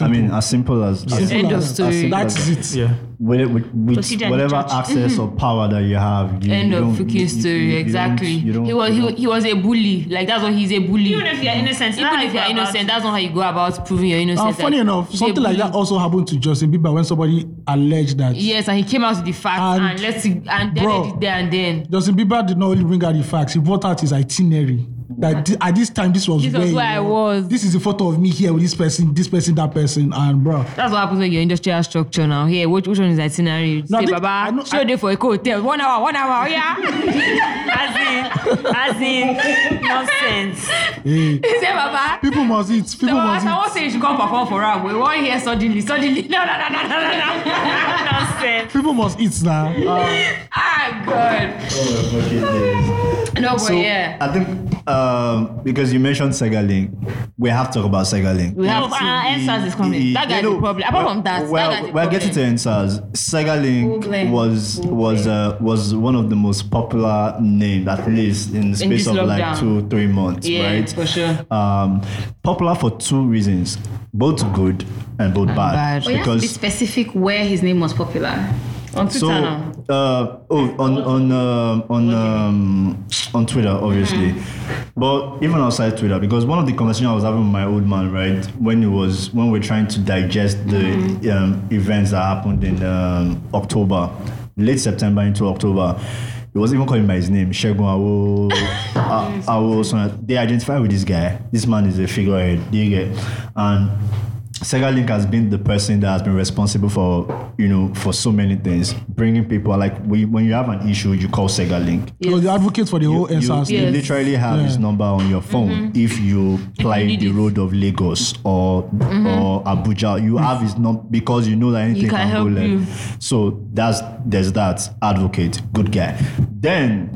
Speaker 6: I mean, as simple as,
Speaker 18: Yeah.
Speaker 6: as
Speaker 18: End of
Speaker 6: as- as
Speaker 18: story.
Speaker 6: simple
Speaker 18: That's
Speaker 6: as
Speaker 18: it. Yeah.
Speaker 6: With, with, with
Speaker 10: Procedure and
Speaker 6: whatever
Speaker 10: judge.
Speaker 6: access or power that you have, you,
Speaker 10: End
Speaker 6: you
Speaker 10: of
Speaker 6: don't-
Speaker 10: freaking
Speaker 6: you- you-
Speaker 10: story.
Speaker 6: you- you don't-
Speaker 10: exactly.
Speaker 6: you don't-
Speaker 10: he was he, wa- he was a bully. Like that's what he's a bully.
Speaker 3: Even if you're innocent,
Speaker 10: even if you're innocent, that's not how you go about proving your
Speaker 7: Uh,
Speaker 10: innocence.
Speaker 7: funny
Speaker 10: Like,
Speaker 7: enough,
Speaker 10: he's a
Speaker 7: something like that
Speaker 10: bully.
Speaker 7: also happened to Justin Bieber when somebody alleged that
Speaker 10: Yes, and he came out with the facts and, let's and then
Speaker 7: Bro.
Speaker 10: it there and then.
Speaker 7: Justin Bieber did not only bring out the facts, he brought out his itinerary. That thi- at this time, this was
Speaker 10: This
Speaker 7: where,
Speaker 10: was
Speaker 7: he
Speaker 10: where I was.
Speaker 7: This is a photo of me here with this person, this person, that person, and bro.
Speaker 10: That's what happens when your industrial structure now. Here, which, which one is itinerary? You
Speaker 7: No,
Speaker 10: say,
Speaker 7: this-
Speaker 10: Baba, show day for a hotel. One hour, one hour,
Speaker 7: <laughs>
Speaker 10: oh, yeah.
Speaker 3: as in, as in, nonsense.
Speaker 7: Hey.
Speaker 10: He said, Baba.
Speaker 7: People must eat. People
Speaker 10: so Baba,
Speaker 7: must
Speaker 10: someone
Speaker 7: eat.
Speaker 10: say you should come perform for us. We want here suddenly, suddenly. No, no, no, no, no, no, no. Nonsense.
Speaker 7: People must eat now.
Speaker 10: Ah, God.
Speaker 6: Oh, my fucking days.
Speaker 10: No, but
Speaker 6: So,
Speaker 10: yeah.
Speaker 6: I think um, because you mentioned Sega Link, we have to talk about Sega Link.
Speaker 10: We have
Speaker 3: No, but our answers is coming.
Speaker 10: That guy's the problem. Apart from that,
Speaker 6: Well,
Speaker 10: that guy's the
Speaker 6: we're getting to answers. Sega Link
Speaker 10: Google.
Speaker 6: was was uh, was one of the most popular names, at least in the
Speaker 10: In
Speaker 6: space
Speaker 10: this
Speaker 6: of like
Speaker 10: lockdown.
Speaker 6: two three months,
Speaker 10: Yeah,
Speaker 6: right?
Speaker 10: for sure.
Speaker 6: Um, popular for two reasons, both good and both bad.
Speaker 17: But you have to be
Speaker 6: Because
Speaker 17: specific where his name was popular. On Twitter
Speaker 6: so
Speaker 17: now.
Speaker 6: uh, oh on on um, on um, on Twitter obviously, but even outside Twitter because one of the conversations I was having with my old man right when it was when we're trying to digest the
Speaker 10: Mm-hmm.
Speaker 6: um, events that happened in um, October, late September into October. He was even calling by his name, Shegun
Speaker 10: <laughs>
Speaker 6: Awo, A- Awo. So they identify with this guy. This man is a figurehead. Do you get? And Sega Link has been the person that has been responsible for, you know, for so many things. Bringing people like we, when you have an issue, you call Sega Link.
Speaker 7: He was the advocate for the whole
Speaker 6: You,
Speaker 7: NSAS.
Speaker 6: you literally have his number on your phone Mm-hmm. if you Mm-hmm. ply the road of Lagos or or Abuja. You have his number because you know that anything
Speaker 10: can
Speaker 6: can,
Speaker 10: help
Speaker 6: go left.
Speaker 10: you.
Speaker 6: So that's there's that advocate, good guy. Then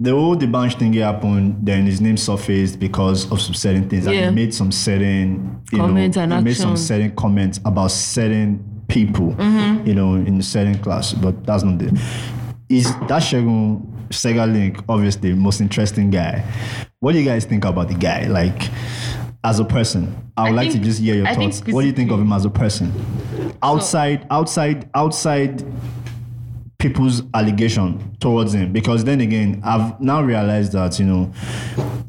Speaker 6: the whole debunch thing happened, then his name surfaced because of some certain things. And
Speaker 10: Yeah.
Speaker 6: he made some certain you
Speaker 10: Comments
Speaker 6: know,
Speaker 10: and
Speaker 6: he made some
Speaker 10: actions.
Speaker 6: certain comments about certain people,
Speaker 10: Mhm.
Speaker 6: you know, in a certain class. But that's not the is that Shagun Sega Link obviously most interesting guy. What do you guys think about the guy? Like as a person, I would like
Speaker 10: think-
Speaker 6: to just hear your
Speaker 10: I think
Speaker 6: thoughts. What do you think of him as a person? Outside, outside, outside people's allegation towards him because then again i've now realized that you know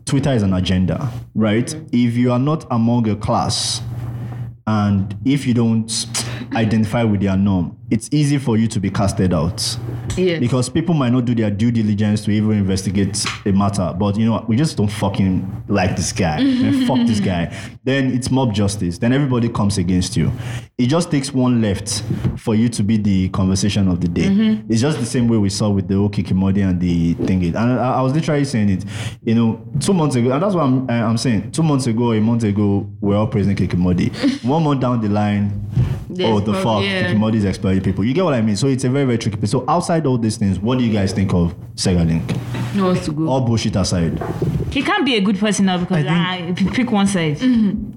Speaker 6: twitter is an agenda right if you are not among a class and if you don't identify with their norm it's easy for you to be casted out.
Speaker 10: Yes.
Speaker 6: Because people might not do their due diligence to even investigate a matter. But you know, we just don't fucking like this guy. Man, fuck this guy. Then it's mob justice. Then everybody comes against you. It just takes one left for you to be the conversation of the day.
Speaker 10: Mhm.
Speaker 6: It's just the same way we saw with the Okikimodi and the thingy. And I, I was literally saying it, you know, two months ago, and that's what I'm, I- I'm saying. Two months ago, a month ago, we're all praising
Speaker 10: <laughs>
Speaker 6: Kikimodi. one month down the line,
Speaker 10: There's
Speaker 6: oh, the fuck,
Speaker 10: prob- yeah.
Speaker 6: Kikimodi is exploiting people. You get what I mean? So it's a very, very tricky piece. So outside all these things, what do you guys think of Segalink?
Speaker 10: No, it's good.
Speaker 6: All bullshit aside.
Speaker 19: He can't be a good person now because ah, p- pick one side.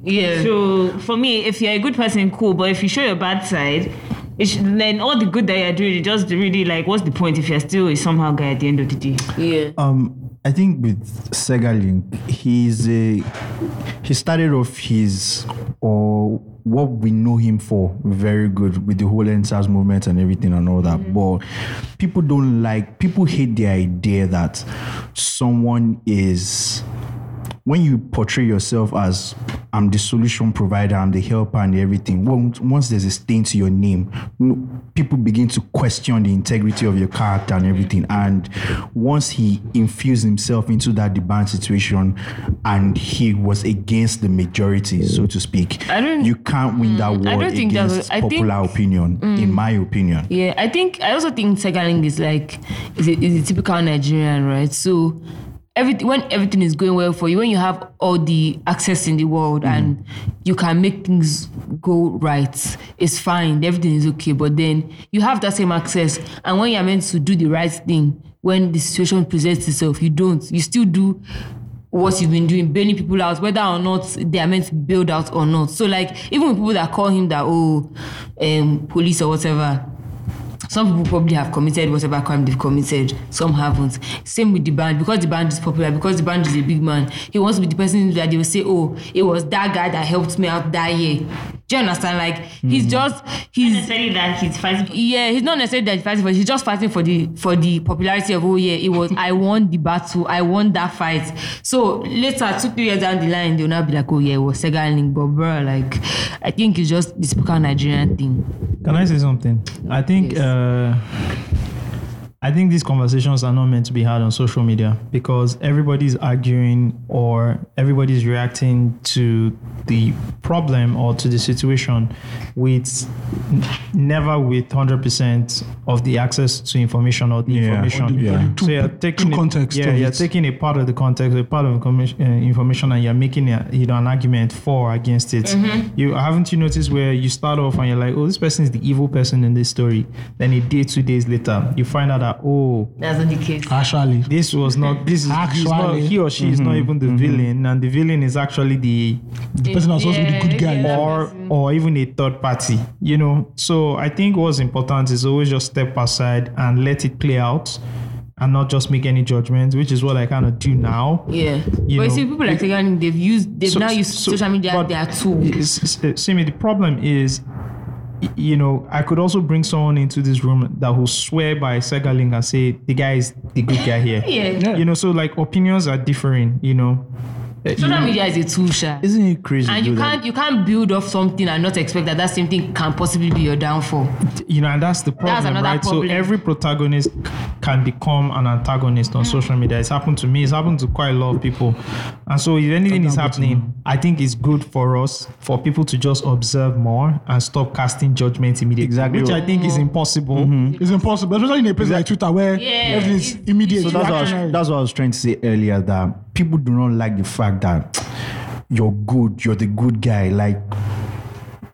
Speaker 10: Yeah.
Speaker 19: So for me, if you're a good person, cool. But if you show your bad side, it sh- then all the good that you're doing, you just really like, what's the point if you're still a somehow guy at the end of the day?
Speaker 10: Yeah.
Speaker 1: Um, I think with Segalink, he's a he started off his or what we know him for very good with the whole NSAS movement and everything and all that.
Speaker 10: Mm-hmm.
Speaker 1: But people don't like people hate the idea that someone is when you portray yourself as I'm the solution provider, I'm the helper and everything, once, once there's a stain to your name, n- people begin to question the integrity of your character and everything.
Speaker 10: Mm-hmm.
Speaker 1: And once he infused himself into that demand situation and he was against the majority, so to speak,
Speaker 10: I don't- Mm,
Speaker 1: you can't win that
Speaker 10: I
Speaker 1: war
Speaker 10: don't think that's-
Speaker 1: against
Speaker 10: I think-
Speaker 1: popular opinion, in
Speaker 10: Mm.
Speaker 1: my opinion.
Speaker 10: Yeah, I think I also think Segaling is like is a, is a typical Nigerian, right? So everything when everything is going well for you, when you have all the access in the world and you can make things go right, it's fine, everything is okay. But then you have that same access, and when you're meant to do the right thing, when the situation presents itself, you don't. You still do what you've been doing, bailing people out, whether or not they are meant to be bailed out or not. So like even with people that call him that oh, um, police or whatever some people probably have committed whatever crime they've committed some haven't same with the band because the band is popular because the band is a big man he wants to be the person that they will say oh it was that guy that helped me out that year do you understand like he's just
Speaker 19: Hmm.
Speaker 10: he's not
Speaker 19: necessarily that he's fighting for
Speaker 10: yeah he's not necessarily that he's fighting for he's just fighting for the for the popularity of oh yeah it was I won the battle I won that fight so later two three years down the line they'll now be like oh yeah it was Segalink but bro like I think it's just the typical Nigerian thing
Speaker 7: Can I say something? I think uh, I think these conversations are not meant to be had on social media because everybody's arguing or everybody's reacting to the problem or to the situation with n- never with 100% of the access to information or the information.
Speaker 20: Or the- or the
Speaker 7: So you're taking
Speaker 20: true
Speaker 7: a-
Speaker 20: context
Speaker 7: Yeah,
Speaker 20: of
Speaker 7: you're
Speaker 20: it.
Speaker 7: taking a part of the context, a part of commis- uh, information, and you're making a, you know an argument for or against it.
Speaker 20: Mhm.
Speaker 10: Mm-hmm.
Speaker 7: You haven't you noticed where you start off and you're like, oh, this person is the evil person in this story. Then a day, two days later, you find out that oh,
Speaker 10: that's not the case.
Speaker 7: Actually, this was not. This is he's not,
Speaker 20: Actually.
Speaker 7: he or she is not
Speaker 20: Mhm,
Speaker 7: even the villain, and the villain is actually the
Speaker 20: The person that's supposed to be the good guy.
Speaker 7: or or even a third party. You know, so I think what's important is always just step aside and let it play out, and not just make any judgments, which is what I kind of do now.
Speaker 10: Yeah.
Speaker 7: You
Speaker 10: but you
Speaker 7: know,
Speaker 10: see, people like Tegan, they've used, they've
Speaker 7: So-
Speaker 10: now used
Speaker 7: so-
Speaker 10: social media as their tool.
Speaker 7: Simi, the problem is, y- you know, I could also bring someone into this room that will swear by Segaling and say the guy is the good guy here.
Speaker 10: <laughs> Yeah. Yeah.
Speaker 7: You know, so like opinions are differing. You know. Eh, you
Speaker 10: Social
Speaker 7: know.
Speaker 10: media is a tool, sha.
Speaker 1: Isn't it crazy?
Speaker 10: And you can't, you can't build off something and not expect that that same thing can possibly be your downfall.
Speaker 7: you know, and that's the problem,
Speaker 10: another
Speaker 7: right?
Speaker 10: problem.
Speaker 7: So every protagonist c- can become an antagonist on social media. It's happened to me. It's happened to quite a lot of people. And so if anything is happening, I think it's good for us for people to just observe more and stop casting judgment immediately,
Speaker 1: Exactly
Speaker 7: which
Speaker 1: what-
Speaker 7: I think is
Speaker 10: Oh.
Speaker 7: impossible.
Speaker 1: Mm-hmm.
Speaker 20: It's impossible, especially in a place like Twitter where everything's immediate.
Speaker 1: So that's what, I
Speaker 20: reactionary.
Speaker 1: was, that's what I was trying to say earlier that people do not like the fact that you're good, you're the good guy. Like,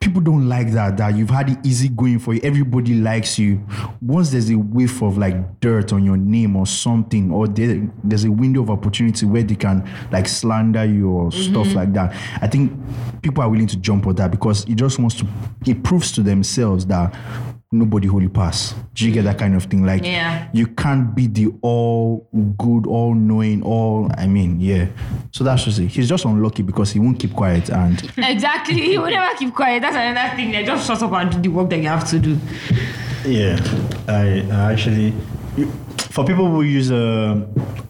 Speaker 1: people don't like that, that you've had it easy going for you, everybody likes you. Once there's a whiff of like dirt on your name or something, or there, there's a window of opportunity where they can like slander you or stuff
Speaker 6: Mhm.
Speaker 1: like that, I think people are willing to jump on that because it just wants to, it proves to themselves that. Nobody holy pass. Do you get that kind of thing? Like
Speaker 10: Yeah.
Speaker 1: you can't be the all good, all knowing, all I mean, yeah. So that's just it. He's just unlucky because he won't keep quiet and
Speaker 10: <laughs> exactly. You will never keep quiet. That's another thing. They just shut up and do the work that you have to do.
Speaker 6: Yeah, I, I actually, for people who use uh,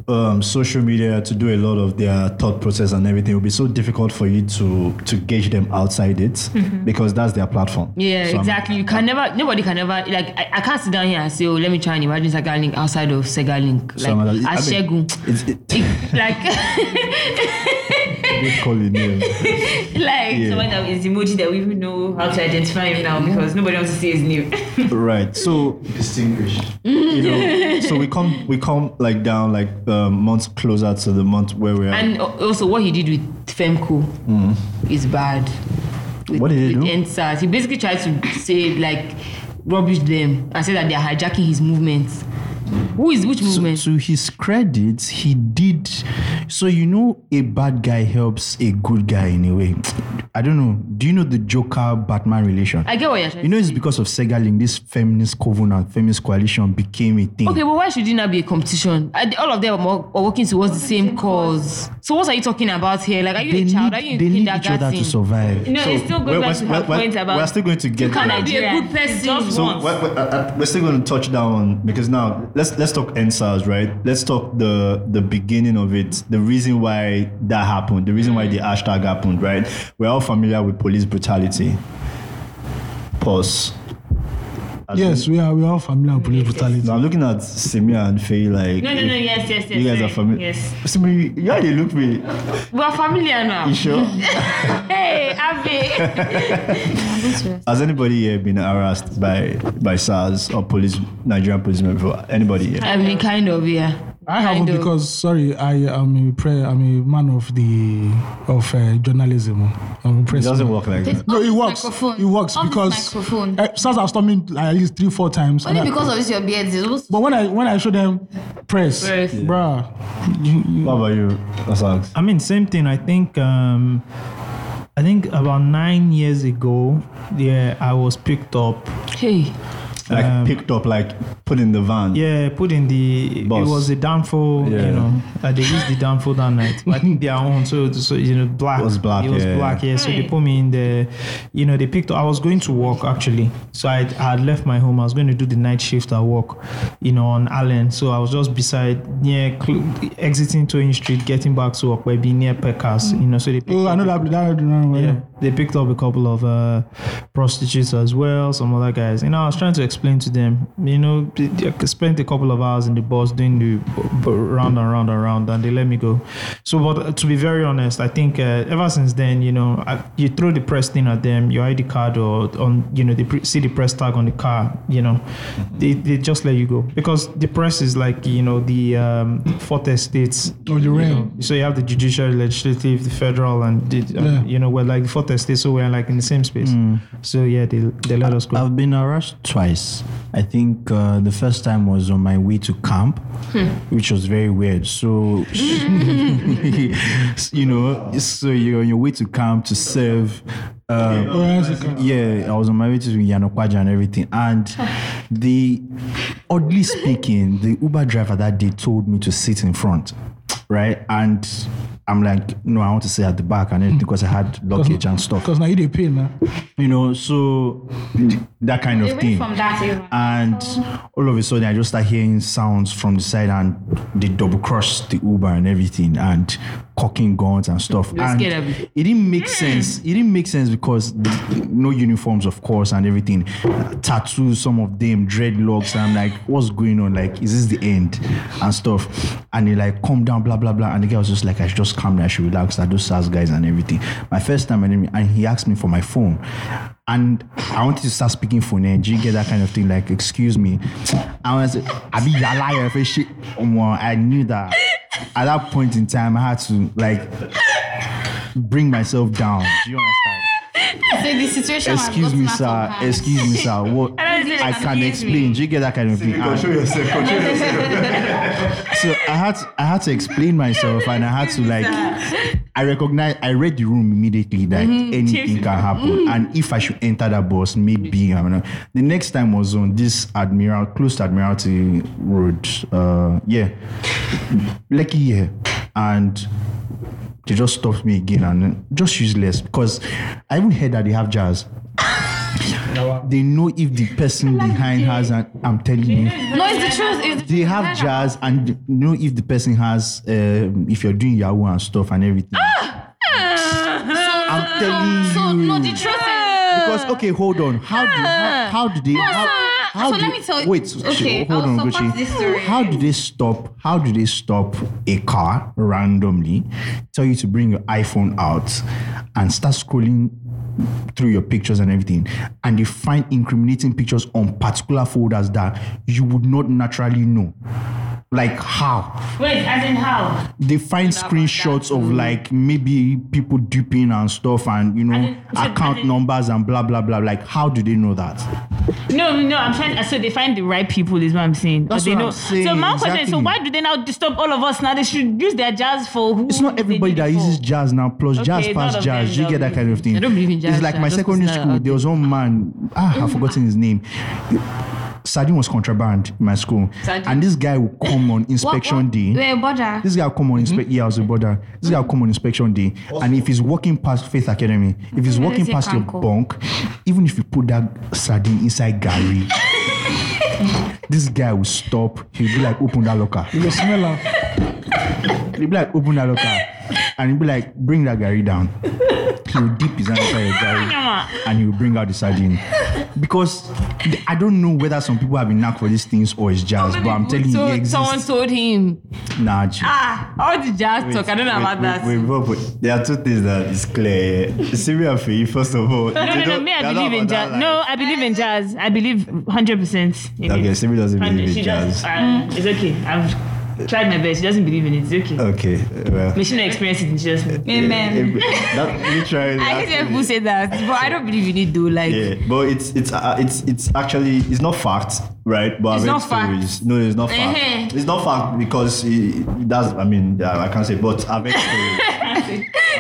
Speaker 21: um, social media to do a lot of their thought process and everything, it will be so difficult for you to to gauge them outside it
Speaker 10: Mhm.
Speaker 21: because that's their platform.
Speaker 10: Yeah,
Speaker 21: So I'm-
Speaker 10: exactly. You can never, nobody can ever, like, I, I can't sit down here and say, oh, let me try and imagine Segalink outside of Segalink. Like,
Speaker 21: so I'm like- I
Speaker 10: as
Speaker 21: mean,
Speaker 10: Shegun.
Speaker 21: it's- it-
Speaker 10: <laughs>
Speaker 21: <laughs> they call it name.
Speaker 22: <laughs> like
Speaker 21: Yeah.
Speaker 22: someone that is emoji that we even know how to identify him now because nobody wants to see his name.
Speaker 21: right so distinguished you know so we come we come like down like um, months closer to the month where we're
Speaker 10: And al- also, what he did with Femco
Speaker 21: Mm.
Speaker 10: is bad. With,
Speaker 21: What did he
Speaker 10: with
Speaker 21: do?
Speaker 10: NSAS. He basically tried to say, like, rubbish them and say that they're hijacking his movements. Who is which
Speaker 1: movement? To, his credit, he did. So you know, a bad guy helps a good guy in a way. I don't know. Do you know the Joker Batman relation?
Speaker 10: I get what you're trying
Speaker 1: You know, it's because of Segaling, this feminist covenant, feminist coalition became a thing.
Speaker 10: Okay, but why should it not be a competition? Are they- All of them are, mo- are working towards the same cause. So what are you talking about here? Like, are you a child? Are you in
Speaker 1: they need each other
Speaker 10: kindergarten?
Speaker 1: to survive.
Speaker 10: No, it's still good
Speaker 21: we're-
Speaker 10: back
Speaker 21: we're-
Speaker 10: to her
Speaker 21: we're-
Speaker 10: point about-
Speaker 21: we're still going to get
Speaker 10: cannot
Speaker 21: there.
Speaker 10: be a good person. Just
Speaker 21: So we're, we're, uh, uh, we're still going to touch down on because now let's let's talk NSAS, right? Let's talk the the beginning of it, the reason why that happened, the reason
Speaker 6: Mm.
Speaker 21: why the hashtag happened, right? We're all familiar with police brutality. Pause.
Speaker 6: Yes, we are we are familiar with police brutality.
Speaker 21: Now I'm looking at Simia and Faye like
Speaker 10: No, no, no, yes, yes, yes.
Speaker 21: you guys are familiar.
Speaker 10: Yes.
Speaker 21: Simia, you already look me.
Speaker 10: We're familiar now.
Speaker 21: You sure?
Speaker 10: <laughs> hey, Abe.
Speaker 21: Has anybody here been harassed by by SARS or police Nigerian policemen before? Anybody here?
Speaker 10: I mean, kind of, yeah.
Speaker 6: I haven't
Speaker 10: Kind of.
Speaker 6: because sorry, I am a prayer. I'm a man of the of uh, journalism. I'm a press.
Speaker 21: It doesn't work like
Speaker 6: man.
Speaker 21: that.
Speaker 6: No, it works.
Speaker 3: microphone.
Speaker 6: It works
Speaker 3: Off this
Speaker 6: because
Speaker 3: microphone.
Speaker 6: uh, SARS have stormed me like, at least three, four times.
Speaker 3: Only
Speaker 6: And I-
Speaker 3: because of this, your beard is also
Speaker 6: But when I when I show them press,
Speaker 3: Press. Yeah.
Speaker 6: bruh,
Speaker 21: What about you, Asang?
Speaker 7: I mean, same thing. I think um, I think about nine years ago, yeah, I was picked up.
Speaker 10: Hey.
Speaker 21: Like picked up, like put in the van.
Speaker 7: Yeah, put in the.
Speaker 21: Bus.
Speaker 7: It was a downfall.
Speaker 21: Yeah.
Speaker 7: You know, uh, they used the downfall that night. But I think their own. So, so you know, black. It was
Speaker 21: black,
Speaker 7: It was
Speaker 21: yeah.
Speaker 7: black. Yeah. So they put me in the. You know, they picked. I was going to work actually. So I I had left my home. I was going to do the night shift at work. You know, on Allen. So I was just beside near Cl- exiting Towing Street, getting back to work, but be near Peckers. You know, so they.
Speaker 6: oh, I know that that that-
Speaker 7: Yeah. They picked up a couple of uh, prostitutes as well, some other guys. You know, I was trying to explain to them, you know, they- they- I spent a couple of hours in the bus doing the b- b- round and round and round, and they let me go. So, but to be very honest, I think uh, ever since then, you know, I, you throw the press thing at them, your ID card or on, you know, they pre- see the press tag on the car, you know, they, they just let you go because the press is like, you know, the um, fourth estates
Speaker 6: of the realm.
Speaker 7: so you have the judicial, legislative, the federal, and the, uh,
Speaker 6: Yeah.
Speaker 7: you know we're like the fourth estate, so we're like in the same space. So yeah, they they let us go.
Speaker 1: I've been harassed twice. I think uh, the first time was on my way to camp, which was very weird. So, <laughs> you know, so you're on your way to camp to serve. Uh, yeah, I was on my way to Yanokwaja and everything. And the, oddly speaking, the Uber driver that day told me to sit in front, right? And I'm like, no, I want to sit at the back and
Speaker 10: Hmm.
Speaker 1: everything because I had luggage and stuff
Speaker 6: Because now you dey pay now.
Speaker 1: you know so that kind of
Speaker 3: Away
Speaker 1: thing
Speaker 3: from that era.
Speaker 10: Uh,
Speaker 1: and all of a sudden i just start hearing sounds from the side and they double cross the uber and everything and cocking guns and stuff
Speaker 10: You're
Speaker 1: and
Speaker 10: scared of it.
Speaker 1: didn't make sense it didn't make sense because no uniforms of course and everything tattoos some of them dreadlocks and i'm like what's going on like is this the end and stuff and they like calm down blah blah blah and the guy was just like i should just calm down i should relax i do SARS guys and everything my first time I didn't- and he asked me for my phone and I wanted to start speaking for Do you get that kind of thing? Like, excuse me. I was, I be a liar if shit. Omo, I knew that at that point in time, I had to like bring myself down. Do you understand?
Speaker 3: So the situation has
Speaker 1: Excuse
Speaker 3: gotten
Speaker 1: me,
Speaker 3: out of
Speaker 1: sir.
Speaker 3: hand.
Speaker 1: Excuse me,
Speaker 3: <laughs>
Speaker 1: sir. What?
Speaker 3: I don't say
Speaker 1: I can
Speaker 3: excuse me.
Speaker 1: explain. Do you get that kind of thing?
Speaker 21: control
Speaker 1: And-
Speaker 21: yourself, control
Speaker 1: so I had to, I had to explain myself and I had to like I recognize I read the room immediately that
Speaker 3: Mm-hmm.
Speaker 21: Mhm.
Speaker 1: anything can happen
Speaker 21: Mhm.
Speaker 1: and if I should enter that bus maybe I'm not. The next time was on this Admiral close to Admiralty Road uh yeah lucky yeah and they just stopped me again and just useless because I even heard that they have jazz They know if the person behind has an. I'm telling you.
Speaker 3: No, it's the truth. It's the
Speaker 1: They have jazz and they know if the person has, um, if you're doing Yahoo and stuff and everything. I'm telling you.
Speaker 3: Ah! So no, the truth is
Speaker 1: Because okay, hold on. How do how, how do they?
Speaker 3: No,
Speaker 1: how,
Speaker 3: sir.
Speaker 1: how
Speaker 3: So
Speaker 1: do,
Speaker 3: let me tell you-
Speaker 1: Wait, sh-
Speaker 3: okay,
Speaker 1: hold
Speaker 3: I'll
Speaker 1: on,
Speaker 3: support this story.
Speaker 1: Gucci. How do they stop? How do they stop a car randomly? Tell you to bring your iPhone out and start scrolling through your pictures and everything, and they find incriminating pictures on particular folders that you would not naturally know. Like how?
Speaker 7: Wait, as in how?
Speaker 1: they find screenshots of like maybe people duping and stuff and you know account numbers and blah blah blah like how do they know that
Speaker 7: No, no, I'm trying. So they find the right people is what I'm saying. Or
Speaker 1: That's
Speaker 7: they
Speaker 1: what
Speaker 7: know.
Speaker 1: I'm saying,
Speaker 7: So my question is, so
Speaker 1: exactly.
Speaker 7: why do they now disturb all of us now? They should use their jazz for who?
Speaker 1: it's not everybody that uses jazz now plus
Speaker 7: Okay,
Speaker 1: jazz
Speaker 7: none
Speaker 1: past
Speaker 7: of
Speaker 1: jazz
Speaker 7: them,
Speaker 1: you get that kind of thing
Speaker 7: I don't believe in jazz,
Speaker 1: it's like
Speaker 7: I
Speaker 1: my
Speaker 7: just
Speaker 1: secondary
Speaker 7: consider-
Speaker 1: school there was one man ah I've forgotten his name Sardine was contraband in my school
Speaker 3: Sardine.
Speaker 1: and this guy would come on inspection
Speaker 3: what, what,
Speaker 1: day
Speaker 3: Wait, bother.
Speaker 1: This guy will come on
Speaker 10: Mm-hmm.
Speaker 1: inspection. Yeah, I was a brother. This guy will come on inspection day,
Speaker 10: Oh.
Speaker 1: and if he's walking past Faith Academy, if he's
Speaker 10: Mm-hmm.
Speaker 3: Okay,
Speaker 1: walking
Speaker 3: let's
Speaker 1: past
Speaker 3: say
Speaker 1: your
Speaker 3: Kanko.
Speaker 1: bunk, even if you put that sardine inside
Speaker 10: <laughs>
Speaker 1: Gary, this guy will stop. He'll be like, "Open that locker."
Speaker 23: You go smell am.
Speaker 1: He'll be like, "Open that locker," and he'll be like, "Bring that Gary down." He'll dip his hand inside your Gary, and he'll bring out the sardine. Because th- I don't know whether some people have a knack for these things or it's jazz, but I'm telling you,
Speaker 10: so
Speaker 1: it
Speaker 10: someone
Speaker 1: exists.
Speaker 10: told him.
Speaker 1: Nah, G.
Speaker 10: Ah, all the jazz
Speaker 24: Wait,
Speaker 10: talk. I don't know
Speaker 24: wait,
Speaker 10: about
Speaker 24: wait,
Speaker 10: that.
Speaker 24: Wait, wait, wait. There are two things that is clear. Syria for you, first of all.
Speaker 7: No,
Speaker 24: they
Speaker 7: no, no.
Speaker 24: don't-
Speaker 7: Me,
Speaker 24: they
Speaker 7: I
Speaker 24: are not
Speaker 7: believe in
Speaker 24: about that
Speaker 7: jazz.
Speaker 24: life.
Speaker 7: No, I believe in jazz. I believe 100 percent.
Speaker 24: Okay, Syria doesn't believe in
Speaker 7: <laughs>
Speaker 24: jazz.
Speaker 7: uh, It's okay. I've tried my best. She doesn't believe in it. It's okay.
Speaker 24: Okay, well.
Speaker 7: May she not experience it in Jesus' name.
Speaker 10: Amen.
Speaker 24: That
Speaker 7: <laughs>
Speaker 24: literally.
Speaker 10: I
Speaker 24: that's-
Speaker 10: hate when people say that, but I don't believe you need to like.
Speaker 24: yeah, but it's it's uh, it's it's actually it's not fact, right? But
Speaker 10: It's
Speaker 24: I've
Speaker 10: not
Speaker 24: heard
Speaker 10: fact.
Speaker 24: stories. No, it's not fact.
Speaker 7: Uh-huh.
Speaker 10: Eh-heh.
Speaker 24: It's not fact because it, that's I mean yeah, I can't say, but I've heard stories.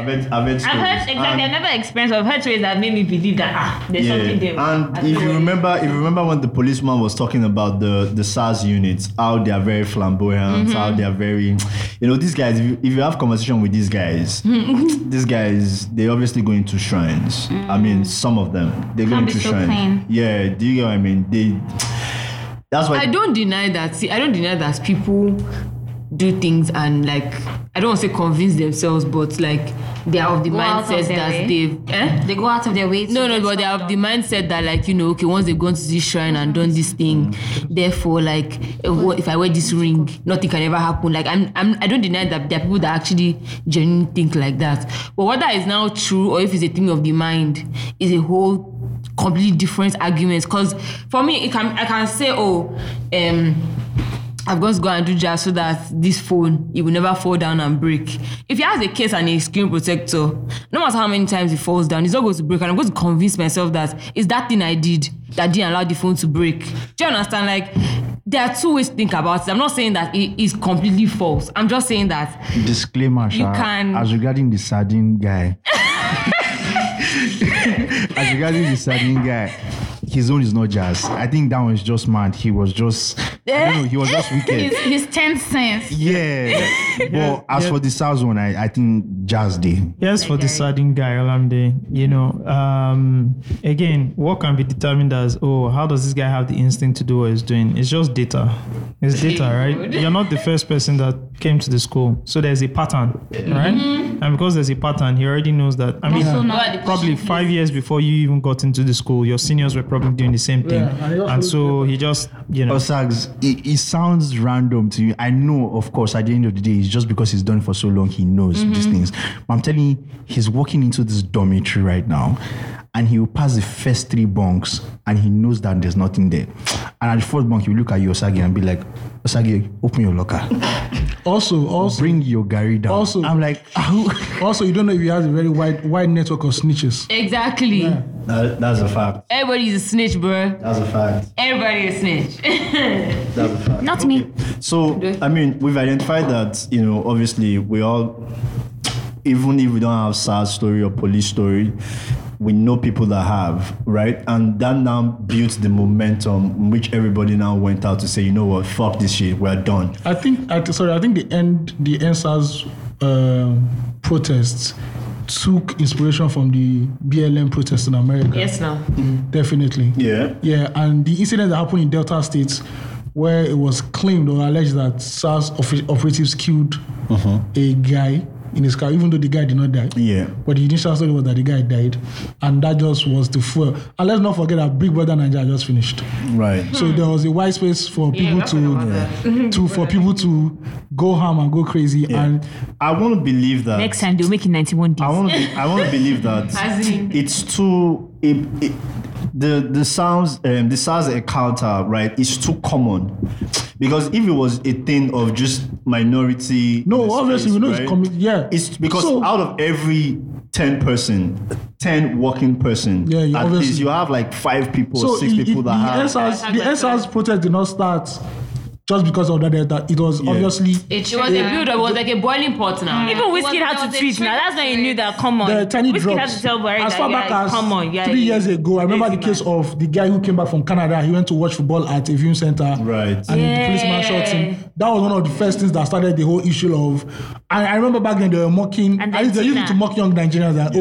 Speaker 24: I've heard, I've heard stories.
Speaker 7: I've heard exactly. I've
Speaker 24: And-
Speaker 7: never experienced. I've heard stories that made me believe that ah, there's something there.
Speaker 24: And
Speaker 7: I
Speaker 24: if
Speaker 7: don't
Speaker 24: you
Speaker 7: know.
Speaker 24: remember, if you remember when the policeman was talking about the the SARS units, how they are very flamboyant, how they are very, you know, these guys. If you, if you have conversation with these guys, these guys, they obviously go into shrines. I mean, some of them they go
Speaker 10: Can't be
Speaker 24: into
Speaker 10: so
Speaker 24: shrines.
Speaker 10: clean.
Speaker 24: Yeah, do you get what I mean? They. That's why
Speaker 10: I don't deny that. See, I don't deny that people do things and like I don't want to say convince themselves, but like they are of the
Speaker 3: Go out of
Speaker 10: mindset
Speaker 3: their
Speaker 10: that
Speaker 3: way.
Speaker 10: they've. Eh?
Speaker 3: They go out of their way. To
Speaker 10: No, no,
Speaker 3: get
Speaker 10: but they
Speaker 3: stuff
Speaker 10: are of the mindset that like you know, okay, once they've gone to this shrine and done this thing, therefore, like eh, what- if I wear this ring, nothing can ever happen. Like I'm, I'm, I don't deny that there are people that actually genuinely think like that. But whether it's now true or if it's a thing of the mind, is a whole completely different argument. Because for me, it can, I can say, oh, um. I've got to go and do jazz so that this phone it will never fall down and break. If he has a case and a screen protector, no matter how many times it falls down, it's not going to break. And I'm going to convince myself that it's that thing I did that didn't allow the phone to break. Do you understand? Like there are two ways to think about it. I'm not saying that it is completely false. I'm just saying that
Speaker 1: Disclaimer,
Speaker 10: You
Speaker 1: Sha,
Speaker 10: can-
Speaker 1: as regarding the sardine guy. as regarding the sardine guy, his own is not jazz. I think that one is just mad. He was just, I don't know, he was just wicked.
Speaker 3: His, his 10 cents.
Speaker 1: Yeah, but as for the South one, I, I think jazz day.
Speaker 6: Yes, for the sardine guy, Olamide. You know, um, again, what can be determined as oh, how does this guy have the instinct to do what he's doing? It's just data. It's data, right?
Speaker 10: <laughs>
Speaker 6: You're not the first person that came to the school, so there's a pattern, right? And because there's a pattern, he already knows that. I mean,
Speaker 10: Also not the
Speaker 6: probably five years before you even got into the school, your seniors were probably doing the same thing,
Speaker 1: Yeah, and he also-
Speaker 6: and so he just, you
Speaker 1: Oh,
Speaker 6: know.
Speaker 1: Osags, it, it sounds random to you. I know, of course, at the end of the day, it's just because he's done it for so long, he knows these
Speaker 6: Mhm.
Speaker 1: things. But I'm telling you, he's walking into this dormitory right now, and he will pass the first three bunks, and he knows that there's nothing there. And at the fourth bunk, you look at Yosagi and be like, Osagi, open your locker.
Speaker 23: also, also
Speaker 1: bring your Gary down.
Speaker 23: Also,
Speaker 1: I'm like,
Speaker 23: also, you don't know if you have a very wide, wide network of snitches.
Speaker 10: exactly
Speaker 24: that, that's a fact.
Speaker 10: everybody's a snitch, bruh.
Speaker 24: That's a fact.
Speaker 10: Everybody's a <laughs> snitch.
Speaker 24: That's a fact.
Speaker 10: Not me.
Speaker 24: So I mean, we've identified that you know, obviously, we all, even if we don't have sad story or police story, we know people that have, right? And that now built the momentum, which everybody now went out to say, you know what, fuck this shit, we're done.
Speaker 23: I think, I, sorry, I think the end, the answers um protests
Speaker 10: took inspiration from the BLM protest in America. Mm-hmm.
Speaker 3: Yes, now.
Speaker 10: Definitely.
Speaker 5: Yeah.
Speaker 10: Yeah, and the incident that happened in Delta State, where it was claimed or alleged that SARS oper- operatives killed a guy in his car, even though the guy did not die.
Speaker 5: Yeah.
Speaker 10: But the initial story was that the guy died, and that just was the fuel. And let's not forget that Big Brother Nigeria just finished.
Speaker 5: Right.
Speaker 10: So there was a wide space for
Speaker 5: Yeah,
Speaker 10: people
Speaker 5: that's what I
Speaker 10: <laughs> to, to for people to go ham and go crazy. And
Speaker 5: I want to believe that
Speaker 3: Next time they'll make it 91 days.
Speaker 5: I want to. Be, I want to believe that
Speaker 3: As in-
Speaker 5: it's too. It, it, the the sounds um, the SARS encounter right is too common because if it was a thing of just minority no
Speaker 10: obviously, we know it's commi- yeah
Speaker 5: it's because
Speaker 10: So-
Speaker 5: out of every 10 person 10 working person yeah, at least you have like five people six
Speaker 10: it-
Speaker 5: people
Speaker 10: it-
Speaker 5: that
Speaker 10: the
Speaker 5: have
Speaker 10: SR's the SR's protest did not start just because of that Delta. It was obviously
Speaker 7: It was a build up, it was like a boiling pot now.
Speaker 3: Even Whiskey had to tweet now. That's when you knew that. Come on.
Speaker 10: the tiny
Speaker 3: Whiskey
Speaker 10: drops.
Speaker 3: had to tell Barry
Speaker 10: as
Speaker 3: that,
Speaker 10: far
Speaker 3: yeah,
Speaker 10: back as
Speaker 3: come on. Yeah,
Speaker 10: three
Speaker 3: yeah,
Speaker 10: years ago, I remember the case of the guy who came back from Canada. He went to watch football at a viewing center, right? And the policeman shot him. That was one of the first things that started the whole issue of. And I remember back then they were mocking. And they used it to mock young Nigerians that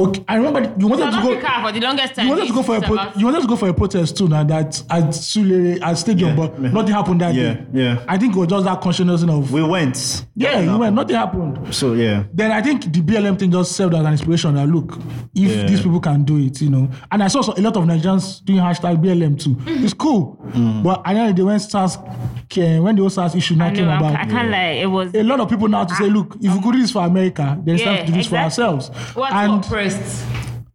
Speaker 10: oh, okay. I remember you wanted
Speaker 7: South
Speaker 10: to go.
Speaker 7: Africa for the longest time.
Speaker 10: You wanted to go for a
Speaker 7: it's
Speaker 10: pro-
Speaker 7: about-
Speaker 10: you wanted to go for a protest too now that at Sulere at stadium, but nothing happened that
Speaker 5: Yeah,
Speaker 10: day.
Speaker 5: yeah.
Speaker 10: I think it was just that consciousness of
Speaker 5: we went.
Speaker 10: Yeah, you went. Nothing happened.
Speaker 5: so yeah
Speaker 10: Then I think the BLM thing just served as an inspiration that look, if
Speaker 5: Yeah.
Speaker 10: these people can do it, you know. And I saw so- a lot of Nigerians doing hashtag BLM too. It's cool,
Speaker 6: Mm.
Speaker 10: but I know they when SARS came, when the whole SARS issue now
Speaker 3: know,
Speaker 10: came
Speaker 3: I-
Speaker 10: about,
Speaker 3: I can't lie, it was
Speaker 10: a lot of people now to say, look, if we could do this for America, then it's time
Speaker 3: Yeah,
Speaker 10: to do this for
Speaker 3: exactly.
Speaker 10: ourselves.
Speaker 7: What's
Speaker 10: and
Speaker 7: oppressed?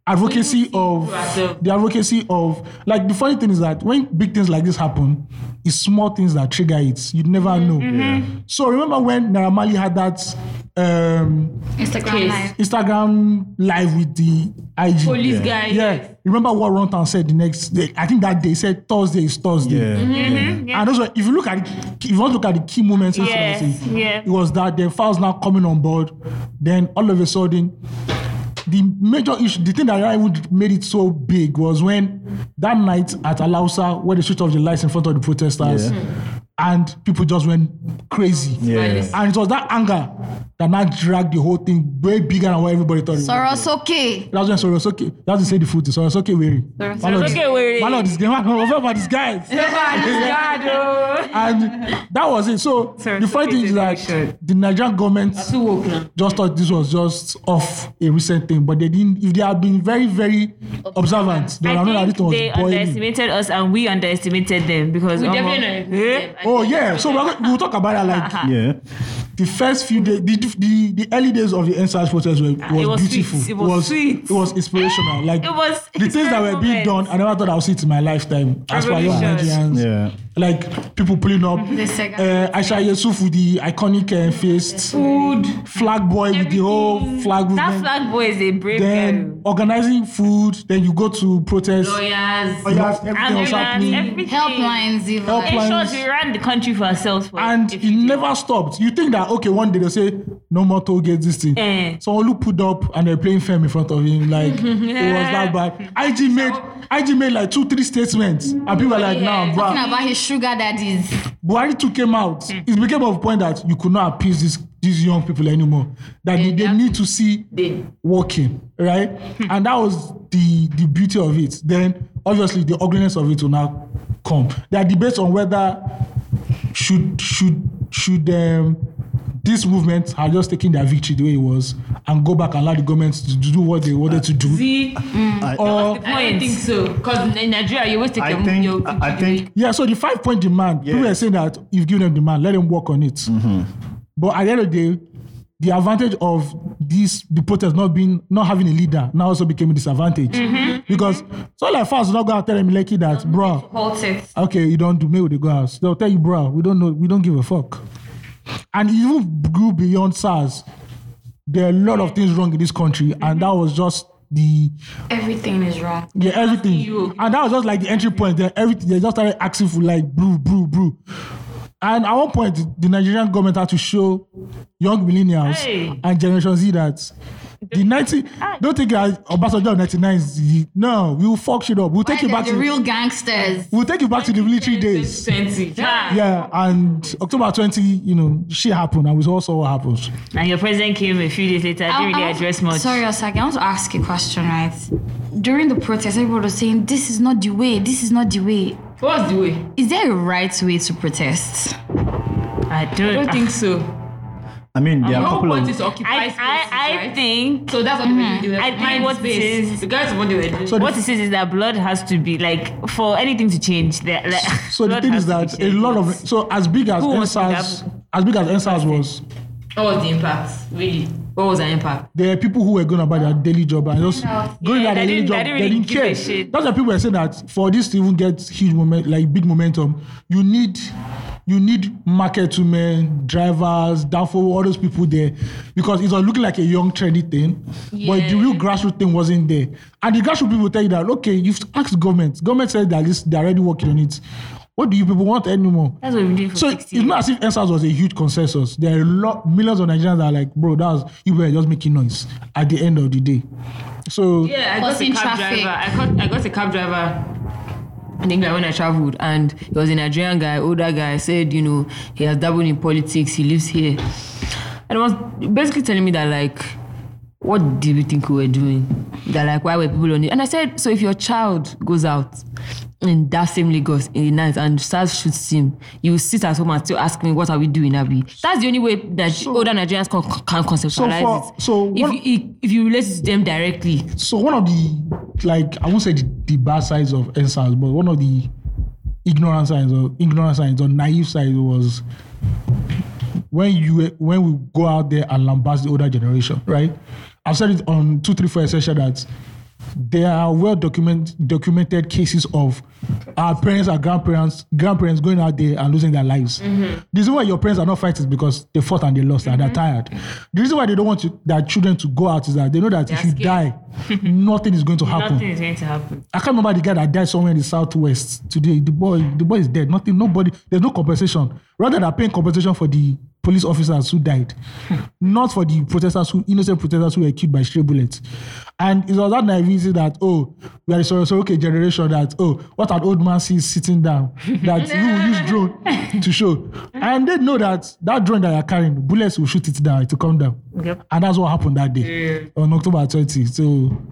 Speaker 10: advocacy of
Speaker 7: ourselves.
Speaker 10: the advocacy of like the funny thing is that when big things like this happen, it's small things that trigger it. You never
Speaker 7: Mm-hmm.
Speaker 10: know. So remember when Naramali had that um,
Speaker 25: Instagram Case. live.
Speaker 10: Instagram live with the IG
Speaker 7: Police Yeah. guy,
Speaker 10: Yeah, remember what Rontan said the next day. I think that day said Thursday is Thursday.
Speaker 3: Mhm, yeah.
Speaker 10: And also, if you look at the- if you want to look at the key moments, in
Speaker 3: Yes,
Speaker 10: Selassie,
Speaker 3: yeah.
Speaker 10: it was that the files now coming on board. Then all of a sudden, the major issue, the thing that I would made it so big was when that night at Alausa, where they switched off the lights in front of the protesters.
Speaker 5: Yeah.
Speaker 10: And people just went crazy.
Speaker 5: Yeah.
Speaker 10: And it was that anger that now dragged the whole thing way bigger than what everybody thought it was.
Speaker 25: Sorosuke.
Speaker 10: That's when Sorosuke, that's to say the food, Sorosuke Weary.
Speaker 25: Sorosuke
Speaker 3: Were.
Speaker 10: Man of this <laughs> game, man of this guy. and that was it. So the funny thing is that the Nigerian government just thought this was just off a recent thing, but they didn't. If they had been very, very observant, they would
Speaker 3: I
Speaker 10: have known that
Speaker 3: think
Speaker 10: it was
Speaker 3: they
Speaker 10: boiling.
Speaker 3: underestimated us and we underestimated them because
Speaker 7: We
Speaker 3: omo,
Speaker 7: definitely
Speaker 3: eh?
Speaker 10: Oh yeah, so we're going, we'll talk about that
Speaker 3: <laughs>
Speaker 10: like
Speaker 5: yeah
Speaker 10: the first few days, the, the, the early days of the NSAS protest were, was,
Speaker 3: it was
Speaker 10: beautiful.
Speaker 3: sweet. It was sweet.
Speaker 10: It was inspirational. Like
Speaker 3: It was
Speaker 10: the things that were being done, I never thought I would see it in my lifetime. As for young
Speaker 3: Revolutions.
Speaker 10: Nigerians,
Speaker 5: yeah
Speaker 10: like people pulling up.
Speaker 25: The second-
Speaker 10: Uh, Aisha Yusuf with the iconic uh, faced
Speaker 3: Food.
Speaker 10: flag boy with the whole flag
Speaker 3: That
Speaker 10: movement.
Speaker 3: flag boy is a brave guy.
Speaker 10: Then organizing food. Then you go to protest.
Speaker 7: Lawyers.
Speaker 10: Oh, you have everything was
Speaker 3: Ambulance,
Speaker 10: happening.
Speaker 3: everything.
Speaker 25: Helplines, even.
Speaker 3: In
Speaker 10: Helplines.
Speaker 3: short, we ran the country for ourselves. For
Speaker 10: and it never stopped. You think that okay, one day they'll say no more toll gates this thing.
Speaker 3: Eh.
Speaker 10: So Olu put up and they're playing firm in front of him, like it was that bad. IG made IG made like two, three statements, and people were like, nah,
Speaker 25: Talking
Speaker 10: bruh.
Speaker 25: about his sugar daddies.
Speaker 10: Buhari too came out.
Speaker 7: Hmm.
Speaker 10: It became a point that you could not appease these these young people anymore. That they, they need to see working, right?
Speaker 7: Hmm.
Speaker 10: and that was the the beauty of it. Then obviously the ugliness of it will now come. There are debates on whether should should should um, this movement have just taken their victory the way it was and go back and allow the government to do what they wanted to do.
Speaker 7: See,
Speaker 5: I-
Speaker 10: Or
Speaker 7: I don't think so. Because in Nigeria, you always take
Speaker 5: I
Speaker 7: your
Speaker 5: think-
Speaker 7: your-
Speaker 5: I think
Speaker 10: Yeah, so the five point demand, people are saying that you've given them demand, let them work on it. But at the end of the day, the advantage of this the protest not being not having a leader now also became a disadvantage. Because so like fast not gonna tell them Lekki that bro,
Speaker 7: halt it.
Speaker 10: okay, you don't do me with the girls. They'll tell you, bro, we don't know, we don't give a fuck. And it even grew beyond SARS. There are a lot of things wrong in this country, and that was just the
Speaker 25: Everything is wrong.
Speaker 10: yeah, everything. And that was just like the entry point. Then everything they just started asking for like brew, brew, brew. And at one point, the Nigerian government had to show young millennials
Speaker 3: Hey.
Speaker 10: and Generation Z that
Speaker 7: The 90, don't think I, Obasanjo 99 is, the- no, we will fuck shit up. We'll take you
Speaker 5: Why
Speaker 7: back
Speaker 5: they're
Speaker 7: to
Speaker 5: the real gangsters.
Speaker 7: We'll take you back to the military days.
Speaker 10: 20.
Speaker 3: Yeah.
Speaker 7: Yeah, and October 20, you know, shit happened. And we all saw what happened.
Speaker 3: And your president came a few days later.
Speaker 5: I-
Speaker 3: Didn't really
Speaker 5: I-
Speaker 3: address much.
Speaker 5: Sorry, Osaki, I want to ask you a question, right? During the protest, everybody was saying, this is not the way, this is not the way.
Speaker 10: What's the way?
Speaker 5: Is there a right way to protest?
Speaker 3: I don't,
Speaker 10: I don't think so.
Speaker 6: I mean, there
Speaker 10: The
Speaker 6: are a
Speaker 10: whole
Speaker 6: couple
Speaker 10: point is
Speaker 6: of.
Speaker 10: to occupy
Speaker 3: I-
Speaker 10: spaces,
Speaker 3: I- I
Speaker 10: right?
Speaker 3: think-
Speaker 10: So that's what they were- they were
Speaker 3: I
Speaker 10: occupying
Speaker 3: think what it
Speaker 10: space.
Speaker 3: is,
Speaker 10: The guys, what they were doing.
Speaker 3: what it says is that blood has to be like for anything to change. That like, <laughs>
Speaker 7: So the
Speaker 3: blood
Speaker 7: thing
Speaker 3: has
Speaker 7: is that a lot of, so as big as
Speaker 3: Who was
Speaker 7: NSAS, as big as NSAS was,
Speaker 10: What was the impact? Really? What was the impact?
Speaker 7: there are people who were going about their daily job and just going
Speaker 10: Yeah,
Speaker 7: about their
Speaker 10: they
Speaker 7: daily
Speaker 10: didn't-
Speaker 7: job.
Speaker 10: they didn't really give a
Speaker 7: care.
Speaker 10: shit.
Speaker 7: That's why people were saying that for this to even get huge moment, like big momentum, you need you need market women, drivers, downfall, all those people there, because it was looking like a young trendy thing, but the real grassroots thing wasn't there. And the grassroots people tell you that okay, you've asked government. Government said that this, they're already working on it. What do you people want anymore?
Speaker 3: That's what we did for
Speaker 7: So it's not as if NSAS was a huge consensus. There are a lot millions of Nigerians that are like, bro, that's you were just making noise at the end of the day. So
Speaker 10: Yeah, I got
Speaker 5: Was
Speaker 10: a
Speaker 5: in
Speaker 10: cab
Speaker 5: traffic.
Speaker 10: driver. I got I got a cab driver in England when I traveled, and he was a Nigerian guy, older guy. Said, you know, he has dabbled in politics. He lives here, and was basically telling me that like, what do you think we were doing? That like, why were people on it? And I said, so if your child goes out in that same Lagos in the night and SARS shoots him, you will sit at home and still ask me, what are we doing, Abi? That's the only way that older Nigerians can, can conceptualize
Speaker 7: for-
Speaker 10: it.
Speaker 7: so
Speaker 10: if
Speaker 7: one-
Speaker 10: you, if you relate to them directly,
Speaker 7: so one of the like I won't say the, the bad sides of NSAS, but one of the ignorant sides or ignorant sides or naive sides was when you were- when we go out there and lambast the older generation, right? I've said it on two three four essential that there are well document, documented cases of our parents and grandparents grandparents going out there and losing their lives.
Speaker 3: Mm-hmm.
Speaker 7: The reason why your parents are not fighting is because they fought and they lost and they're tired. The reason why they don't want to, their children to go out is that they know that if you die,
Speaker 3: <laughs>
Speaker 7: nothing is going to happen.
Speaker 3: Nothing is going to happen.
Speaker 7: I can't remember the guy that died somewhere in the southwest today. The boy, the boy is dead. Nothing, nobody. There's no compensation. Rather than paying compensation for the police officers
Speaker 3: <laughs>
Speaker 7: who died, not for the protesters who innocent protesters who were killed by stray bullets. And it was that naivety that oh, we are the Soroke generation. That oh, what an old man sees sitting down. <laughs> That we will use drone <laughs> to show. And they know that that drone that you're carrying, bullets will shoot it down to come down.
Speaker 3: <laughs> Yep.
Speaker 7: And that's what happened that day on October 20. So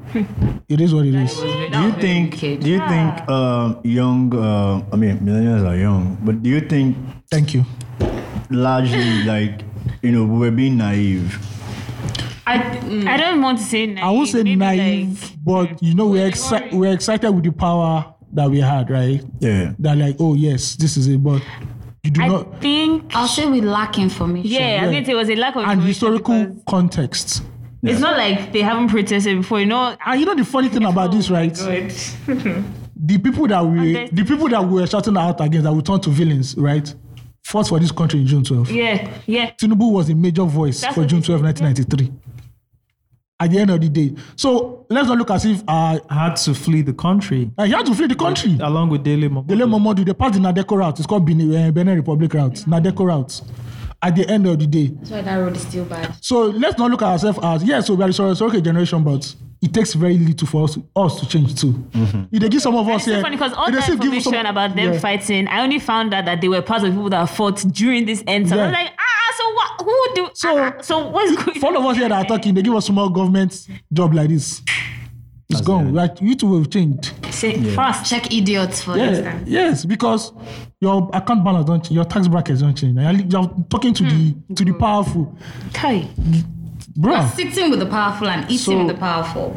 Speaker 7: it is what it is.
Speaker 6: Do you think? Do you think um, young? Uh, I mean, millennials are young, but do you think?
Speaker 7: Thank you.
Speaker 6: Largely, like you know, we were being naive.
Speaker 3: I, I don't want to say naive.
Speaker 7: Mm. I won't say
Speaker 3: maybe
Speaker 7: naive, but you know we're exci- we're excited with the power that we had, right?
Speaker 6: Yeah.
Speaker 7: That like, oh yes, this is it, but you do not
Speaker 3: Like, think.
Speaker 5: I'll say we lack information.
Speaker 3: Yeah, I was
Speaker 7: yeah.
Speaker 3: going to say it was a lack of.
Speaker 7: and
Speaker 3: information
Speaker 7: historical
Speaker 3: because
Speaker 7: context.
Speaker 3: It's not like they haven't protested before. You know, Oh,
Speaker 7: And you know the funny thing about this, right?
Speaker 3: good.
Speaker 7: <laughs> The people that we
Speaker 3: there's-
Speaker 7: the people that we were shouting out against that we turned to villains, right? Fought for this country in June 12.
Speaker 3: yeah, yeah.
Speaker 7: Tinubu was a major voice
Speaker 3: That's
Speaker 7: for
Speaker 3: what
Speaker 7: June
Speaker 3: they said,
Speaker 7: 12, 1993. At the end of the day. So let's not look as if uh,
Speaker 26: had to flee the country
Speaker 7: uh, he had to flee the country.
Speaker 26: along with Dele Momodu.
Speaker 7: The late Momodu, they passed the Nadeko route. It's called Benin, uh, Benin Republic route, Nadeko route. At the end of the day.
Speaker 10: That's why that road is still bad.
Speaker 7: So let's not look at ourselves as, yes, so we are the Soroke generation, but it takes very little for us, us to change too. If they give some of us
Speaker 3: It's so
Speaker 7: here.
Speaker 3: funny because all
Speaker 7: if they
Speaker 3: that
Speaker 7: still give
Speaker 3: information
Speaker 7: some-
Speaker 3: about them
Speaker 7: yeah.
Speaker 3: fighting, I only found out that they were part of people that fought during this end. So I was
Speaker 7: Yeah.
Speaker 3: like, ah, so what? Who do? So, ah, so what's going?
Speaker 7: For all of us here that are talking, they give us small government job like this. It's gone. Like, you two have changed.
Speaker 3: Say fast.
Speaker 5: Check idiots for
Speaker 7: Yeah.
Speaker 5: instance.
Speaker 7: Yes, because your account balance don't change, your tax brackets don't change. You're, you're talking to
Speaker 10: Hmm.
Speaker 7: the to the powerful.
Speaker 3: Okay.
Speaker 7: Bruh.
Speaker 5: Sitting with the powerful and eating
Speaker 6: So-
Speaker 5: with the powerful.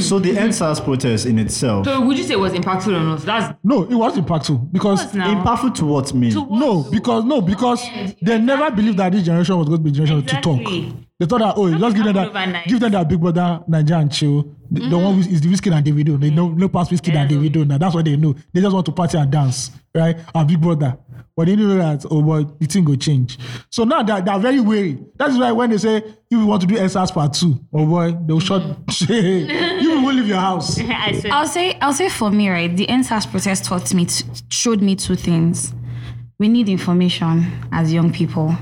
Speaker 6: So the NSAS protest in itself,
Speaker 10: So would you say it was impactful on us? That's
Speaker 7: No, it was impactful because
Speaker 3: now.
Speaker 6: impactful to what mean?
Speaker 7: no, because no, because they never believed that this generation was going to be the generation to
Speaker 3: Exactly.
Speaker 7: talk. They thought that oh, you just give them
Speaker 3: happen
Speaker 7: that,
Speaker 3: overnight.
Speaker 7: give them that big brother Naija and chill. The, the one who is the whiskey and Davido. They know no pass whiskey and Davido. Now that's what they know. They just want to party and dance, right? Our big brother. But they know that oh boy, the thing will change. So now they're, they're very wary. That's why when they say if you want to do SRS part two, oh boy, they'll shut. <laughs> you will leave your house.
Speaker 3: I swear.
Speaker 5: I'll say I'll say for me, right? The NSAS protest taught me t- showed me two things. We need information as young people.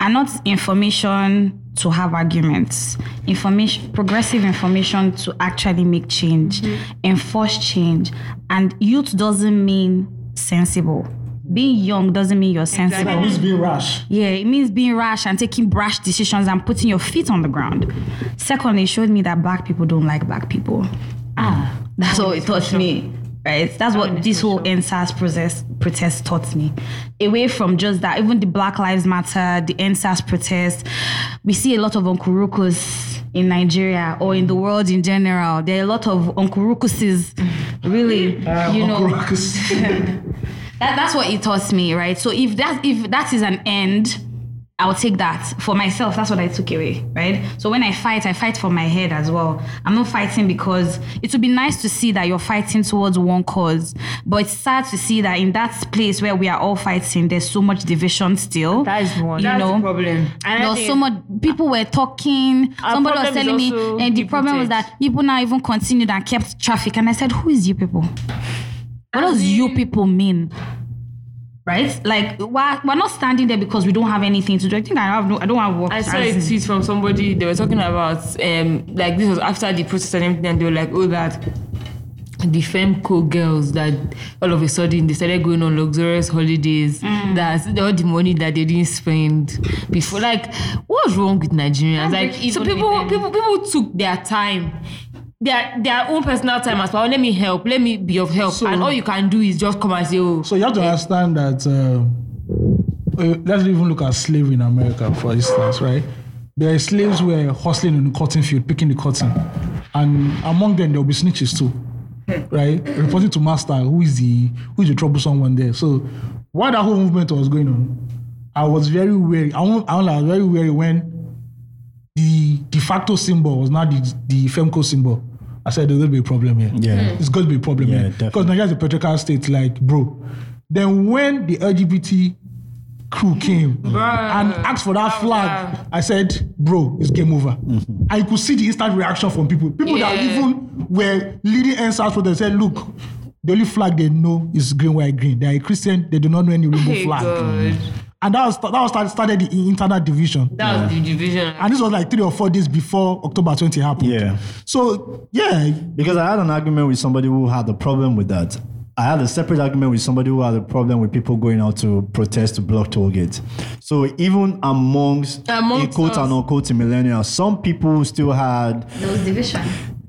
Speaker 6: are not information to have arguments. Information, progressive information to actually make change, enforce change. And youth doesn't mean sensible. Being young doesn't mean you're sensible.
Speaker 7: That means being rash.
Speaker 6: Yeah, it means being rash and taking brash decisions and putting your feet on the ground. Secondly, it showed me that black people don't like black people. Ah, that's all it taught me. Right? That's what this whole NSAS process protest taught me. Away from just that, even the Black Lives Matter, the NSAS protest, we see a lot of Unkurukos in Nigeria or in the world in general. There are a lot of Unkurukuses, really.
Speaker 7: Uh,
Speaker 6: you know, <laughs>
Speaker 7: Unkurukus.
Speaker 6: that, that's what it taught me, right? So if that if that is an end, I'll take that for myself. That's what I took away, right? So when I fight, I fight for my head as well. I'm not fighting because it would be nice to see that you're fighting towards one cause, but it's sad to see that in that place where we are all fighting, there's so much division still. That is one. You
Speaker 3: That's
Speaker 6: know,
Speaker 3: the problem. And I
Speaker 6: there was
Speaker 3: think-
Speaker 6: so much. People were talking.
Speaker 3: Our
Speaker 6: Somebody was
Speaker 3: problem is
Speaker 6: telling me,
Speaker 3: also
Speaker 6: and the problem was
Speaker 3: people
Speaker 6: that people now even continued and kept traffic. And I said, who is you people? What does you people mean? right? Like we're, we're not standing there because we don't have anything to do. I think I have no, I don't have work.
Speaker 3: I saw a tweet from somebody. They were talking about um like this was after the protest and everything, and they were like, oh that the femco girls that all of a sudden they started going on luxurious holidays that all the money that they didn't spend before like what's wrong with nigerians
Speaker 6: Can't
Speaker 3: like
Speaker 6: break
Speaker 3: so
Speaker 6: even with
Speaker 3: people
Speaker 6: them.
Speaker 3: people people took their time their their own personal time as well let me help let me be of help and all you can do is just come and say oh
Speaker 7: So you have to understand that. Uh, uh, let's even look at slavery in America, for instance, right? There are slaves who are hustling in the cotton field, picking the cotton, and among them there will be snitches too,
Speaker 6: Hmm.
Speaker 7: right? Reporting to master who is the who is the troublesome one there. So while that whole movement was going on, I was very wary. I won't- I won't lie, I was very wary when the de facto symbol was not the the femco symbol. I said there's going to be a problem here. Hmm.
Speaker 10: Yeah.
Speaker 7: it's going to be a problem
Speaker 10: Yeah,
Speaker 7: here because Nigeria is a patriarchal state. Like, bro. Then when the LGBT crew came
Speaker 3: Hmm.
Speaker 7: and asked for that flag, I said, bro, it's game over.
Speaker 10: Mm-hmm.
Speaker 7: I could see the instant reaction from people. People that
Speaker 3: Yeah.
Speaker 7: even were leading NSAS for them said, look. The only flag they know is green, white, green. They are a Christian. They do not know any rainbow
Speaker 3: Hey,
Speaker 7: flag.
Speaker 3: God.
Speaker 7: And that was that was start- started the internal division.
Speaker 3: that was the division
Speaker 7: And this was like three or four days before October 20 happened.
Speaker 10: Yeah.
Speaker 7: So yeah.
Speaker 10: Because I had an argument with somebody who had a problem with that. I had a separate argument with somebody who had a problem with people going out to protest to block toll gates. So even amongst,
Speaker 6: Amongst
Speaker 10: quote
Speaker 6: us.
Speaker 10: and unquote millennials, some people still had
Speaker 6: Those division.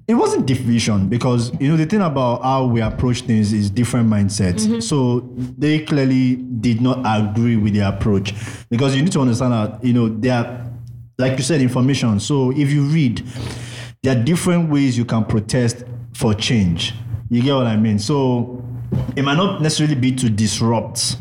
Speaker 10: it wasn't division because you know the thing about how we approach things is different mindsets.
Speaker 6: Mhm.
Speaker 10: So they clearly did not agree with the approach because you need to understand that you know they are like you said information. So if you read, there are different ways you can protest for change. You get what I mean? So it might not necessarily be to disrupt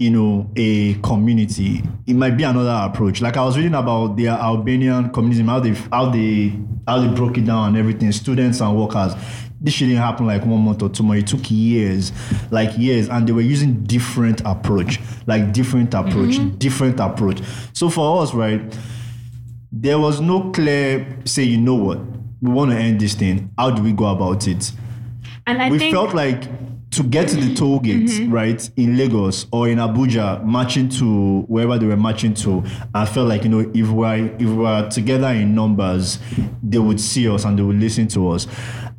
Speaker 10: you know a community it might be another approach like i was reading about the albanian communism how they how they how they broke it down and everything students and workers this shit didn't happen like one month or two months it took years like years and they were using different approach like different approach different approach so for us right there was no clear say you know what we want to end this thing how do we go about it
Speaker 27: And I
Speaker 10: we
Speaker 27: think
Speaker 10: felt like to get to the toll
Speaker 3: Mm-hmm.
Speaker 10: gate,
Speaker 27: Mhm.
Speaker 10: right, in Lagos or in Abuja, marching to wherever they were marching to, I felt like, you know, if we're, if we're together in numbers, they would see us and they would listen to us.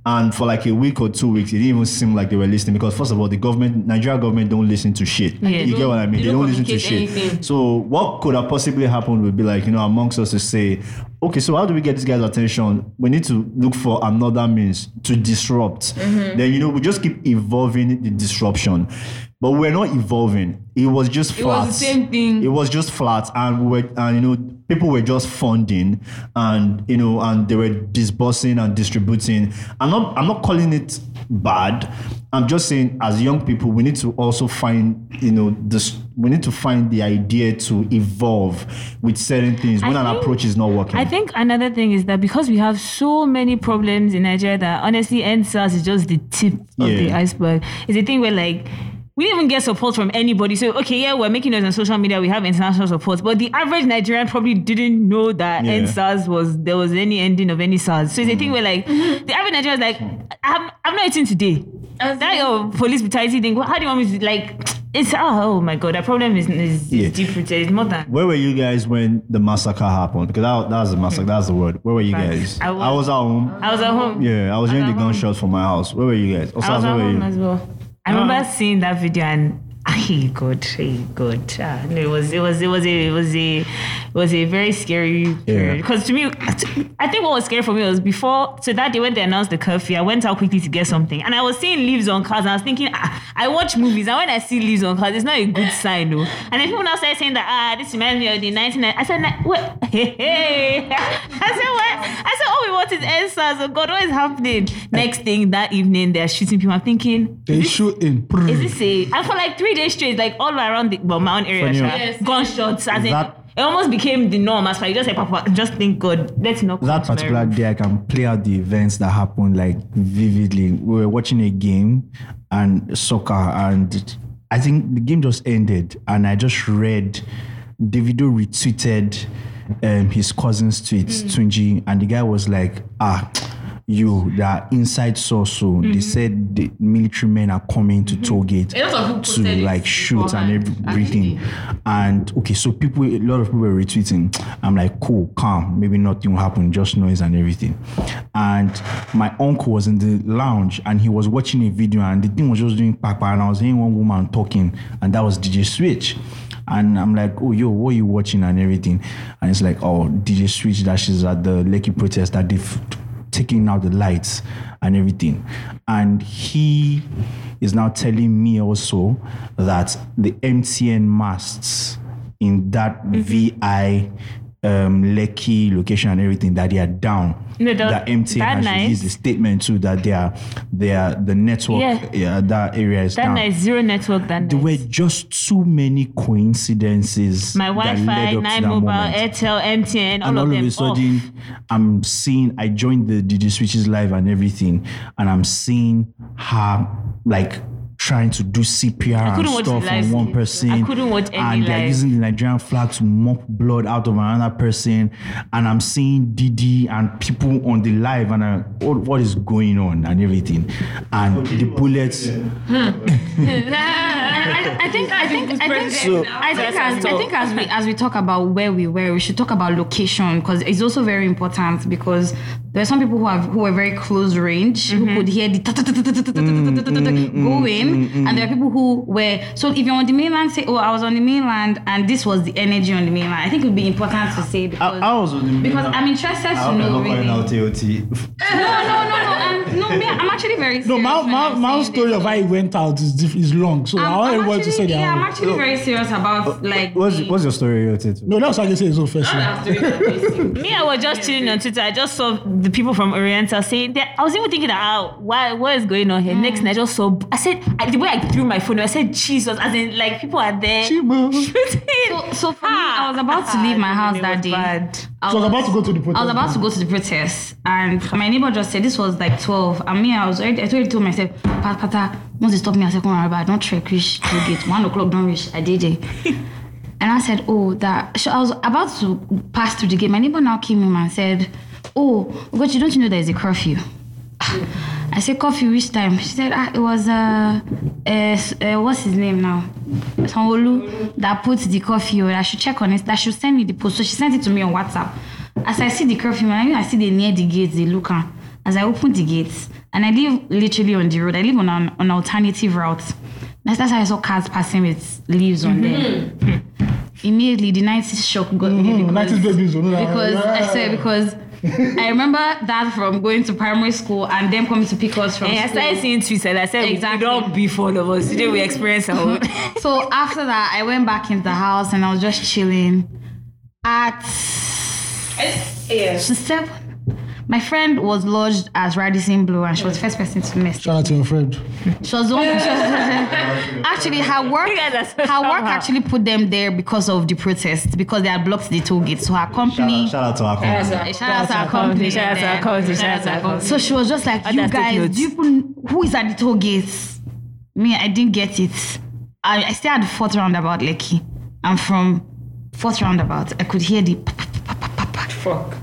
Speaker 10: And for like a week or two weeks, it didn't even seem like they were listening because, first of all, the government, Nigeria government, don't listen to shit.
Speaker 3: Yeah.
Speaker 10: You get what I mean?
Speaker 3: They
Speaker 10: They,
Speaker 3: don't
Speaker 10: don't, listen to
Speaker 3: communicate
Speaker 10: shit.
Speaker 3: anything.
Speaker 10: So what could have possibly happened would be like, you know, amongst us to say, okay, so how do we get this guy's attention? We need to look for another means to disrupt.
Speaker 3: Mhm.
Speaker 10: Then, you know, we just keep evolving the disruption. But we're not evolving. It was just
Speaker 3: It was
Speaker 10: flat.
Speaker 3: the same thing.
Speaker 10: It was just flat. And we were, and, you know, people were just funding and, you know, and they were disbursing and distributing. I'm not, I'm not calling it bad. I'm just saying as young people, we need to also find, you know, this, we need to find the idea to evolve with certain things
Speaker 27: I
Speaker 10: when an
Speaker 27: think-
Speaker 10: approach is not working.
Speaker 27: I think another thing is that because we have so many problems in Nigeria that honestly NSAS is just the tip of the
Speaker 10: Yeah.
Speaker 27: iceberg. It's a thing where like we didn't even get support from anybody. So okay, yeah, we're making noise on social media, we have international support. But the average Nigerian probably didn't know that
Speaker 3: Yeah.
Speaker 27: NSAS was there was any ending of any SARS. So it's a thing where like the average Nigerian is like, ah, I'm I'm not eating today. That your police brutality thing, how do you want me to like
Speaker 7: It's oh, oh my god, the problem is, is,
Speaker 6: Yeah.
Speaker 7: is deep rooted. It's more than
Speaker 6: Where were you guys when the massacre happened? Because that, that was the massacre. That's the word. Where were you guys?
Speaker 7: Facts. I was-
Speaker 6: I was at home.
Speaker 7: I was at home.
Speaker 6: Yeah, I was hearing the gunshots from my house. Where were you guys?
Speaker 7: I was
Speaker 6: Osas,
Speaker 7: at
Speaker 6: where were
Speaker 7: home
Speaker 6: you?
Speaker 7: as well. I remember seeing that video and <laughs> hey god, hey god. Ah, no, it was it was it was a it was a it was a very scary period. Because to me I think what was scary for me was before so that day when they announced the curfew, I went out quickly to get something and I was seeing leaves on cars and I was thinking ah, I watch movies and when I see leaves on cars it's not a good sign though. And then people now started saying that ah this reminds me of the 1990 I said "Na- what <laughs> hey, hey. I said what I said all we want is answers. Oh god, what is happening? Next thing that evening they're shooting people. I'm thinking
Speaker 28: They shoot in.
Speaker 7: is this a and for like three days straight, like all around the well, my own area,
Speaker 6: Funny.
Speaker 7: sha,
Speaker 6: Yes.
Speaker 7: gunshots as in
Speaker 6: That-
Speaker 7: it almost became the norm as far you just like Papa, just thank God, let's not come
Speaker 6: that
Speaker 7: to my
Speaker 6: particular
Speaker 7: room."
Speaker 6: day, I can play out the events that happened like vividly. We were watching a game and soccer, and I think the game just ended, and I just read Davido retweeted um, his cousin's tweet, Tunji, and the guy was like, ah. You, they are inside source. So they
Speaker 29: Mhm.
Speaker 6: said the military men are coming to Tollgate
Speaker 29: A lot of people
Speaker 6: to
Speaker 29: posted it
Speaker 6: like shoot and
Speaker 29: beforehand,
Speaker 6: everything. And okay, so people, a lot of people were retweeting. I'm like, cool, calm, maybe nothing will happen, just noise and everything. And my uncle was in the lounge and he was watching a video and the thing was just doing papa and I was hearing one woman talking and that was DJ Switch. And I'm like, oh, yo, what you watching and everything? And it's like, oh, DJ Switch, that she's at the Lekki protest that they've taking out the lights and everything. And he is now telling me also that the MTN masts in that VI um, Lekki location and everything that they are down.
Speaker 7: No, the-
Speaker 6: that MTN
Speaker 7: that
Speaker 6: has
Speaker 7: night-
Speaker 6: released a statement too that they are, they are the network
Speaker 7: Yeah.
Speaker 6: yeah. that area is
Speaker 7: That
Speaker 6: down.
Speaker 7: night zero network that
Speaker 6: There
Speaker 7: night.
Speaker 6: were just too many coincidences.
Speaker 7: My
Speaker 6: that led up
Speaker 7: Wi-Fi,
Speaker 6: to
Speaker 7: Nine
Speaker 6: that
Speaker 7: Mobile,
Speaker 6: moment
Speaker 7: Airtel, MTN, all
Speaker 6: and
Speaker 7: of
Speaker 6: all of,
Speaker 7: them.
Speaker 6: a sudden, I'm seeing. I joined the DJ Switches live and everything, and I'm seeing her like trying to do CPR and
Speaker 7: couldn't watch the
Speaker 6: stuff
Speaker 7: live
Speaker 6: on one
Speaker 7: feed.
Speaker 6: person.
Speaker 7: I couldn't watch any
Speaker 6: And they're
Speaker 7: live.
Speaker 6: using the Nigerian flag to mop blood out of another person, and I'm seeing DD and people on the live, and I, what, what is going on and everything, and the bullets.
Speaker 10: I, I think I think I think,
Speaker 6: So-
Speaker 10: I, think as, I think as we as we talk about where we were, we should talk about location because it's also very important because there are some people who have who were very close range who could hear the ta- ta- ta- ta- ta- ta- ta- ta- ta- ta- ta- ta- going, and there are people who were so if you're on the mainland, say oh I was on the mainland and this was the energy on the mainland. I think it would be important to say because
Speaker 6: I was on the
Speaker 10: because I'm interested
Speaker 6: I
Speaker 10: to
Speaker 6: hope I'm
Speaker 10: know
Speaker 6: not
Speaker 10: really.
Speaker 6: calling
Speaker 10: No
Speaker 6: out AOT.
Speaker 10: no no um, no I'm, no me, I'm actually very
Speaker 28: No, my, my, my story of how it went out is, diff- is long, so I want everyone to say their
Speaker 10: yeah, I'm
Speaker 28: own.
Speaker 10: actually very serious about like
Speaker 6: What's, what's your story, AOT?
Speaker 28: No, that's what I can say. It's all first. one.
Speaker 7: Me, I was just chilling on Twitter. I just saw the people from Oriental saying that. I was even thinking, ah, why, what is going on here? Next night, I just saw. I said, I, the way I threw my phone, I said, Jesus, as in, like, people are there. Ah,
Speaker 10: So, so for me, I was about to leave my house that day. I
Speaker 28: She was about to go to the protest.
Speaker 10: I was about to go to
Speaker 7: <laughs>
Speaker 10: the protest, and my neighbor just said this was like 12. I mean, I was already, I already told myself, Pat, Pata, once they stop me, I said, Come on, Araba, don't trek, reach the gate. One o'clock, don't reach. I did it. And I said, Oh, that. So I was about to pass through the gate. My neighbor now came in and said, Oh, but you don't you know there's a curfew? I said, Curfew, which time? She said, Ah, it was, uh, uh, s- uh what's his name now? Sanwolu that put the curfew. I should check on it. That should send me the post. So she sent it to me on WhatsApp. As I see the curfew, I, I see they near the gates, they look on. As I open the gates, and I live literally on the road. I live on an, on alternative route. That's, that's how I saw cars passing with leaves on them. Immediately, the 90s shock got me
Speaker 28: Mm,
Speaker 10: because,
Speaker 28: 90s babies, you know that.
Speaker 10: because I
Speaker 28: Yeah.
Speaker 10: said because I remember that from going to primary school and them coming to pick us from
Speaker 7: And Eh, I
Speaker 10: school.
Speaker 7: started seeing tweets and I said, exactly. we don't be for all of us. Today we experience our own.
Speaker 10: <laughs> so after that, I went back in the house and I was just chilling. At seven, my friend was lodged as Radisson Blue, and she was the first person to miss.
Speaker 28: Shout out to your friend.
Speaker 10: She was the only. she was- <laughs> actually, her work, her work actually put them there because of the protest, because they had blocked the toll gate. So her company.
Speaker 6: Shout out to our
Speaker 10: Shout
Speaker 6: company.
Speaker 10: out to our company.
Speaker 7: Shout out to our company. Shout out to our company.
Speaker 10: So she was just like, you
Speaker 7: Others take
Speaker 10: guys,
Speaker 7: notes.
Speaker 10: do you even- who is at the toll gates? Me, I didn't get it. I, I stayed at the fourth roundabout, Lekki. I'm from fourth roundabout. I could hear the. Fuck.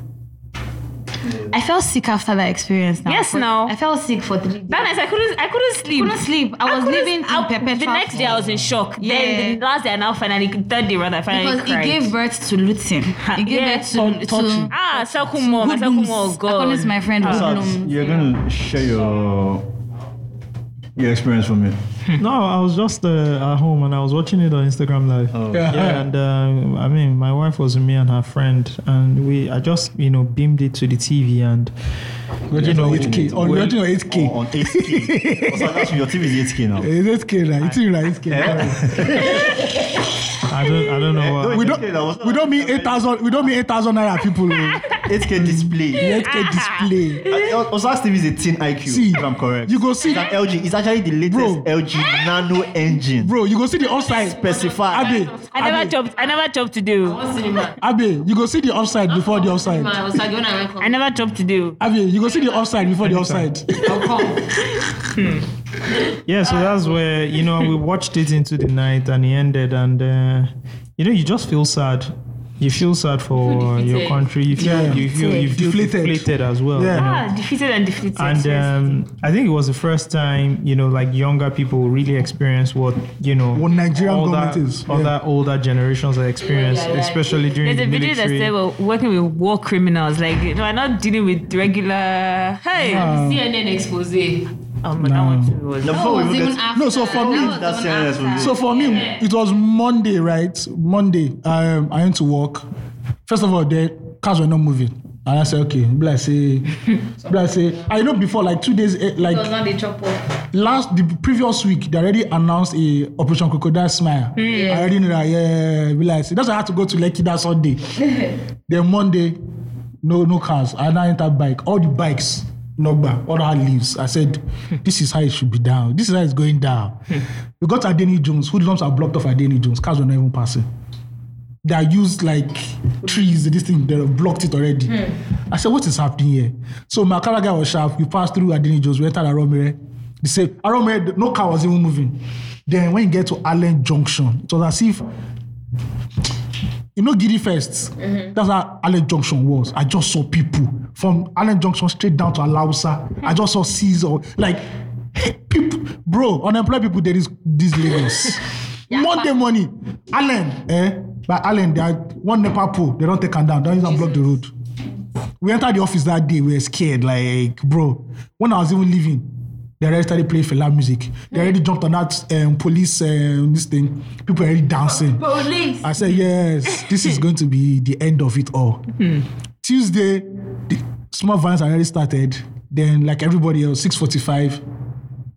Speaker 3: I felt sick after that experience. Now.
Speaker 7: Yes,
Speaker 3: For-
Speaker 7: no.
Speaker 3: I felt sick for three days.
Speaker 7: That night I couldn't I couldn't sleep.
Speaker 3: Couldn't sleep. I was
Speaker 7: couldn't-
Speaker 3: living in
Speaker 7: I- The
Speaker 3: perpetual
Speaker 7: next day I was in shock. Then the last day I now finally third day rather I finally
Speaker 3: because
Speaker 7: cried.
Speaker 3: it gave birth to Lutin. It gave birth to, to
Speaker 7: ah Sakumo, my Sakumo,
Speaker 3: I call
Speaker 7: God. Ah.
Speaker 3: this my friend
Speaker 6: So
Speaker 3: Odulum.
Speaker 6: you're gonna share your your experience from it.
Speaker 2: No, I was just uh, at home and I was watching it on Instagram Live.
Speaker 6: Oh. Yeah.
Speaker 2: Yeah. and uh, I mean, my wife was with me and her friend, and we I just you know beamed it to the TV and.
Speaker 10: We're
Speaker 2: you
Speaker 10: watching
Speaker 2: know,
Speaker 10: on 8K. Oh,
Speaker 2: we-
Speaker 10: we're watching on 8K.
Speaker 6: On
Speaker 10: <laughs>
Speaker 6: 8K. so that's your TV is 8K now.
Speaker 10: It's 8K, right? It's even like 8K.
Speaker 6: Eh?
Speaker 2: I don't, I don't know
Speaker 10: We don't, we don't mean 8,000, we don't mean 8,000 naira people.
Speaker 6: 8K display. Eh,
Speaker 10: 8K display.
Speaker 6: Osa's TV is a thin IQ.
Speaker 10: See,
Speaker 6: if I'm correct.
Speaker 10: you go see-
Speaker 6: it's an LG. It's actually the latest LG Nano engine.
Speaker 10: Bro, you go see the offside.
Speaker 6: Specified.
Speaker 10: Abe,
Speaker 7: I never chopped I never oh. chopped to do.
Speaker 10: Abe, you go see the offside before the offside.
Speaker 7: I never chopped to do.
Speaker 10: Abe, you go see the offside before the offside.
Speaker 2: Hmm. Yeah, so that's where you know we watched it into the night and it ended, and uh, you know you just feel sad. You feel sad for your
Speaker 7: defeated.
Speaker 2: country. You feel
Speaker 7: Yeah.
Speaker 2: you feel you feel deflated, as well. you know.
Speaker 7: Ah, defeated and defeated.
Speaker 2: And um, I think it was the first time, you know, like younger people really experienced what, you know, what
Speaker 10: Nigerian government
Speaker 2: is. Other older generations are experienced, especially during
Speaker 7: There's a
Speaker 2: the
Speaker 7: video that
Speaker 2: military.
Speaker 7: said we're working with war criminals. Like you know, we're not dealing with regular. Hey,
Speaker 30: Wow. CNN expose.
Speaker 7: Oh, but that one too was.
Speaker 6: No, before we even get-
Speaker 10: No, so for me,
Speaker 6: That's serious for me.
Speaker 10: so for me, it was Monday, right? Monday, um, I went to work. First of all, the cars were not moving. And I said, okay, bless say, bless say. I know before, like two days, eh, like last the previous week they already announced a operation crocodile smile
Speaker 31: Mm.
Speaker 10: i already knew that yeah be like say that's why i had to go to lekki that sunday then monday no no cars i now enter bike all the bikes nogba all our leaves i said this is how it should be down this is how it's going down we got adeni jones hoodlums are blocked off adeni jones cars were not even passing they are used like trees this thing they have blocked it already I said, what is happening here? So my car guy was sharp. We passed through Adini Jones. We entered Aromire. They said, Aromire, no car was even moving. Then when you get to Allen Junction, it was as if, you know, Giddy first. That's how Allen Junction was. I just saw people from Allen Junction straight down to Alausa. I just saw Caesar. Like, people, bro, unemployed people, there is these Lagos. Monday morning, Allen, eh? By Allen, they are one Nepal pole. They don't take them down. Don't even block the road we entered the office that day, we were scared. Like, bro, when I was even leaving, they already started playing Fela music. They already jumped on that um, police, um, this thing. People already dancing.
Speaker 30: Police.
Speaker 10: I said, yes, this is going to be the end of it all. Tuesday, the small violence already started. Then, like everybody else, 645,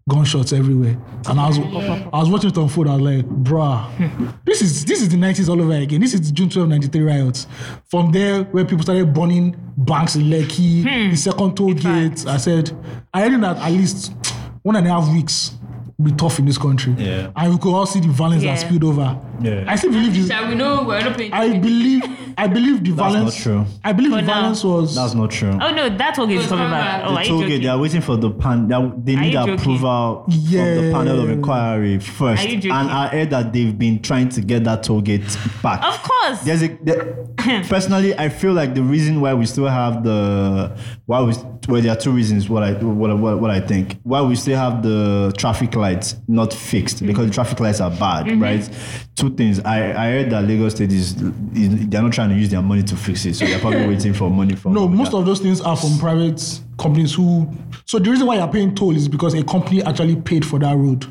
Speaker 10: gunshots everywhere. And I was, I was watching it on food. I was like, bruh, this is this is the 90s all over again. This is June 12, 93 riots. From there, where people started burning banks in Lekki, the second toll gate. I said, I already know that at least one and a half weeks will be tough in this country.
Speaker 6: Yeah.
Speaker 10: And we could all see the violence that
Speaker 30: Yeah.
Speaker 10: spilled over.
Speaker 6: Yeah.
Speaker 10: I still believe this.
Speaker 30: Shall we know we're not paying
Speaker 10: I believe I believe the
Speaker 6: That's
Speaker 10: violence.
Speaker 6: not true.
Speaker 10: I believe
Speaker 7: For
Speaker 10: the
Speaker 7: now.
Speaker 10: violence was
Speaker 6: That's not true.
Speaker 7: Oh no, that toll gate is coming back. Oh,
Speaker 6: the
Speaker 7: are you
Speaker 6: toll
Speaker 7: joking?
Speaker 6: gate, they are waiting for the pan. They, they
Speaker 7: Are
Speaker 6: need
Speaker 7: you joking?
Speaker 6: approval from the
Speaker 10: Yeah.
Speaker 6: panel of inquiry first.
Speaker 7: Are you
Speaker 6: And
Speaker 7: joking?
Speaker 6: I heard that they've been trying to get that toll gate back.
Speaker 7: Of course.
Speaker 6: There's a
Speaker 7: <clears throat>
Speaker 6: there- personally, I feel like the reason why we still have the why we well, there are two reasons. What I what, what, what I think why we still have the traffic lights not fixed
Speaker 7: Mm-hmm.
Speaker 6: because the traffic lights are bad,
Speaker 32: Mhm.
Speaker 6: right? Two things. I, I heard that Lagos State is, is they're not trying to use their money to fix it, so they're
Speaker 7: <laughs>
Speaker 6: probably waiting for money from.
Speaker 10: No, most of those things are from private companies who. So the reason why you're paying toll is because a company actually paid for that road.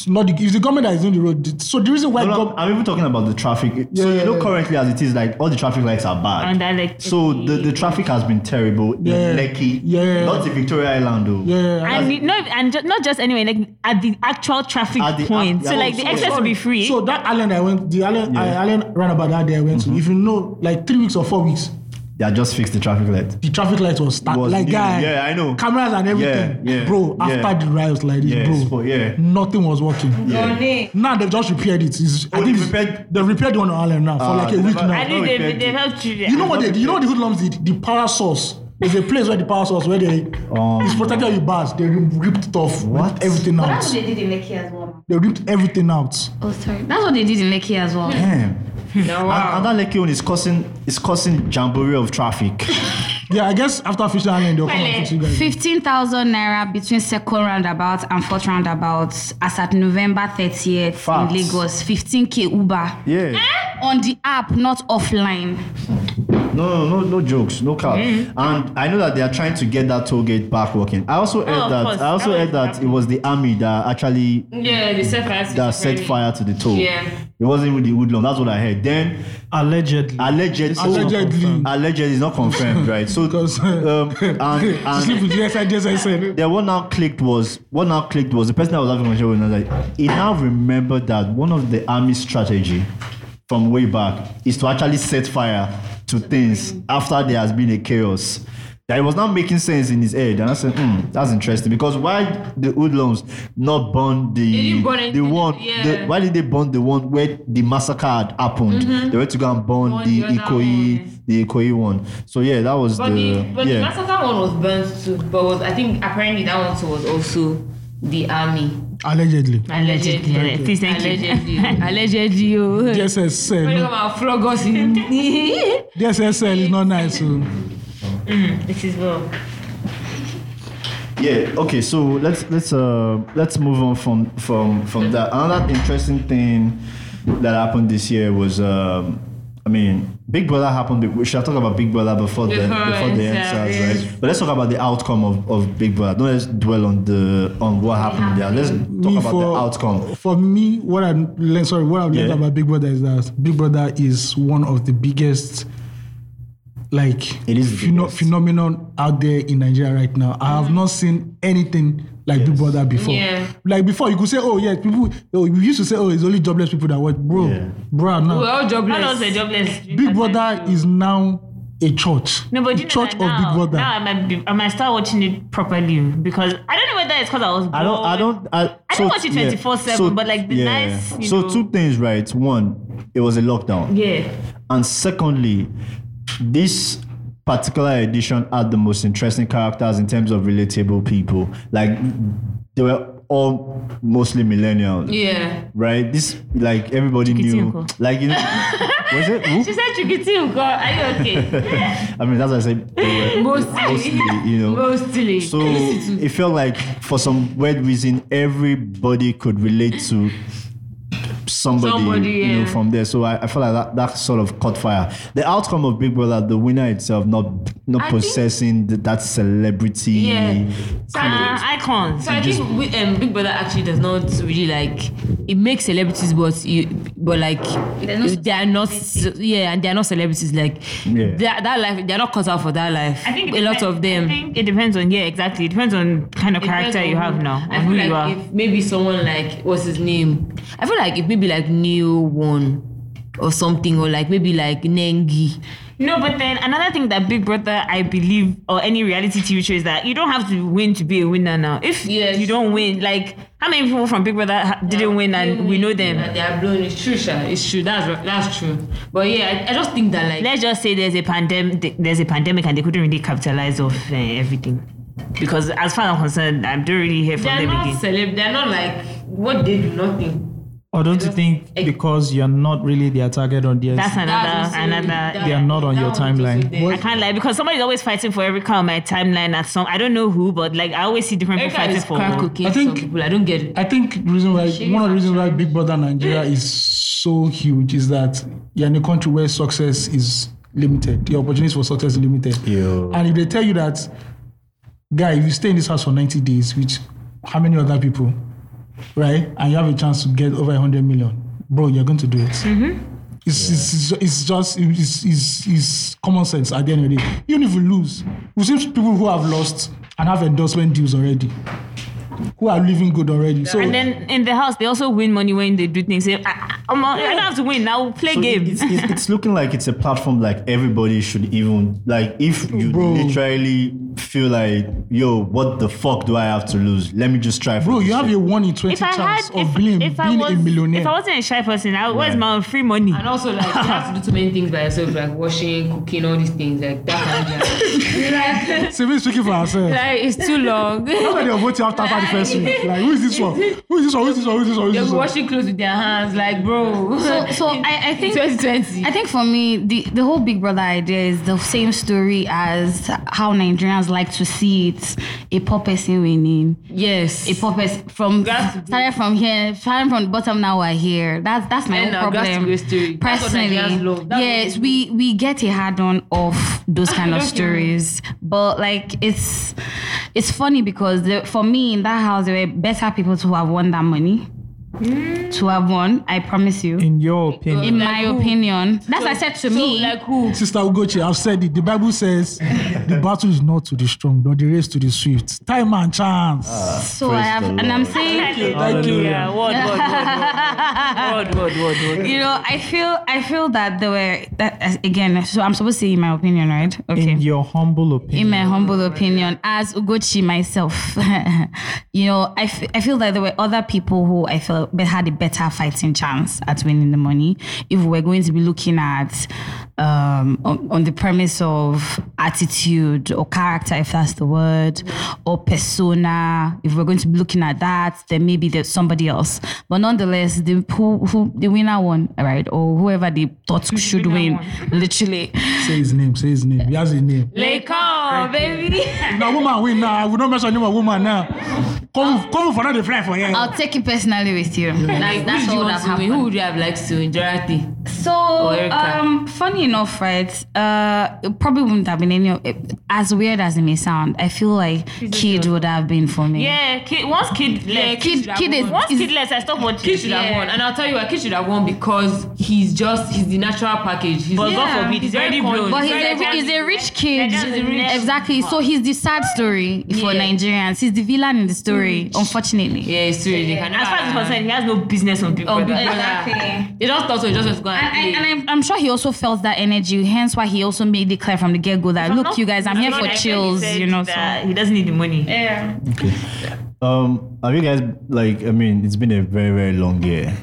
Speaker 10: It's not the, it's the government that is doing the road. So the reason why
Speaker 6: No, no,
Speaker 10: gov-
Speaker 6: I'm even talking about the traffic. so you know, currently as it is, like all the traffic lights are bad.
Speaker 7: And I like.
Speaker 6: so the, the traffic has been terrible
Speaker 10: Yeah.
Speaker 6: in Lekki, not in Victoria Island though.
Speaker 10: uh,
Speaker 7: And you- no, and ju- not just anyway, like at the actual traffic
Speaker 6: At the ac-
Speaker 7: point. so
Speaker 6: yeah,
Speaker 7: like
Speaker 6: oh,
Speaker 7: the
Speaker 6: sorry.
Speaker 7: access will be free.
Speaker 10: So that island I went, the island, I, island roundabout that day I went
Speaker 6: Mm-hmm.
Speaker 10: to. If you know, like three weeks or four weeks,
Speaker 6: They are just fixed the traffic light.
Speaker 10: the traffic light was stuck.
Speaker 6: Was
Speaker 10: Like
Speaker 6: new.
Speaker 10: guy,
Speaker 6: Yeah, I know.
Speaker 10: Cameras and everything,
Speaker 6: Yeah, yeah,
Speaker 10: bro.
Speaker 6: yeah.
Speaker 10: After the riots like this,
Speaker 6: Yeah,
Speaker 10: bro,
Speaker 6: it's for- yeah.
Speaker 10: nothing was working.
Speaker 7: Yeah.
Speaker 10: Now they've just repaired it. It's, I think it's- they repaired the one on island now for
Speaker 6: Ah,
Speaker 10: like a
Speaker 6: they
Speaker 10: week
Speaker 6: never-
Speaker 10: now.
Speaker 7: I think they they helped you.
Speaker 10: You know what they did? You know what the hoodlums did? The power source. There's a place where the power source where they
Speaker 6: Um,
Speaker 10: it's protected with bars. They rip- ripped it off. What? Everything
Speaker 3: But that's
Speaker 10: out.
Speaker 3: what they did in Lekki as well.
Speaker 10: They ripped everything out.
Speaker 3: Oh, sorry. That's what they did in Lekki as well.
Speaker 6: Damn. And, and that Lekki one is causing is causing jamboree of traffic.
Speaker 10: Yeah, I guess after Fish Island, they'll come and fix you guys.
Speaker 5: 15,000 naira between second roundabout and fourth roundabout as at November 30th
Speaker 10: Facts.
Speaker 5: in Lagos. 15k Uber.
Speaker 6: Yeah.
Speaker 5: Eh? On the app, not offline.
Speaker 6: No, no, no, no jokes, no cap.
Speaker 3: Hmm?
Speaker 5: Mhm.
Speaker 6: And I know that they are trying to get that toll gate back working. I also heard
Speaker 3: Oh, of
Speaker 6: that.
Speaker 3: course.
Speaker 6: I also
Speaker 3: That
Speaker 6: heard that it was the army that actually
Speaker 3: Yeah, they set fire to
Speaker 6: that
Speaker 3: the
Speaker 6: set
Speaker 3: Ferrari.
Speaker 6: fire to the toll.
Speaker 3: Yeah.
Speaker 6: It wasn't really woodland. That's what I heard. Then
Speaker 33: allegedly,
Speaker 6: allegedly,
Speaker 10: This is not Allegedly. confirmed.
Speaker 6: allegedly is not confirmed, right?
Speaker 10: <laughs>
Speaker 6: So um, and, and
Speaker 10: Sleep with yes, I just I said.
Speaker 6: then what now clicked was what now clicked was the person I was having conversation with. and I was like, he now remembered that one of the army strategy from way back is to actually set fire to things after there has been a chaos. That it was not making sense in his head, and I said, hmm, "That's interesting." Because why the hoodlums not burn the
Speaker 3: didn't burn
Speaker 6: the
Speaker 3: anything,
Speaker 6: one?
Speaker 3: yeah.
Speaker 6: The, why did they burn the one where the massacre had happened?
Speaker 3: Mhm.
Speaker 6: They were to go and Mm-hmm. burn
Speaker 3: Burn
Speaker 6: the
Speaker 3: the other
Speaker 6: Ikoyi, the Ikoyi one. So yeah, that was
Speaker 3: But
Speaker 6: the,
Speaker 3: the, but
Speaker 6: yeah.
Speaker 3: the Massacre one was burnt too, but was, I think apparently that one too was also the army.
Speaker 10: Allegedly.
Speaker 3: Allegedly.
Speaker 10: Thank you.
Speaker 3: Please, thank you.
Speaker 7: <laughs>
Speaker 3: Allegedly.
Speaker 7: oh.
Speaker 3: Allegedly. When you
Speaker 10: DSSL.
Speaker 3: come out, flog us
Speaker 10: <laughs>
Speaker 3: in.
Speaker 10: DSSL is not nice. oh, So.
Speaker 3: Mm, this is well.
Speaker 6: Yeah. Okay. So let's let's uh let's move on from from from that. Another interesting thing that happened this year was um I mean Big Brother happened. be- We should have talked about Big Brother before the
Speaker 3: Before
Speaker 6: before the end,
Speaker 3: it
Speaker 6: starts,
Speaker 3: starts.
Speaker 6: right? But let's talk about the outcome of, of Big Brother. Don't let's dwell on the on what happened there. Let's talk
Speaker 10: Me
Speaker 6: about the
Speaker 10: for-
Speaker 6: outcome.
Speaker 10: For me, what I learned, sorry, what I've learned
Speaker 6: Yeah.
Speaker 10: about Big Brother is that Big Brother is one of the biggest, like, it is phenomenon out there in Nigeria right now. I
Speaker 6: Mm-hmm.
Speaker 10: have not seen anything like Big Brother before.
Speaker 3: Yeah.
Speaker 10: Like before, you could say, oh yeah, people. Oh, we used to say, oh, it's only jobless people that work, bro, bro. Now,
Speaker 3: We're all jobless.
Speaker 7: I was a jobless.
Speaker 10: Big Brother is now a church.
Speaker 7: No, but
Speaker 10: the
Speaker 7: you know
Speaker 10: church
Speaker 7: that
Speaker 10: of
Speaker 7: now,
Speaker 10: Big Brother.
Speaker 7: Now I might, be, I might start watching it properly oh, because I don't know whether it's because I was. Bored.
Speaker 6: I don't. I don't. I,
Speaker 7: I
Speaker 6: so-
Speaker 7: don't watch it
Speaker 6: yeah.
Speaker 7: 24
Speaker 6: So-
Speaker 7: 7, but like the nice. You
Speaker 6: so
Speaker 7: know,
Speaker 6: two things, right? One, it was a lockdown.
Speaker 7: Yeah.
Speaker 6: And secondly, this particular edition had the most interesting characters in terms of relatable people. Like they were all mostly millennials.
Speaker 3: Yeah.
Speaker 6: Right? This like everybody knew.
Speaker 3: Chikitinko.
Speaker 6: Like
Speaker 3: <laughs>
Speaker 6: you know, was it? Who?
Speaker 3: She said, Chukiti, God, are you okay?
Speaker 6: <laughs> I mean that's what I said. They
Speaker 3: <laughs>
Speaker 6: were
Speaker 3: Mostly.
Speaker 6: mostly, you know.
Speaker 3: Mostly.
Speaker 6: So it felt like, for some weird reason, everybody could relate to somebody,
Speaker 3: Somebody,
Speaker 6: you know,
Speaker 3: yeah.
Speaker 6: from there. So I, I felt like that, that sort of caught fire. The outcome of Big Brother, the winner itself, not not
Speaker 3: I think-
Speaker 6: possessing th- that celebrity.
Speaker 3: Yeah. So
Speaker 6: kind
Speaker 3: I-
Speaker 7: icons.
Speaker 3: So I think we, um, Big Brother actually does not really like it makes celebrities, but you, but like
Speaker 5: They're not
Speaker 3: they are not, yeah, and they are not celebrities. Like
Speaker 6: Yeah.
Speaker 3: that, that life, they are not cut out for that life.
Speaker 7: I think it
Speaker 3: a lot of them.
Speaker 7: I think it depends on, yeah, exactly. It depends on kind of character you have now,
Speaker 3: I
Speaker 7: on
Speaker 3: feel
Speaker 7: who
Speaker 3: like
Speaker 7: you are.
Speaker 3: if maybe someone like what's his name? I feel like if maybe like Neo won or something, or like maybe like Nengi.
Speaker 7: No, but then another thing that Big Brother, I believe, or any reality TV show is that you don't have to win to be a winner now. If you don't win, like how many people from Big Brother ha- didn't win and we know them?
Speaker 3: They are blown. It's true, Sha. It's true. That's right. That's true. But yeah, I, I just think that like
Speaker 7: Let's just say there's a pandemic. There's a pandemic, and they couldn't really capitalize off uh, everything. Because as far as I'm concerned, I don't really hear from
Speaker 3: they're
Speaker 7: them
Speaker 3: not
Speaker 7: again.
Speaker 3: celeb. They're not like what they do. Nothing.
Speaker 33: Or don't you think because you're not really their target audience,
Speaker 7: That's another,
Speaker 3: That's also-
Speaker 7: another.
Speaker 33: they are not on your timeline?
Speaker 7: I can't lie because somebody's always fighting for every car on my timeline at some. I don't know who, but like I always see different
Speaker 3: Erica
Speaker 7: people fighting
Speaker 3: is
Speaker 7: for.
Speaker 3: crack
Speaker 7: one.
Speaker 3: cooking. I think people. I don't get it.
Speaker 10: I think the reason why one of the reasons why Big Brother Nigeria is so huge is that you're in a country where success is limited. The opportunities for success is limited. And if they tell you that, guy, if you stay in this house for 90 days, which how many other people, right? And you have a chance to get over 100 million, bro, you're going to do it. It's, it's, it's, it's just it's, it's, it's common sense at the end of the day. Even if you lose, we've seen people who have lost and have endorsement deals already, who are living good already. So
Speaker 7: and then in the house, they also win money when they do things. They, I, I, I'm not- I don't have to win. Now play
Speaker 6: So it-
Speaker 7: games.
Speaker 6: It's, it's, it's looking like it's a platform like everybody should even like if you literally feel like yo what the fuck do I have to lose let me just try for
Speaker 10: bro,
Speaker 6: this
Speaker 10: you have a one in 20
Speaker 7: If I had,
Speaker 10: chance of
Speaker 7: if,
Speaker 10: being,
Speaker 7: if I
Speaker 10: being
Speaker 7: was,
Speaker 10: a millionaire.
Speaker 7: if I wasn't a shy person, I, where's
Speaker 10: Right.
Speaker 7: my own free money?
Speaker 10: Uh,
Speaker 3: And also like you have to do too many things by yourself, like washing, cooking, all these things. Like that can be like,
Speaker 10: Sylvie is speaking for herself.
Speaker 3: like it's too long. <laughs>
Speaker 10: Nobody will vote you after the
Speaker 3: first week. Like, who is this one? Who is this one? Who is this one? Who is this one? Who is
Speaker 7: They'll
Speaker 3: this one?
Speaker 7: be washing clothes with their hands, like, bro.
Speaker 10: So,
Speaker 7: <laughs>
Speaker 10: so I, I think
Speaker 7: 2020.
Speaker 10: I think for me, the, the whole Big Brother idea is the same story as how Nigerians like to see it: a poor person winning.
Speaker 7: Yes,
Speaker 10: a poor person from started from here, starting from the bottom. Now we're here. That's that's my
Speaker 7: And
Speaker 10: own
Speaker 7: now that's
Speaker 10: problem.
Speaker 7: the great story. That's what
Speaker 10: Personally,
Speaker 7: Nigerians love. That's
Speaker 10: yes, we we get a hard on of those kind of <laughs>
Speaker 7: Don't you?
Speaker 10: stories, but like it's it's funny because the, for me in that house there were better people to have won that money. To have won, I promise you.
Speaker 34: In your opinion.
Speaker 10: In my opinion. That's what I said to me.
Speaker 3: Sister Ugochi, I've said it. The Bible says
Speaker 5: <laughs>
Speaker 3: the battle is not to the strong, but the race to the swift. Time and chance.
Speaker 10: so I have and I'm saying
Speaker 3: Thank you.
Speaker 7: Hallelujah. Word, word, word, word, word, word, word, word.
Speaker 10: you know, I feel I feel that there were that again, so I'm supposed to say in my opinion, right? Okay.
Speaker 34: In your humble opinion.
Speaker 10: in my humble opinion, as Ugochi myself, <laughs> you know, I, f- I feel that there were other people who I felt that had a better fighting chance at winning the money. If we're going to be looking at um, on, on the premise of attitude or character, if that's the word, or persona, if we're going to be looking at that, then maybe there's somebody else. But nonetheless, the who, who the winner won, right, or whoever they thought should win, literally.
Speaker 3: Say his name. Say his name. He has a name.
Speaker 7: Lekon, baby.
Speaker 3: If na woman win now, I will not mention name of woman now. Come, come for another fly for here.
Speaker 10: I'll take it personally with you. That's,
Speaker 7: Like,
Speaker 10: that's
Speaker 7: who
Speaker 10: all
Speaker 7: would you
Speaker 10: that
Speaker 7: want to win? Who
Speaker 10: happened.
Speaker 7: would you have liked to win? Dorothy.
Speaker 10: So,
Speaker 3: Oh,
Speaker 7: Or Erica?
Speaker 10: um, funny enough, right? Uh, it probably wouldn't have been any. of- As weird as it may sound, I feel like Kid would have been for me.
Speaker 6: Yeah, kid, once kid left,
Speaker 10: kid- kid is-
Speaker 6: once
Speaker 10: is-
Speaker 6: kid left, I stopped watching.
Speaker 7: Kid should have won, and I'll tell you what, Kid should have won because he's just he's the natural package. He's
Speaker 6: But God forbid, he's
Speaker 7: very
Speaker 6: already blown.
Speaker 10: But he's
Speaker 7: very
Speaker 10: a,
Speaker 7: blown.
Speaker 10: he's a rich kid.
Speaker 7: Nigerians are rich.
Speaker 10: Exactly. So he's the sad story for Nigerians. He's the villain in the story,
Speaker 6: Mm.
Speaker 10: unfortunately. Uh,
Speaker 7: Yeah, it's true. They can
Speaker 6: As far as he's concerned, he has no business on Big
Speaker 7: on Big
Speaker 6: Brother.
Speaker 7: Brother. They just thought so. He just was going.
Speaker 10: And, and, and I'm, I'm sure he also felt that energy, hence why he also made it clear from the get go that, look, you guys, I'm here for chills, you know. So.
Speaker 6: he doesn't need the money. Yeah.
Speaker 5: Um, have you guys like? I mean, it's been a very very long year.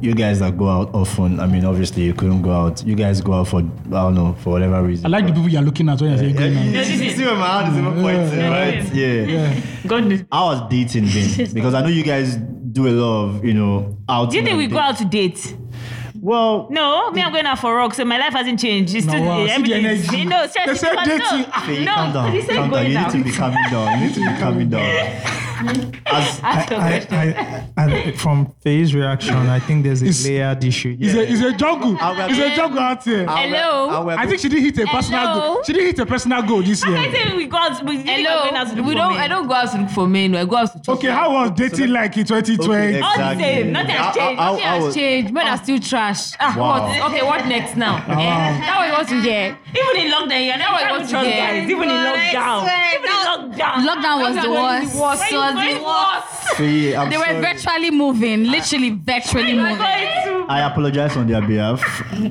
Speaker 5: You guys that go out often. I mean, obviously you couldn't go out. You guys go out for I don't know for whatever reason.
Speaker 3: I like the people you are looking at when you say good
Speaker 5: Yeah,
Speaker 3: night.
Speaker 5: you see- see where my heart is even pointing,
Speaker 3: Yeah.
Speaker 5: right? Yeah. I was dating
Speaker 6: <laughs>
Speaker 5: then because I know you guys do a lot of, you know, out.
Speaker 6: Do you think we go out to date?
Speaker 5: Well,
Speaker 6: no, me, I'm going out for rock, so my life hasn't changed. It's
Speaker 5: No,
Speaker 6: still
Speaker 5: wow, see the
Speaker 6: everything. is-
Speaker 5: energy.
Speaker 6: No, seriously,
Speaker 5: They said
Speaker 6: because no,
Speaker 5: dating. Faye,
Speaker 6: no,
Speaker 5: calm down,
Speaker 6: he said
Speaker 5: calm down.
Speaker 6: going
Speaker 5: You
Speaker 6: out.
Speaker 5: need to be calming down. You need to
Speaker 3: <laughs>
Speaker 5: be calming down. As,
Speaker 6: Ask your
Speaker 34: I,
Speaker 6: question.
Speaker 34: I, I, from Faye's reaction, I think there's a layered issue.
Speaker 3: It's
Speaker 34: Yeah.
Speaker 3: a, it's a jungle.
Speaker 5: I'll-
Speaker 3: It's a jungle out here.
Speaker 6: Hello? I'll-
Speaker 3: I think she didn't hit a personal
Speaker 7: Hello?
Speaker 3: goal. She didn't hit a personal goal this
Speaker 6: I
Speaker 3: year.
Speaker 6: say we go out. We, Hello. Going out to look
Speaker 7: we
Speaker 6: for
Speaker 7: don't.
Speaker 6: men.
Speaker 7: I don't go out to look for men. I go out to. Trust
Speaker 3: Okay, how was dating like in 2020?
Speaker 5: Okay,
Speaker 7: All the
Speaker 5: exactly.
Speaker 7: same. Nothing has
Speaker 5: I- I-
Speaker 7: changed.
Speaker 5: I-
Speaker 7: Nothing
Speaker 5: I
Speaker 7: has
Speaker 5: was-
Speaker 7: changed. Men are still trash. Ah,
Speaker 5: Wow.
Speaker 7: what? Okay, what next now? Eh, That was what you get.
Speaker 6: Even in lockdown, you're
Speaker 7: That
Speaker 6: not
Speaker 7: was
Speaker 6: able to trust
Speaker 7: yeah.
Speaker 6: guys. Even in lockdown. Even in lockdown.
Speaker 10: Lockdown was the worst.
Speaker 6: Why you
Speaker 10: Was
Speaker 6: going
Speaker 10: the worst.
Speaker 5: Faye, I'm
Speaker 10: they were
Speaker 5: sorry.
Speaker 10: virtually moving, literally virtually moving.
Speaker 5: I apologize on their behalf.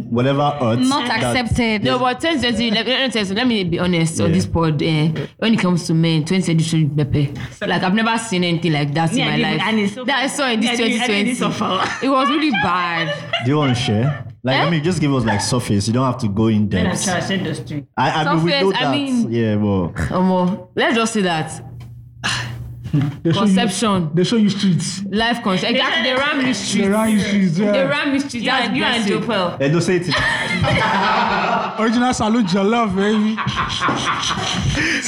Speaker 5: Whatever hurts.
Speaker 10: Not accepted.
Speaker 7: No, but 2020, let, let, let, let me be honest on this pod. Eh, when it comes to men, 2020 should be better. Like, I've never seen anything like that
Speaker 6: Yeah,
Speaker 7: in my
Speaker 6: and
Speaker 7: life.
Speaker 6: it's so
Speaker 7: that I saw in this
Speaker 6: Yeah, and it's so
Speaker 7: 2020. It was really bad. Eh?
Speaker 5: Do you want to share? Like, I mean, just give us like surface. You don't have to go in
Speaker 6: Men
Speaker 5: depth.
Speaker 6: are trash industry.
Speaker 5: I, I mean, we
Speaker 7: Surface,
Speaker 5: know
Speaker 7: I
Speaker 5: that.
Speaker 7: mean-
Speaker 5: yeah, well.
Speaker 7: Omo, let's just
Speaker 5: <laughs>
Speaker 7: say that.
Speaker 3: They show you-
Speaker 7: Conception.
Speaker 3: They show you streets.
Speaker 7: Life conscious. Exactly, they ram the
Speaker 3: They
Speaker 7: streets.
Speaker 3: ran you streets.
Speaker 7: They
Speaker 3: Yeah.
Speaker 7: ram the streets.
Speaker 6: You
Speaker 7: That's
Speaker 6: and, you and
Speaker 7: blessing.
Speaker 6: Jopel.
Speaker 5: Edo, say it.
Speaker 3: Original salute your love, baby.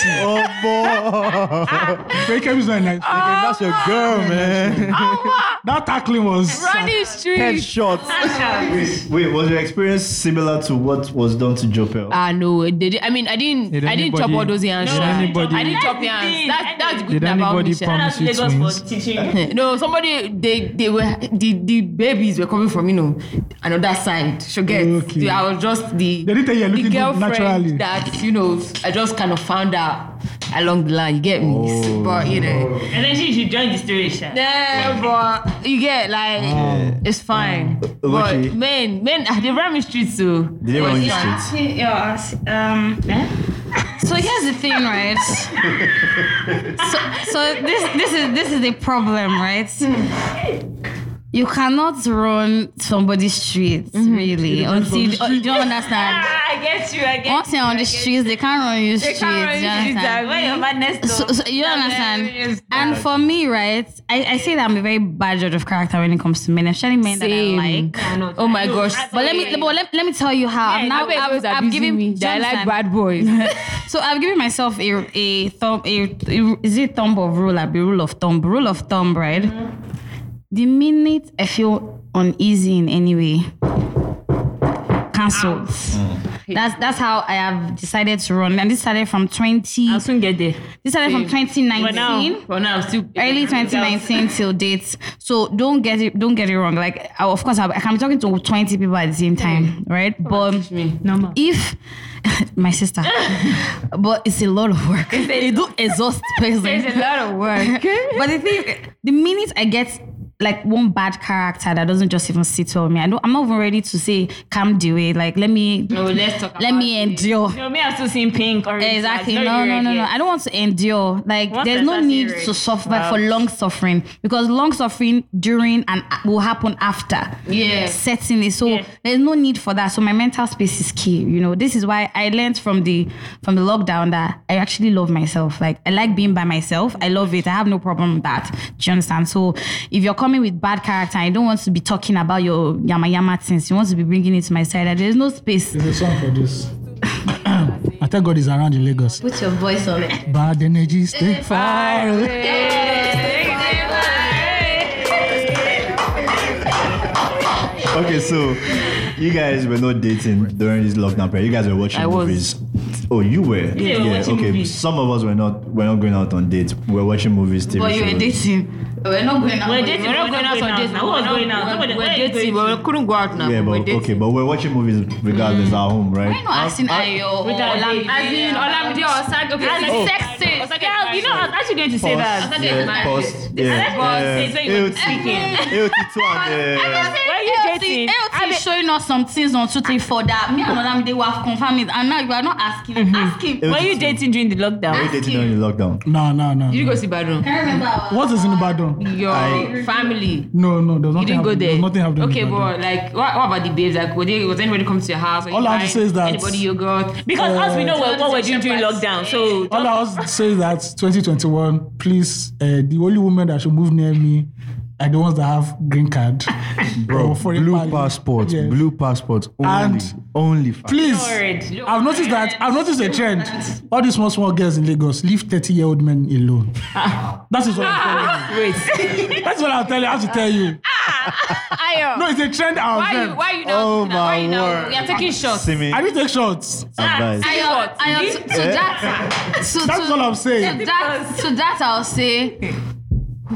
Speaker 5: oh boy.
Speaker 3: Fake is not nice.
Speaker 5: that's your girl, man.
Speaker 3: That tackling was.
Speaker 7: Running streets.
Speaker 5: Wait, wait, was your experience similar to what was done to Jopel?
Speaker 7: Ah no, it did I mean I didn't
Speaker 34: Did
Speaker 7: I didn't chop
Speaker 34: anybody-
Speaker 7: all those hands.
Speaker 34: did
Speaker 7: sha.
Speaker 34: anybody-
Speaker 7: I didn't chop
Speaker 6: That's the
Speaker 7: hands.
Speaker 6: thing.
Speaker 7: That's that's good
Speaker 34: Did
Speaker 7: about
Speaker 34: anybody
Speaker 7: me. sha.
Speaker 6: Shout out
Speaker 34: promise
Speaker 6: to
Speaker 34: you
Speaker 6: Lagos
Speaker 34: twins?
Speaker 6: for teaching.
Speaker 7: <laughs> no, somebody they they were the, the babies were coming from you know another side. She get
Speaker 3: Okay.
Speaker 7: So I was just the
Speaker 3: They didn't tell you you're
Speaker 7: the
Speaker 3: looking good
Speaker 7: girlfriend
Speaker 3: naturally.
Speaker 7: that you know I just kind of found out along the line. You get me,
Speaker 3: Oh.
Speaker 7: but you know.
Speaker 6: And then she should join the story, Sha.
Speaker 7: Yeah, but you get like it's fine.
Speaker 5: Ugochi.
Speaker 7: But men, men, ah, they ran me streets too.
Speaker 5: Did they run you
Speaker 10: Yeah,
Speaker 5: streets?
Speaker 10: yeah, um, so here's the thing, right? so, so this this is this is a problem, right?
Speaker 7: you cannot run somebody's streets really
Speaker 35: Mm-hmm. You depends
Speaker 7: until
Speaker 35: on the
Speaker 7: oh, do you understand.
Speaker 35: I get you. I get
Speaker 7: Once
Speaker 35: you.
Speaker 7: you're on
Speaker 35: I
Speaker 7: the
Speaker 35: get you.
Speaker 7: streets, they can't run you
Speaker 35: They
Speaker 7: streets.
Speaker 35: can't run
Speaker 7: you
Speaker 35: you streets,
Speaker 7: understand?
Speaker 35: ah, where your madness
Speaker 7: So,
Speaker 35: go.
Speaker 7: so you
Speaker 35: Yeah,
Speaker 7: understand?
Speaker 35: yes,
Speaker 7: And
Speaker 35: yeah.
Speaker 7: for me, right, I, I say that I'm a very bad judge of character when it comes to men, especially men
Speaker 6: Same.
Speaker 7: that I like.
Speaker 6: Oh my gosh.
Speaker 7: But let me but let, let me tell you how.
Speaker 6: Yeah,
Speaker 7: I'm now
Speaker 6: that boy
Speaker 7: I'm,
Speaker 6: was abusing
Speaker 7: giving
Speaker 6: me,
Speaker 7: do
Speaker 6: that I
Speaker 7: you
Speaker 6: like
Speaker 7: understand?
Speaker 6: bad boys.
Speaker 7: <laughs> so I've given myself a a thumb a, a- is it thumb of rule? I'll be rule of thumb. Rule of thumb, right? The minute I feel uneasy in any way, cancelled. That's that's how I have decided to run. And this started from 20. I'll soon get there. This started from
Speaker 6: Same.
Speaker 7: 2019.
Speaker 6: For now- for now, I'm still
Speaker 7: early 2019 till date. So don't get it don't get it wrong. Like I, of course I, I can be talking to 20 people at the same time, right? But if <laughs> my sister, but it's a lot of work. It do exhaust person.
Speaker 6: It's a lot of work.
Speaker 7: <laughs> but the thing, the minute I get like one bad character that doesn't just even sit well with me, I don't, I'm not even ready to say calm the way. Like let me
Speaker 35: No, let's talk
Speaker 7: let
Speaker 35: about
Speaker 7: me endure.
Speaker 35: No, me, I'm still seeing pink or
Speaker 7: Exactly. No, no, no, no. I don't want to endure. Like,
Speaker 35: Once
Speaker 7: there's
Speaker 35: there's
Speaker 7: no
Speaker 35: that
Speaker 7: need
Speaker 35: period.
Speaker 7: to suffer
Speaker 35: Wow.
Speaker 7: for long suffering because long suffering during and a- will happen after.
Speaker 6: Yeah.
Speaker 7: Certainly. So there's no need for that. So my mental space is key. You know, this is why I learned from the from the lockdown that I actually love myself. Like I like being by myself. I love it. I have no problem with that. Do you understand? So if you're coming with bad character, I don't want to be talking about your yama yama things. You want to be bringing it to my side. Like, There's no space.
Speaker 10: There's a song for
Speaker 35: <coughs>
Speaker 10: this. I thank God is around in Lagos.
Speaker 7: Put your voice on it.
Speaker 10: Bad energy, stay far away.
Speaker 5: Okay, so you guys were not dating during this lockdown period. You guys were watching
Speaker 6: I was.
Speaker 5: movies. Oh, you were.
Speaker 6: Yeah, watching
Speaker 5: okay.
Speaker 6: movies.
Speaker 5: Some of us were not. We're not going out on dates. We We're watching movies. TV
Speaker 6: But you
Speaker 5: shows.
Speaker 6: were dating. We're not going out.
Speaker 35: We're dating,
Speaker 6: We're not
Speaker 35: we're
Speaker 6: going
Speaker 35: not
Speaker 6: out
Speaker 35: going
Speaker 6: on
Speaker 35: out
Speaker 6: dates.
Speaker 35: now. Who was
Speaker 6: We're
Speaker 35: going out? Nobody-
Speaker 6: We're
Speaker 35: where you going
Speaker 6: dating. but We couldn't go out now.
Speaker 5: Yeah,
Speaker 6: We're
Speaker 5: but
Speaker 6: dating.
Speaker 5: okay, but we're watching movies
Speaker 7: Mm.
Speaker 5: regardless at home, right?
Speaker 6: Why not asking Ayo or
Speaker 35: Without
Speaker 6: Olamide?
Speaker 35: dating. As in Olamide or Osago, because it's Oh. sexist. Girl, you know, I was actually going to say
Speaker 5: Pause,
Speaker 35: that.
Speaker 5: yeah, pause, yeah, yeah.
Speaker 7: Ew,
Speaker 5: Tito and, uh,
Speaker 35: Where you dating?
Speaker 7: LT is showing us some things on two, three, four that me and Madam they will have confirmed it, and now you are not asking. Ask him.
Speaker 35: Were you dating during the lockdown?
Speaker 5: Were you dating during the lockdown?
Speaker 10: No, no, no.
Speaker 6: Did you go see Badon?
Speaker 7: I remember.
Speaker 10: What is in Ibadan?
Speaker 6: Your
Speaker 10: I-
Speaker 6: family.
Speaker 10: No, no, there's
Speaker 6: You
Speaker 10: nothing.
Speaker 6: didn't go
Speaker 10: happening-
Speaker 6: there.
Speaker 10: There's nothing happening. in
Speaker 6: Okay,
Speaker 10: Ibadan.
Speaker 6: but like, what, what about the babes? Like, were they, was anybody come to your house? Were you
Speaker 10: All I have to
Speaker 6: fine?
Speaker 10: say is that-
Speaker 6: anybody you got
Speaker 35: Because us, we know
Speaker 6: Uh,
Speaker 35: what, what we're doing during lockdown. So
Speaker 10: All I was say is that 2021, please, uh, the only women that should move near me are the ones that have green card.
Speaker 1: Bro,
Speaker 10: Or foreign
Speaker 1: blue
Speaker 10: parli-
Speaker 1: passports,
Speaker 10: Yes.
Speaker 1: blue passports only,
Speaker 10: And-
Speaker 1: only. fam.
Speaker 10: Please,
Speaker 35: <laughs>
Speaker 10: I've noticed that I've noticed a trend. All these small small girls in Lagos leave 30 year old men alone. That is what I'm telling
Speaker 6: <laughs>
Speaker 35: <laughs>
Speaker 10: you. Wait, that's what I'm telling. I have to tell you.
Speaker 6: Ayo.
Speaker 10: No, it's a trend. I
Speaker 6: Why you,
Speaker 10: observed.
Speaker 6: why you now?
Speaker 10: Oh
Speaker 6: now? Why
Speaker 10: my
Speaker 6: you now?
Speaker 10: word.
Speaker 6: We are taking shots.
Speaker 10: I didn't take shots.
Speaker 5: Ah.
Speaker 6: Advice.
Speaker 7: I, I, I, to, to
Speaker 10: Eh?
Speaker 7: that, to,
Speaker 10: That's
Speaker 7: to,
Speaker 10: all I'm saying.
Speaker 7: To that, to that, I'll say,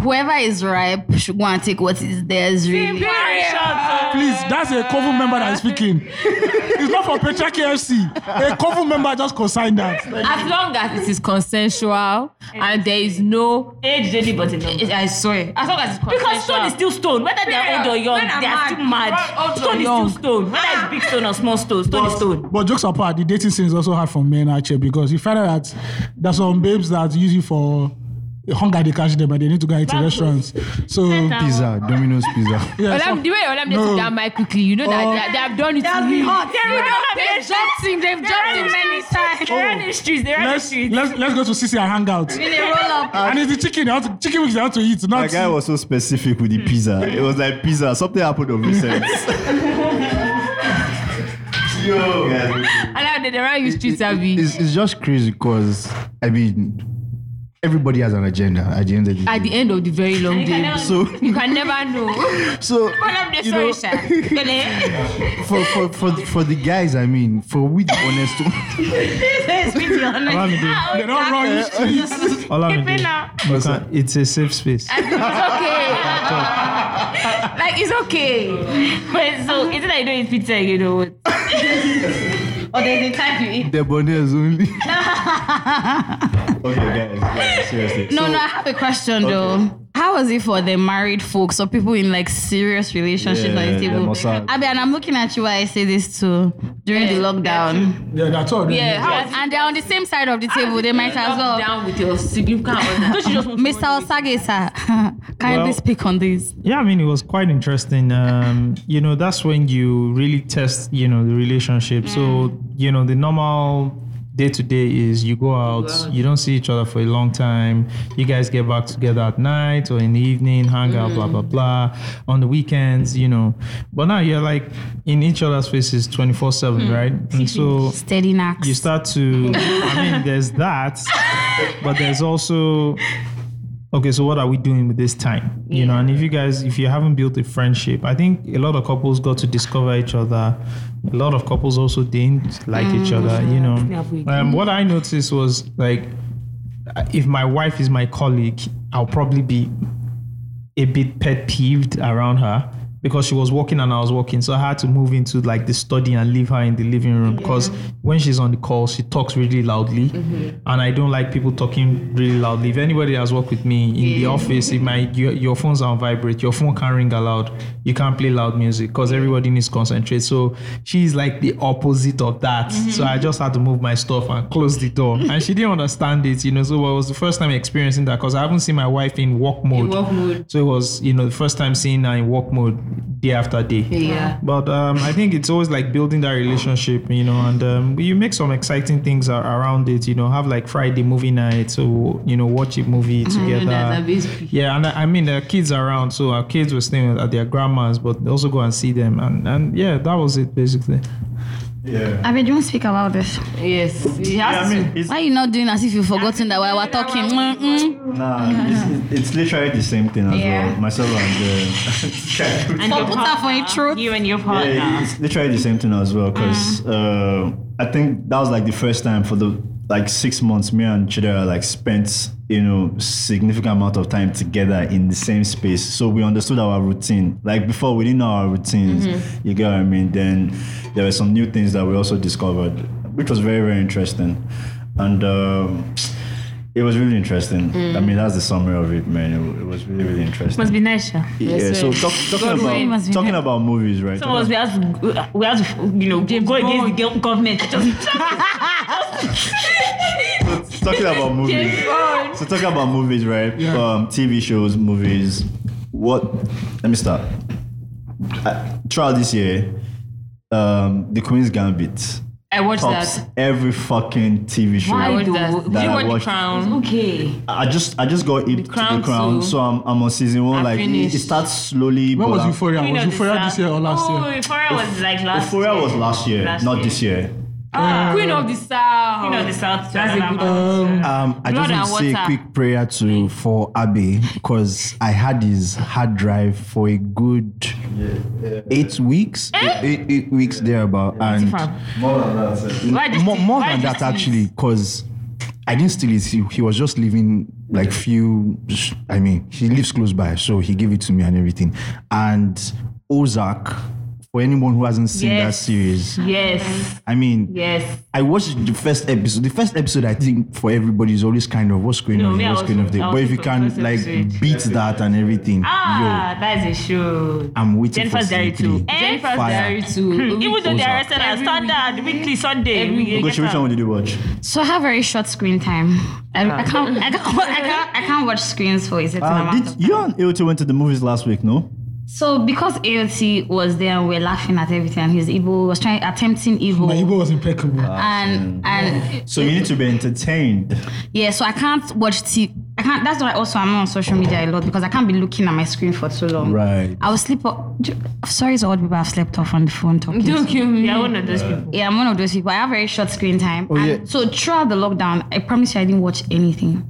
Speaker 7: whoever is ripe should go and take what is theirs. Really.
Speaker 10: Please, that's a Kovu member that is speaking. it's not for Petra KFC. A Kovu member just consigned that.
Speaker 6: As long as it is consensual and there is no
Speaker 35: age, anybody
Speaker 6: I swear. As long as it's consensual.
Speaker 35: Because stone is still stone. Whether they're old or young,
Speaker 6: When I'm
Speaker 35: they are
Speaker 6: mad,
Speaker 35: still mad.
Speaker 6: old or
Speaker 35: stone is
Speaker 6: young.
Speaker 35: still stone. Whether it's big stone or small stone, stone is stone.
Speaker 10: But jokes apart, the dating scene is also hard for men actually because you find out that there's some babes that use you for hunger they catch them but they need to go out to restaurants. So
Speaker 1: pizza, Domino's pizza.
Speaker 6: Olam,
Speaker 10: Yeah, so-
Speaker 6: the way Olam
Speaker 10: No.
Speaker 6: no. that mic quickly, you know that
Speaker 10: Oh.
Speaker 6: they, they have done it to
Speaker 10: been
Speaker 6: me.
Speaker 10: hot.
Speaker 6: They
Speaker 10: They
Speaker 6: have-
Speaker 10: run
Speaker 6: They've jumped him. They've jumped him many times.
Speaker 10: let's, let's let's go to CC and hang out.
Speaker 6: Really roll up.
Speaker 10: And it's the chicken. They want to, chicken wings they want to eat. Not
Speaker 5: That guy was so specific with
Speaker 6: Hmm.
Speaker 5: the pizza. It was like pizza. Something happened of
Speaker 6: <laughs>
Speaker 5: recent. Yo.
Speaker 6: Olam, they don't use street savvy.
Speaker 1: It's, it's just crazy because I mean, everybody has an agenda at the end of the day.
Speaker 6: At the end of the very long
Speaker 1: You can
Speaker 6: day,
Speaker 1: never- So-
Speaker 6: you can never know.
Speaker 1: <laughs> So,
Speaker 6: Olam, they
Speaker 1: you know-
Speaker 6: sorry, sha. Kele.
Speaker 1: <laughs> For for for the, for the guys, I mean, for we the honest
Speaker 6: <laughs>
Speaker 35: This is really honest.
Speaker 36: Olamide.
Speaker 35: Ah,
Speaker 10: They don't run you
Speaker 35: <laughs> exactly. Keep it now.
Speaker 36: Olamide, you can't- it's a safe space.
Speaker 6: <laughs>
Speaker 35: like it's okay. But so is it like you don't eat pizza again or
Speaker 6: <laughs>
Speaker 35: what?
Speaker 6: Oh,
Speaker 35: or there's a time you eat.
Speaker 1: the bonnets only.
Speaker 5: okay, guys, guys, seriously.
Speaker 7: No,
Speaker 5: So-
Speaker 7: no, I have a question though. How
Speaker 6: that was it for the married folks or people in like serious relationships
Speaker 5: Yeah,
Speaker 6: at the
Speaker 5: yeah,
Speaker 6: table.
Speaker 5: must have.
Speaker 6: Abi, and I'm looking at you while I say this too during the lockdown.
Speaker 37: Yeah, that's all.
Speaker 6: Yeah, how- and they're on the same side of the table. They might as well.
Speaker 38: Down with your significant other.
Speaker 6: <laughs> Mr. Osage, sir, <laughs> kindly
Speaker 10: Well-
Speaker 6: speak on this.
Speaker 10: Yeah, I mean, it was quite interesting. Um, you know, that's when you really test, you know, the relationship. So,
Speaker 35: Mm.
Speaker 10: you know, the normal day to day is you go out, you don't see each other for a long time. You guys get back together at night or in the evening, hang out, blah,
Speaker 35: Mm.
Speaker 10: blah, blah. On the weekends, you know. But now you're like in each other's faces 24 7,
Speaker 35: Mm.
Speaker 10: right? And so
Speaker 6: Steady now.
Speaker 10: you start to i mean there's that but there's also okay so what are we doing with this time you know and if you guys if you haven't built a friendship i think a lot of couples got to discover each other a lot of couples also didn't like each other you know um, what i noticed was like if my wife is my colleague i'll probably be a bit pet peeved around her because she was working and I was working. So I had to move into like the study and leave her in the living room because when she's on the call, she talks really loudly. And I don't like people talking really loudly. If anybody has worked with me in the office, if my your, your phones are on vibrate, your phone can't ring aloud, you can't play loud music because everybody needs to concentrate. So she's like the opposite of that. So
Speaker 38: Mm-hmm.
Speaker 10: I just had to move my stuff and close the door. and she didn't understand it, you know. So it was the first time experiencing that because I haven't seen my wife in work mode.
Speaker 38: work mode.
Speaker 10: So it was, you know, the first time seeing her in work mode day after day.
Speaker 38: Yeah.
Speaker 10: But um, I think it's always like building that relationship, you know, and um, you make some exciting things a- around it, you know, have like Friday movie night, so, you know, watch a movie
Speaker 38: Mm-hmm.
Speaker 10: together. Yeah, and I, I mean, there are kids around, so our kids were staying at their grandma's, but also go and see them. And, and yeah, that was it basically.
Speaker 5: Yeah.
Speaker 6: Abi, do you want to speak about this?
Speaker 38: Yes. He
Speaker 5: Yeah, I
Speaker 38: has
Speaker 5: mean,
Speaker 38: to.
Speaker 5: it's-
Speaker 6: Why are you not doing as if you've forgotten that while we're talking? Mm-mm.
Speaker 5: Nah, it's, it's literally the same thing as
Speaker 6: Yeah.
Speaker 5: well. Myself
Speaker 38: <laughs>
Speaker 5: and uh,
Speaker 7: And your
Speaker 6: Put that for
Speaker 7: partner,
Speaker 6: in truth.
Speaker 7: You and your partner.
Speaker 5: Yeah, it's literally the same thing as well. Cause uh, I think that was like the first time for the like six months, me and Chidera like spent you know significant amount of time together in the same space. So we understood our routine. Like before, we didn't know our routines.
Speaker 39: Mhm.
Speaker 5: You get what I mean? Then there were some new things that we also discovered, which was very very interesting, and. Um, it was really interesting. I
Speaker 7: Mm.
Speaker 5: mean, that's the summary of it, man. It, it was really, really interesting.
Speaker 7: Must be nice, yeah.
Speaker 5: yeah. So talk, talking about talking about movies, right?
Speaker 7: So must be as we have to, you know, go against the
Speaker 38: <laughs>
Speaker 7: gov- government. Just
Speaker 5: talking about movies.
Speaker 7: James Bond.
Speaker 5: So talking about movies, right? Um, TV shows, movies. What? Let me start. Uh, throughout this year, um, The Queen's Gambit.
Speaker 38: I watched
Speaker 5: tops
Speaker 38: that.
Speaker 5: Every fucking TV show.
Speaker 38: Why do
Speaker 5: that
Speaker 38: Did you
Speaker 5: I
Speaker 38: watch the
Speaker 5: watched.
Speaker 38: crown? Okay.
Speaker 5: I just I just got it to the
Speaker 38: Crown
Speaker 5: crown,
Speaker 38: too.
Speaker 5: so I'm, I'm on season one.
Speaker 38: I
Speaker 5: like it,
Speaker 38: finished.
Speaker 5: it starts slowly.
Speaker 37: When
Speaker 5: but
Speaker 37: was
Speaker 5: I'm-
Speaker 37: Euphoria?
Speaker 7: You
Speaker 37: Was
Speaker 7: know
Speaker 37: Euphoria
Speaker 7: this,
Speaker 37: this year or last
Speaker 7: oh,
Speaker 37: year?
Speaker 7: Euphoria was like last.
Speaker 5: Euphoria was last year,
Speaker 7: Last
Speaker 5: not
Speaker 7: year.
Speaker 5: this year.
Speaker 38: Queen of the South.
Speaker 7: Queen of the South.
Speaker 38: That's a good
Speaker 1: Um, um, I
Speaker 38: Blood
Speaker 1: just
Speaker 38: and
Speaker 1: want to say a
Speaker 38: water.
Speaker 1: quick prayer to for Abby because I had his hard drive for a good eight weeks, eight, eight weeks thereabout, and
Speaker 5: More than that.
Speaker 1: Mo- more, than that actually because I didn't steal it. He, he was just living like few. I mean, he lives close by, so he gave it to me and everything. And Ozark, for anyone who hasn't seen
Speaker 38: Yes.
Speaker 1: that series,
Speaker 38: Yes.
Speaker 1: I mean,
Speaker 38: Yes.
Speaker 1: I watched the first episode. The first episode, I think, for everybody is always kind of what's going
Speaker 38: No,
Speaker 1: on,
Speaker 38: me,
Speaker 1: here,
Speaker 38: I
Speaker 1: what's
Speaker 38: was-
Speaker 1: going on
Speaker 38: I
Speaker 1: there.
Speaker 38: was
Speaker 1: But if you
Speaker 38: for
Speaker 1: can
Speaker 38: first
Speaker 1: like
Speaker 38: episode.
Speaker 1: beat that and everything,
Speaker 7: Ah, that is a show.
Speaker 1: yo, I'm waiting
Speaker 7: Jennifer's
Speaker 1: for
Speaker 7: Diary
Speaker 1: season
Speaker 7: too.
Speaker 1: three.
Speaker 7: Jennifer's
Speaker 1: Fire.
Speaker 7: Diary too. Even though they
Speaker 1: Ozark.
Speaker 7: arrested her, standard weekly Sunday. we get
Speaker 5: Ogochi, which
Speaker 7: her.
Speaker 5: one did you watch?
Speaker 6: So I have very short screen time. I, I,
Speaker 5: Ah.
Speaker 6: can't, I, can't, I, can't, I can't watch screens for a certain
Speaker 5: Uh,
Speaker 6: amount of
Speaker 5: did, you and Ilti went to the movies last week, no?
Speaker 6: So because AOT was there and we we're laughing at everything and his Igbo was trying attempting Igbo. My
Speaker 37: Igbo was impeccable.
Speaker 6: And and
Speaker 5: Ah, So you need to be entertained.
Speaker 6: yeah, so I can't watch T I can't that's why also I'm not on social media a lot because I can't be looking at my screen for too long.
Speaker 5: Right.
Speaker 6: I will sleep off sorry to all the people I've slept off on the phone talking.
Speaker 38: Don't
Speaker 6: to.
Speaker 38: kill me. You're
Speaker 7: one of those people.
Speaker 6: Yeah, I'm one of those people. I have very short screen time.
Speaker 1: Oh,
Speaker 6: and
Speaker 1: yeah.
Speaker 6: So throughout the lockdown, I promise you I didn't watch anything.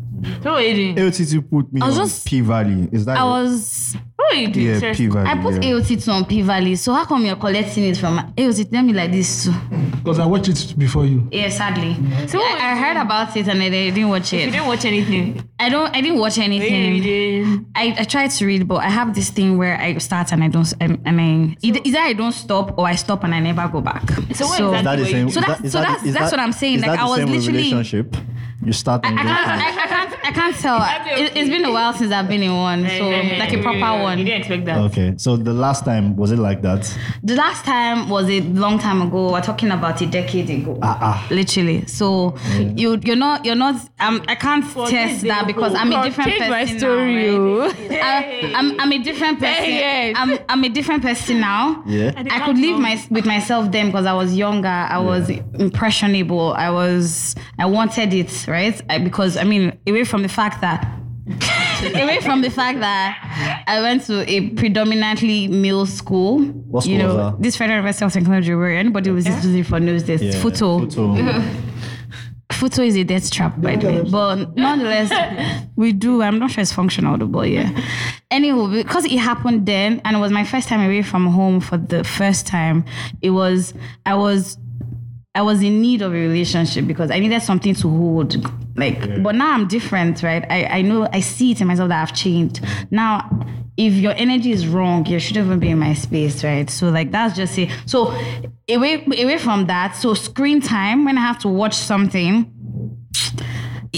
Speaker 38: No, it didn't.
Speaker 1: LTT put me
Speaker 6: I was
Speaker 1: on
Speaker 6: just-
Speaker 1: P Valley. Is that
Speaker 6: I
Speaker 1: it?
Speaker 6: was.
Speaker 7: Oh,
Speaker 1: you did, Yeah, seriously. P-Valley,
Speaker 6: I put
Speaker 1: yeah.
Speaker 6: AOT to on P Valley. So how come you're collecting it from AOT? Tell me like this too.
Speaker 37: Because I watched it before you.
Speaker 6: Yeah, sadly. So I, I heard about it and I, I didn't watch it.
Speaker 7: You didn't watch anything.
Speaker 6: I don't. I didn't watch anything. I, I tried to read, but I have this thing where I start and I don't. I, I mean, either, either I don't stop or I stop and I never go back.
Speaker 7: So what
Speaker 5: Is that the same?
Speaker 6: So
Speaker 5: is
Speaker 6: that's
Speaker 5: that- is
Speaker 6: so
Speaker 5: that-
Speaker 6: that's,
Speaker 5: is
Speaker 6: that's
Speaker 5: that-
Speaker 6: what I'm saying.
Speaker 5: Is
Speaker 6: Like
Speaker 5: that
Speaker 6: I
Speaker 5: the
Speaker 6: was
Speaker 5: same with
Speaker 6: literally.
Speaker 5: relationship? You start
Speaker 6: I
Speaker 5: and
Speaker 6: can't,
Speaker 5: go
Speaker 6: I, I can't I can't tell. It, it's been a while since I've been in one, so like a proper one. You
Speaker 2: didn't expect that.
Speaker 5: Okay, so the last time was it like that?
Speaker 6: The last time was a long time ago. We're talking about a decade ago, literally. So you you're not you're not. Um, I can't test
Speaker 3: this
Speaker 6: that
Speaker 3: day,
Speaker 6: because
Speaker 3: oh,
Speaker 6: I'm a
Speaker 3: God,
Speaker 6: different
Speaker 3: change
Speaker 6: person
Speaker 3: my story,
Speaker 6: now.
Speaker 3: oh.
Speaker 6: Right? I, Uh, I'm I'm a different person. I'm I'm a different person now.
Speaker 3: Yeah. And they
Speaker 6: I
Speaker 3: can't
Speaker 6: could live my with myself then because I was younger. I was impressionable. I was I wanted it right I, because I mean away from the fact that <laughs> away from the fact that I went to a predominantly male school.
Speaker 5: What
Speaker 6: you
Speaker 5: school was
Speaker 6: know,
Speaker 5: that?
Speaker 6: this Federal University of Technology where anybody who's listening for knows this.
Speaker 5: Yeah,
Speaker 6: Futo. <laughs>
Speaker 5: Futo.
Speaker 6: Futo is a death trap, by the way. But nonetheless, we do. I'm not sure it's functional, though, but yeah. Anyway, because it happened then, and it was my first time away from home for the first time, it was, I was I was in need of a relationship because I needed something to hold. Like, but now I'm different, right? I, I know I see it in myself that I've changed. Now, if your energy is wrong, you shouldn't even be in my space, right? So like that's just it. So away away from that, so screen time when I have to watch something.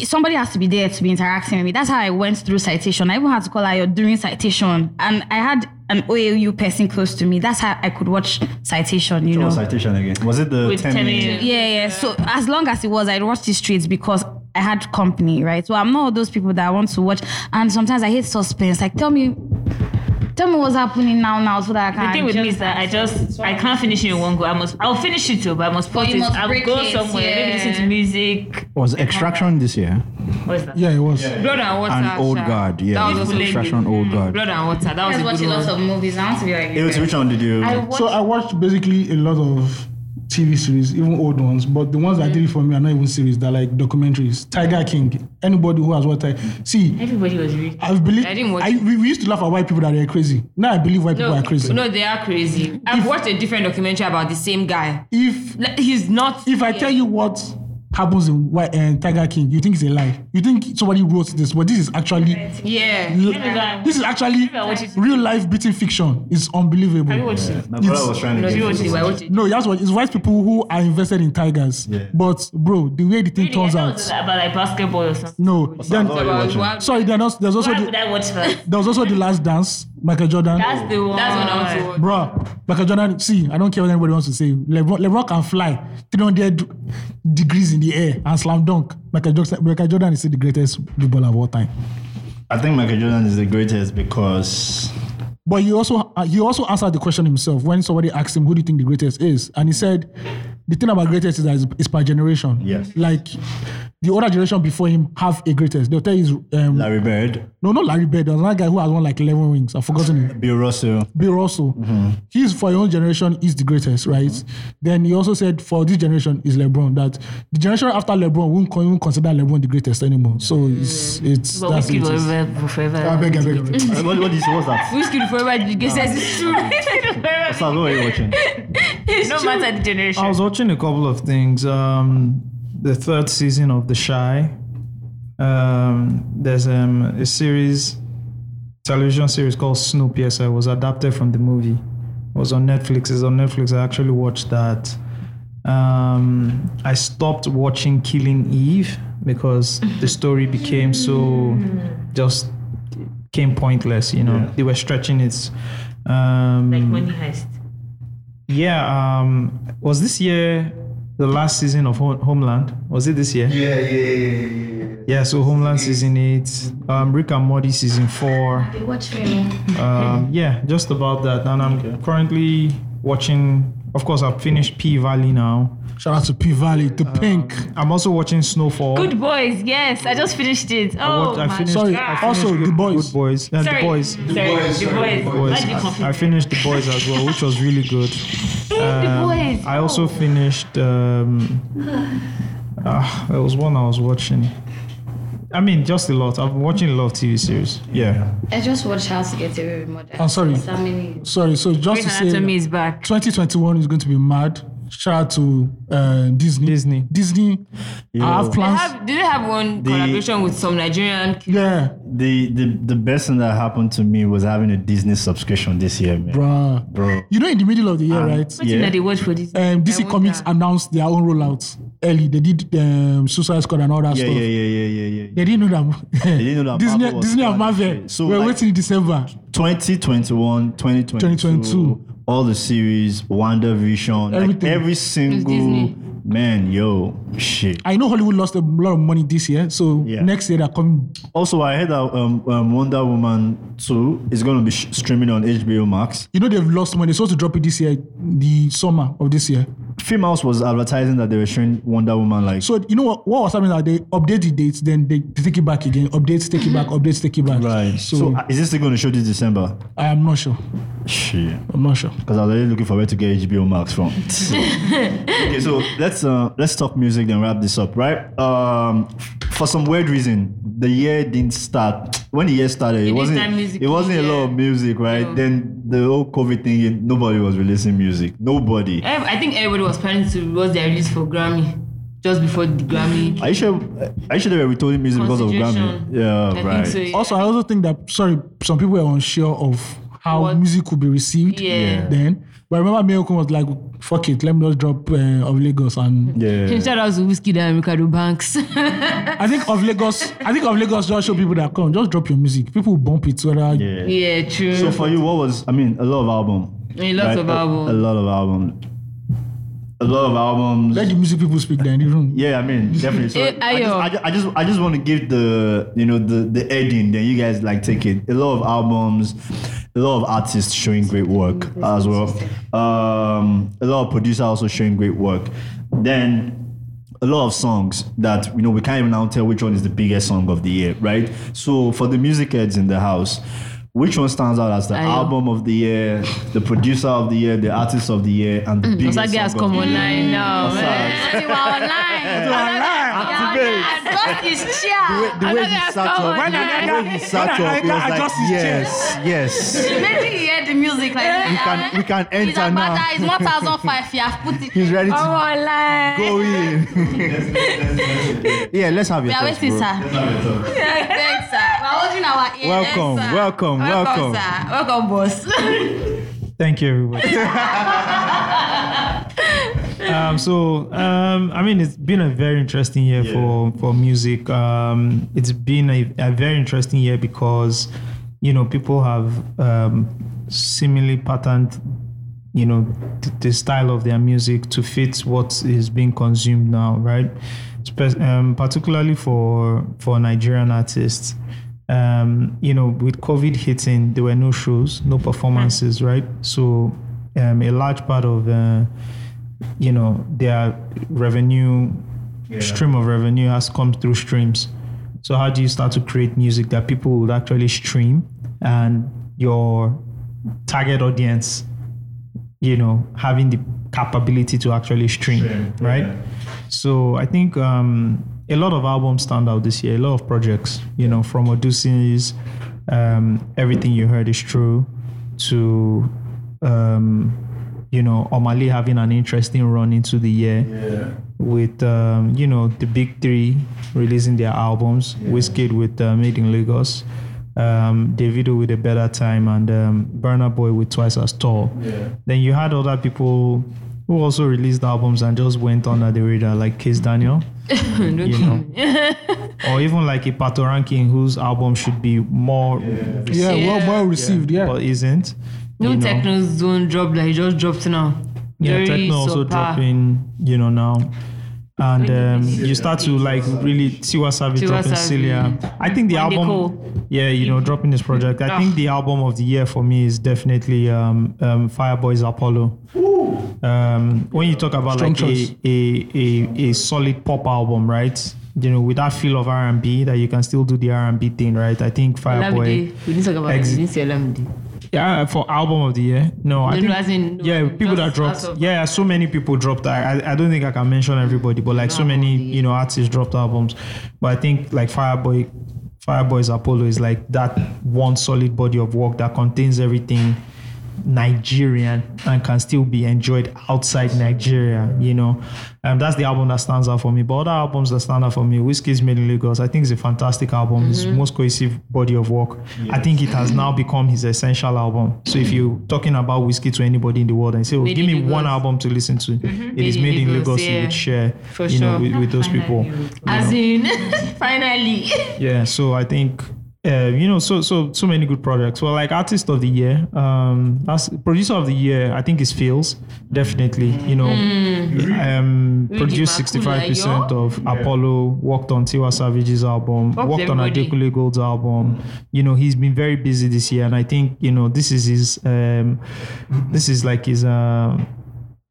Speaker 6: Somebody has to be there to be interacting with me. That's how I went through citation. I even had to call her during citation, and I had an OAU person close to me. That's how I could watch citation. You
Speaker 5: What
Speaker 6: know,
Speaker 5: was citation again? Was it the
Speaker 6: With
Speaker 5: 10
Speaker 6: 10
Speaker 5: minute?
Speaker 6: yeah, yeah. So as long as it was, I'd watch the streets because I had company, right? So I'm not all those people that I want to watch. And sometimes I hate suspense. Like, tell me, tell me what's happening now, now, so that I can.
Speaker 2: The thing with me
Speaker 6: just-
Speaker 2: is that I just I can't finish it in one go. I must I'll finish it too, but I must
Speaker 6: But
Speaker 2: put
Speaker 6: you
Speaker 2: it.
Speaker 6: must
Speaker 2: I'll
Speaker 6: break
Speaker 2: go
Speaker 6: it,
Speaker 2: somewhere, maybe
Speaker 6: yeah.
Speaker 2: listen to music.
Speaker 1: Was Extraction this year?
Speaker 2: What is that?
Speaker 7: Yeah, it was.
Speaker 3: Blood and water.
Speaker 1: An old
Speaker 3: sha.
Speaker 1: guard, yeah.
Speaker 3: That
Speaker 1: it
Speaker 3: was
Speaker 1: was
Speaker 3: a good
Speaker 1: Extraction old guard.
Speaker 3: Blood and water. That was
Speaker 6: I
Speaker 3: a
Speaker 6: watch a
Speaker 3: good
Speaker 6: lot
Speaker 3: one.
Speaker 6: of movies. I want to be like. you guys.
Speaker 5: one did you?
Speaker 6: I watched-
Speaker 7: so uh, I watched basically a lot of TV series, even old ones, but the ones that did it for me are not even series. They're like documentaries. Tiger King. Anybody who has watched Tiger, see,
Speaker 2: Everybody was really.
Speaker 7: I believe
Speaker 3: I didn't watch
Speaker 7: I, we, we used to laugh at white people that they're crazy. Now I believe white people
Speaker 3: No,
Speaker 7: are crazy.
Speaker 3: no, they are crazy. I've watched a different documentary about the same guy.
Speaker 7: If
Speaker 3: he's not,
Speaker 7: if I tell you what happens in Whi- uh, Tiger King, you think it's a lie. You think somebody wrote this, but this is actually
Speaker 3: yeah,
Speaker 7: l- this is actually real life beating fiction. It's unbelievable.
Speaker 3: watched it? Yeah.
Speaker 5: My brother
Speaker 7: It's-
Speaker 5: was trying to No, get you me watched to it, watch I watched it.
Speaker 7: No, that's what it's white people who are invested in tigers. But bro, the way the thing turns
Speaker 2: I
Speaker 7: out.
Speaker 2: was about like basketball or something.
Speaker 7: No, then,
Speaker 2: about you watching? Why-
Speaker 7: sorry, then also, there's also
Speaker 2: Why
Speaker 7: the,
Speaker 2: would I watch that?
Speaker 7: there was also the last dance, Michael Jordan.
Speaker 2: That's the one.
Speaker 3: That's what I want to watch.
Speaker 7: Bro, ah, Michael Jordan, see, I don't care what anybody wants to say. LeBron, LeBron can fly 300 degrees in the air and slam dunk. Michael Jordan, Michael Jordan is still the greatest footballer of all time.
Speaker 5: I think Michael Jordan is the greatest because
Speaker 7: But he also uh, he also answered the question himself when somebody asked him, "Who do you think the greatest is?" And he said, "The thing about greatest is that it's, it's per generation.
Speaker 5: Yes.
Speaker 7: like the older generation before him have a greatest. They'll tell you, it's, um,
Speaker 5: Larry Bird,
Speaker 7: no, not Larry Bird. There's another guy who has won like 11 rings. I've forgotten him.
Speaker 5: Bill Russell.
Speaker 7: Bill Russell. He's for your own generation is the greatest, right? Then he also said for this generation is LeBron. That the generation after LeBron won't con- won't consider LeBron the greatest anymore. So it's it's
Speaker 2: Mm. But
Speaker 7: that's
Speaker 2: Whiskey
Speaker 7: it is.
Speaker 2: forever, forever.
Speaker 7: I beg, I beg.
Speaker 5: what, what is what's that?
Speaker 3: Whiskey forever. The guy says it's true.
Speaker 5: So what are you Oh, watching?
Speaker 2: no matter the generation.
Speaker 10: I was watching a couple of things. Um, the third season of The Shy. Um, there's um, a series, television series called Snoop. Yes, it was adapted from the movie. It was on Netflix. It's on Netflix. I actually watched that. Um, I stopped watching Killing Eve because the story became so just came pointless. You know, they were stretching it. Um,
Speaker 2: Like money heist.
Speaker 10: yeah, um, was this year the last season of Ho- Homeland? Was it this year?
Speaker 40: Yeah, yeah, yeah, yeah, yeah.
Speaker 10: Yeah, so Homeland season eight, um, Rick and Morty season four.
Speaker 6: Watch me.
Speaker 10: Um, yeah, just about that. And I'm currently watching. Of course, I've finished P Valley now. Um,
Speaker 7: Shout out to P Valley, to Pink.
Speaker 10: I'm also watching Snowfall.
Speaker 2: Good boys, yes. I just finished it.
Speaker 10: I,
Speaker 2: Oh,
Speaker 10: watched- I
Speaker 2: my
Speaker 10: finished.
Speaker 2: God.
Speaker 10: I finished Good, boys. Good boys. Uh,
Speaker 2: Sorry.
Speaker 10: The boys.
Speaker 2: Sorry, The Boys. Why did you confuse
Speaker 10: I finished the boys as well, which was really good.
Speaker 2: <laughs>
Speaker 10: Um,
Speaker 2: The Boys. Oh.
Speaker 10: I also finished. Um, ah, there was one I was watching. I mean, just a lot. I've been watching a lot of TV series. Yeah.
Speaker 6: I just watched How to Get Away with Murder.
Speaker 7: I'm sorry.
Speaker 6: So many.
Speaker 7: Sorry. So just
Speaker 6: Grey's
Speaker 7: to say,
Speaker 6: Anatomy
Speaker 3: is back.
Speaker 7: 2021 is going to be mad. Shout out to uh, Disney. Disney. Disney. I have
Speaker 3: They
Speaker 7: plans.
Speaker 3: have, did they have one
Speaker 5: The-
Speaker 3: collaboration with some Nigerian?
Speaker 7: Yeah.
Speaker 5: The, the the best thing that happened to me was having a Disney subscription this year, man.
Speaker 7: Bruh.
Speaker 5: Bro.
Speaker 7: You know, in the middle of the year, right?
Speaker 5: What thing yeah. that they
Speaker 2: watch for this?
Speaker 7: Um, DC Comics announced their own rollouts. early. They did um, Suicide Squad and all that
Speaker 6: Yeah,
Speaker 7: stuff.
Speaker 6: yeah, yeah, yeah, yeah, yeah.
Speaker 7: They didn't know
Speaker 6: <laughs>
Speaker 7: that.
Speaker 6: They didn't know that
Speaker 7: Disney,
Speaker 6: Marvel was
Speaker 7: Disney and
Speaker 6: planning
Speaker 7: Marvel.
Speaker 6: it. So,
Speaker 7: we're
Speaker 6: like-
Speaker 7: waiting in December.
Speaker 6: 2021, 2022,
Speaker 7: 2022.
Speaker 6: all the series, Wonder Vision, like
Speaker 7: Everything.
Speaker 6: every
Speaker 7: It's
Speaker 6: single
Speaker 7: Disney.
Speaker 6: man, yo, shit.
Speaker 7: I know Hollywood lost a lot of money this year, so next year they're coming.
Speaker 6: Also, I heard that um, um, Wonder Woman 2 is going to be sh- streaming on HBO Max.
Speaker 7: You know they've lost money. They're supposed to drop it this year, the summer of this year.
Speaker 6: Filmhouse was advertising that they were showing Wonder Woman like
Speaker 7: So you know what, what was happening? That they update the dates, then they take it back again. Updates,
Speaker 3: <laughs>
Speaker 7: take it back. Updates, take it back.
Speaker 6: Right. So, uh, is this still going to show this December?
Speaker 7: I am not sure.
Speaker 6: Shit.
Speaker 7: I'm not sure.
Speaker 6: Because I was already looking for where to get HBO Max from. <laughs> okay, so let's uh, let's talk music then wrap this up, right? Um, for some weird reason, the year didn't start. When the year started, it,
Speaker 41: didn't
Speaker 6: wasn't
Speaker 41: start music,
Speaker 6: it wasn't a lot of music, right? Then the whole COVID thing, nobody was releasing music. Nobody.
Speaker 41: Ev- I think everybody was planning to was their release for Grammy just before the Grammy.
Speaker 6: Are you sure? Are you sure they were withholding music because of Grammy?
Speaker 41: Constitution.
Speaker 6: Yeah,
Speaker 41: I think
Speaker 6: right.
Speaker 41: so, yeah.
Speaker 7: Also, I also think that sorry, some people were unsure of how music could be received.
Speaker 41: Yeah. Yeah.
Speaker 7: Then, but I remember Miracle was like, "Fuck it, let me just drop uh, of Lagos and."
Speaker 41: Him Shout out to Whiskey and Ricardo Banks. <laughs>
Speaker 7: I think of Lagos. I think of Lagos just show people that come, just drop your music. People will bump it. Whether
Speaker 6: Yeah.
Speaker 41: Yeah, true.
Speaker 6: So for you, what was I mean? A lot of album.
Speaker 41: A lot of
Speaker 6: A-
Speaker 41: album.
Speaker 6: A, lot of album. A lot of albums.
Speaker 7: let the music people speak there in the room.
Speaker 6: Yeah, I mean definitely. So
Speaker 41: Eh,
Speaker 6: I, just, I, ju- I just I just want to give the you know the the ending. Then you guys like take it. A lot of albums, a lot of artists showing great work
Speaker 41: Mm,
Speaker 6: as well. Um, a lot of producers also showing great work. Then. A lot of songs that you know we can't even now tell which one is the biggest song of the year, right? So for the music heads in the house, which one stands out as the
Speaker 41: Ayo.
Speaker 6: album of the year, the producer of the year, the artist of the year, and the biggest
Speaker 41: Osage
Speaker 6: song
Speaker 41: has
Speaker 6: of
Speaker 41: come
Speaker 6: the year?
Speaker 41: online
Speaker 42: Oh,
Speaker 41: now.
Speaker 6: Osage.
Speaker 41: man.
Speaker 6: <laughs>
Speaker 41: You are online.
Speaker 6: You are online. Activate.
Speaker 41: Just his chair.
Speaker 6: The way, the way
Speaker 41: Osage
Speaker 6: he
Speaker 41: has
Speaker 6: sat
Speaker 41: come
Speaker 6: up,
Speaker 41: online.
Speaker 6: the way he sat up, he was like, yes, yes.
Speaker 3: Maybe you hear the music like "Ah,
Speaker 6: We can, we can
Speaker 3: It's
Speaker 6: enter
Speaker 3: about
Speaker 6: now.
Speaker 3: that. It's 1005. You have put it.
Speaker 6: He's ready to
Speaker 3: online.
Speaker 6: go <laughs> in. yeah, <laughs> let's have
Speaker 3: We
Speaker 6: your
Speaker 3: are
Speaker 6: thoughts,
Speaker 3: waiting,
Speaker 6: bro.
Speaker 3: sir.
Speaker 6: Let's have your thoughts.
Speaker 3: Thanks, sir. We're holding our ears.
Speaker 6: Welcome,
Speaker 3: sir.
Speaker 6: welcome, welcome.
Speaker 3: sir. Welcome,
Speaker 6: <laughs>
Speaker 3: boss.
Speaker 10: Thank you, everybody. um, so um, I mean, it's been a very interesting year for for music. Um, it's been a, a very interesting year because you know people have um, seemingly patterned you know th- the style of their music to fit what is being consumed now, right? Spe- um, particularly for for Nigerian artists. Um, you know, with COVID hitting, there were no shows, no performances, right? So, um, a large part of uh, you know their revenue stream of revenue has come through streams so how do you start to create music that people would actually stream and your target audience you know having the capability to actually stream right so i think um a lot of albums stand out this year a lot of projects you know from odysseus um everything you heard is true to um you know omali having an interesting run into the year with um, you know the big three releasing their albums. Wizkid with uh, Made in Lagos, um, Davido with a Better Time, and um, Burna Boy with Twice as Tall. Then you had other people who also released albums and just went under the radar, like
Speaker 7: <laughs>
Speaker 10: Case Daniel, you know, or even like Ipato Ranking, whose album should be more
Speaker 7: Yeah, well, well received. Yeah,
Speaker 10: but isn't.
Speaker 41: No
Speaker 10: you know.
Speaker 41: techno zone drop like he just dropped now.
Speaker 10: Yeah,
Speaker 41: Very
Speaker 10: techno also
Speaker 41: subpar.
Speaker 10: dropping, you know, now. And um, you start to like really Tiwa Savage
Speaker 41: Tiwa
Speaker 10: dropping
Speaker 41: Savage.
Speaker 10: Celia. I think the
Speaker 41: Wendy
Speaker 10: album,
Speaker 41: Cole.
Speaker 10: yeah, you know, dropping this project.
Speaker 41: Ah.
Speaker 10: I think the album of the year for me is definitely um, um, Fireboys Apollo. Um, when you talk about
Speaker 7: Strong
Speaker 10: like
Speaker 7: choice.
Speaker 10: a, a, a a solid pop album, right? You know, with that feel of R and B that you can still do the R and B thing, right? I think Fireboy.
Speaker 41: Olamide. We need to talk about
Speaker 10: Exit.
Speaker 41: it. We need to say Olamide.
Speaker 10: Yeah, for album of the year. No, I
Speaker 41: No, no,
Speaker 10: think
Speaker 41: as in, no,
Speaker 10: yeah, people that
Speaker 41: just
Speaker 10: dropped.
Speaker 41: out of-
Speaker 10: yeah, so many people dropped. I, I I don't think I can mention everybody, but like so many you know artists dropped albums. But I think like Fireboy, Fireboy's Apollo is like that one solid body of work that contains everything Nigerian and can still be enjoyed outside Nigeria, you know. Um, that's the album that stands out for me. But other albums that stand out for me, Whiskey's Made in Lagos, I think it's a fantastic album. It's
Speaker 42: Mhm.
Speaker 10: most cohesive body of work. I think it has now become his essential album. So if you're talking about Whiskey to anybody in the world and say, oh,
Speaker 42: Made
Speaker 10: give
Speaker 42: in
Speaker 10: me one
Speaker 42: Lagos. Mm-hmm.
Speaker 10: album to listen to, it is
Speaker 42: Made in
Speaker 10: Made in
Speaker 42: Lagos,
Speaker 10: Lagos, you
Speaker 42: yeah.
Speaker 10: would share,
Speaker 42: For
Speaker 10: you know,
Speaker 42: sure.
Speaker 10: with,
Speaker 42: <laughs>
Speaker 10: with those people.
Speaker 41: As in,
Speaker 3: <laughs>
Speaker 41: finally.
Speaker 10: Yeah, so I think uh, you know, so so so many good projects. Well, like artist of the year, um, that's producer of the year, I think is Fields, definitely. You know,
Speaker 42: Mm.
Speaker 10: um,
Speaker 42: Really
Speaker 10: produced
Speaker 42: Makula,
Speaker 10: sixty five percent of
Speaker 42: yo.
Speaker 10: Apollo, worked on Tiwa Savage's album,
Speaker 42: Fucked
Speaker 10: worked on
Speaker 42: everybody.
Speaker 10: Adekunle Gold's album. You know, he's been very busy this year, and I think you know this is his, um, this is like his. um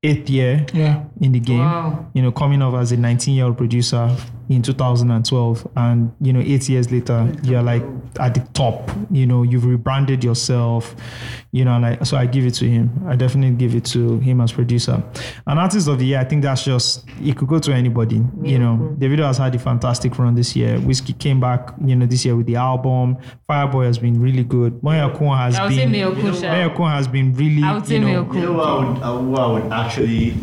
Speaker 10: eighth year
Speaker 7: Yeah.
Speaker 10: in the game. You know, coming off as a 19 year old producer in 2012, and you know, eight years later, you're like at the top. You know, you've rebranded yourself. You know, and I, so I give it to him. I definitely give it to him as producer. And artist of the year, I think that's just it could go to anybody. You know, Davido has had a fantastic run this year. Whiskey came back, you know, this year with the album. Fireboy has been really good. Moya Kun has
Speaker 41: I would say
Speaker 10: been.
Speaker 41: Mayor Kun, sha.
Speaker 10: Moyo Kun has been really.
Speaker 41: I would say
Speaker 10: you know,
Speaker 41: Mayor Kun.
Speaker 6: You know what I would, uh, what I would actually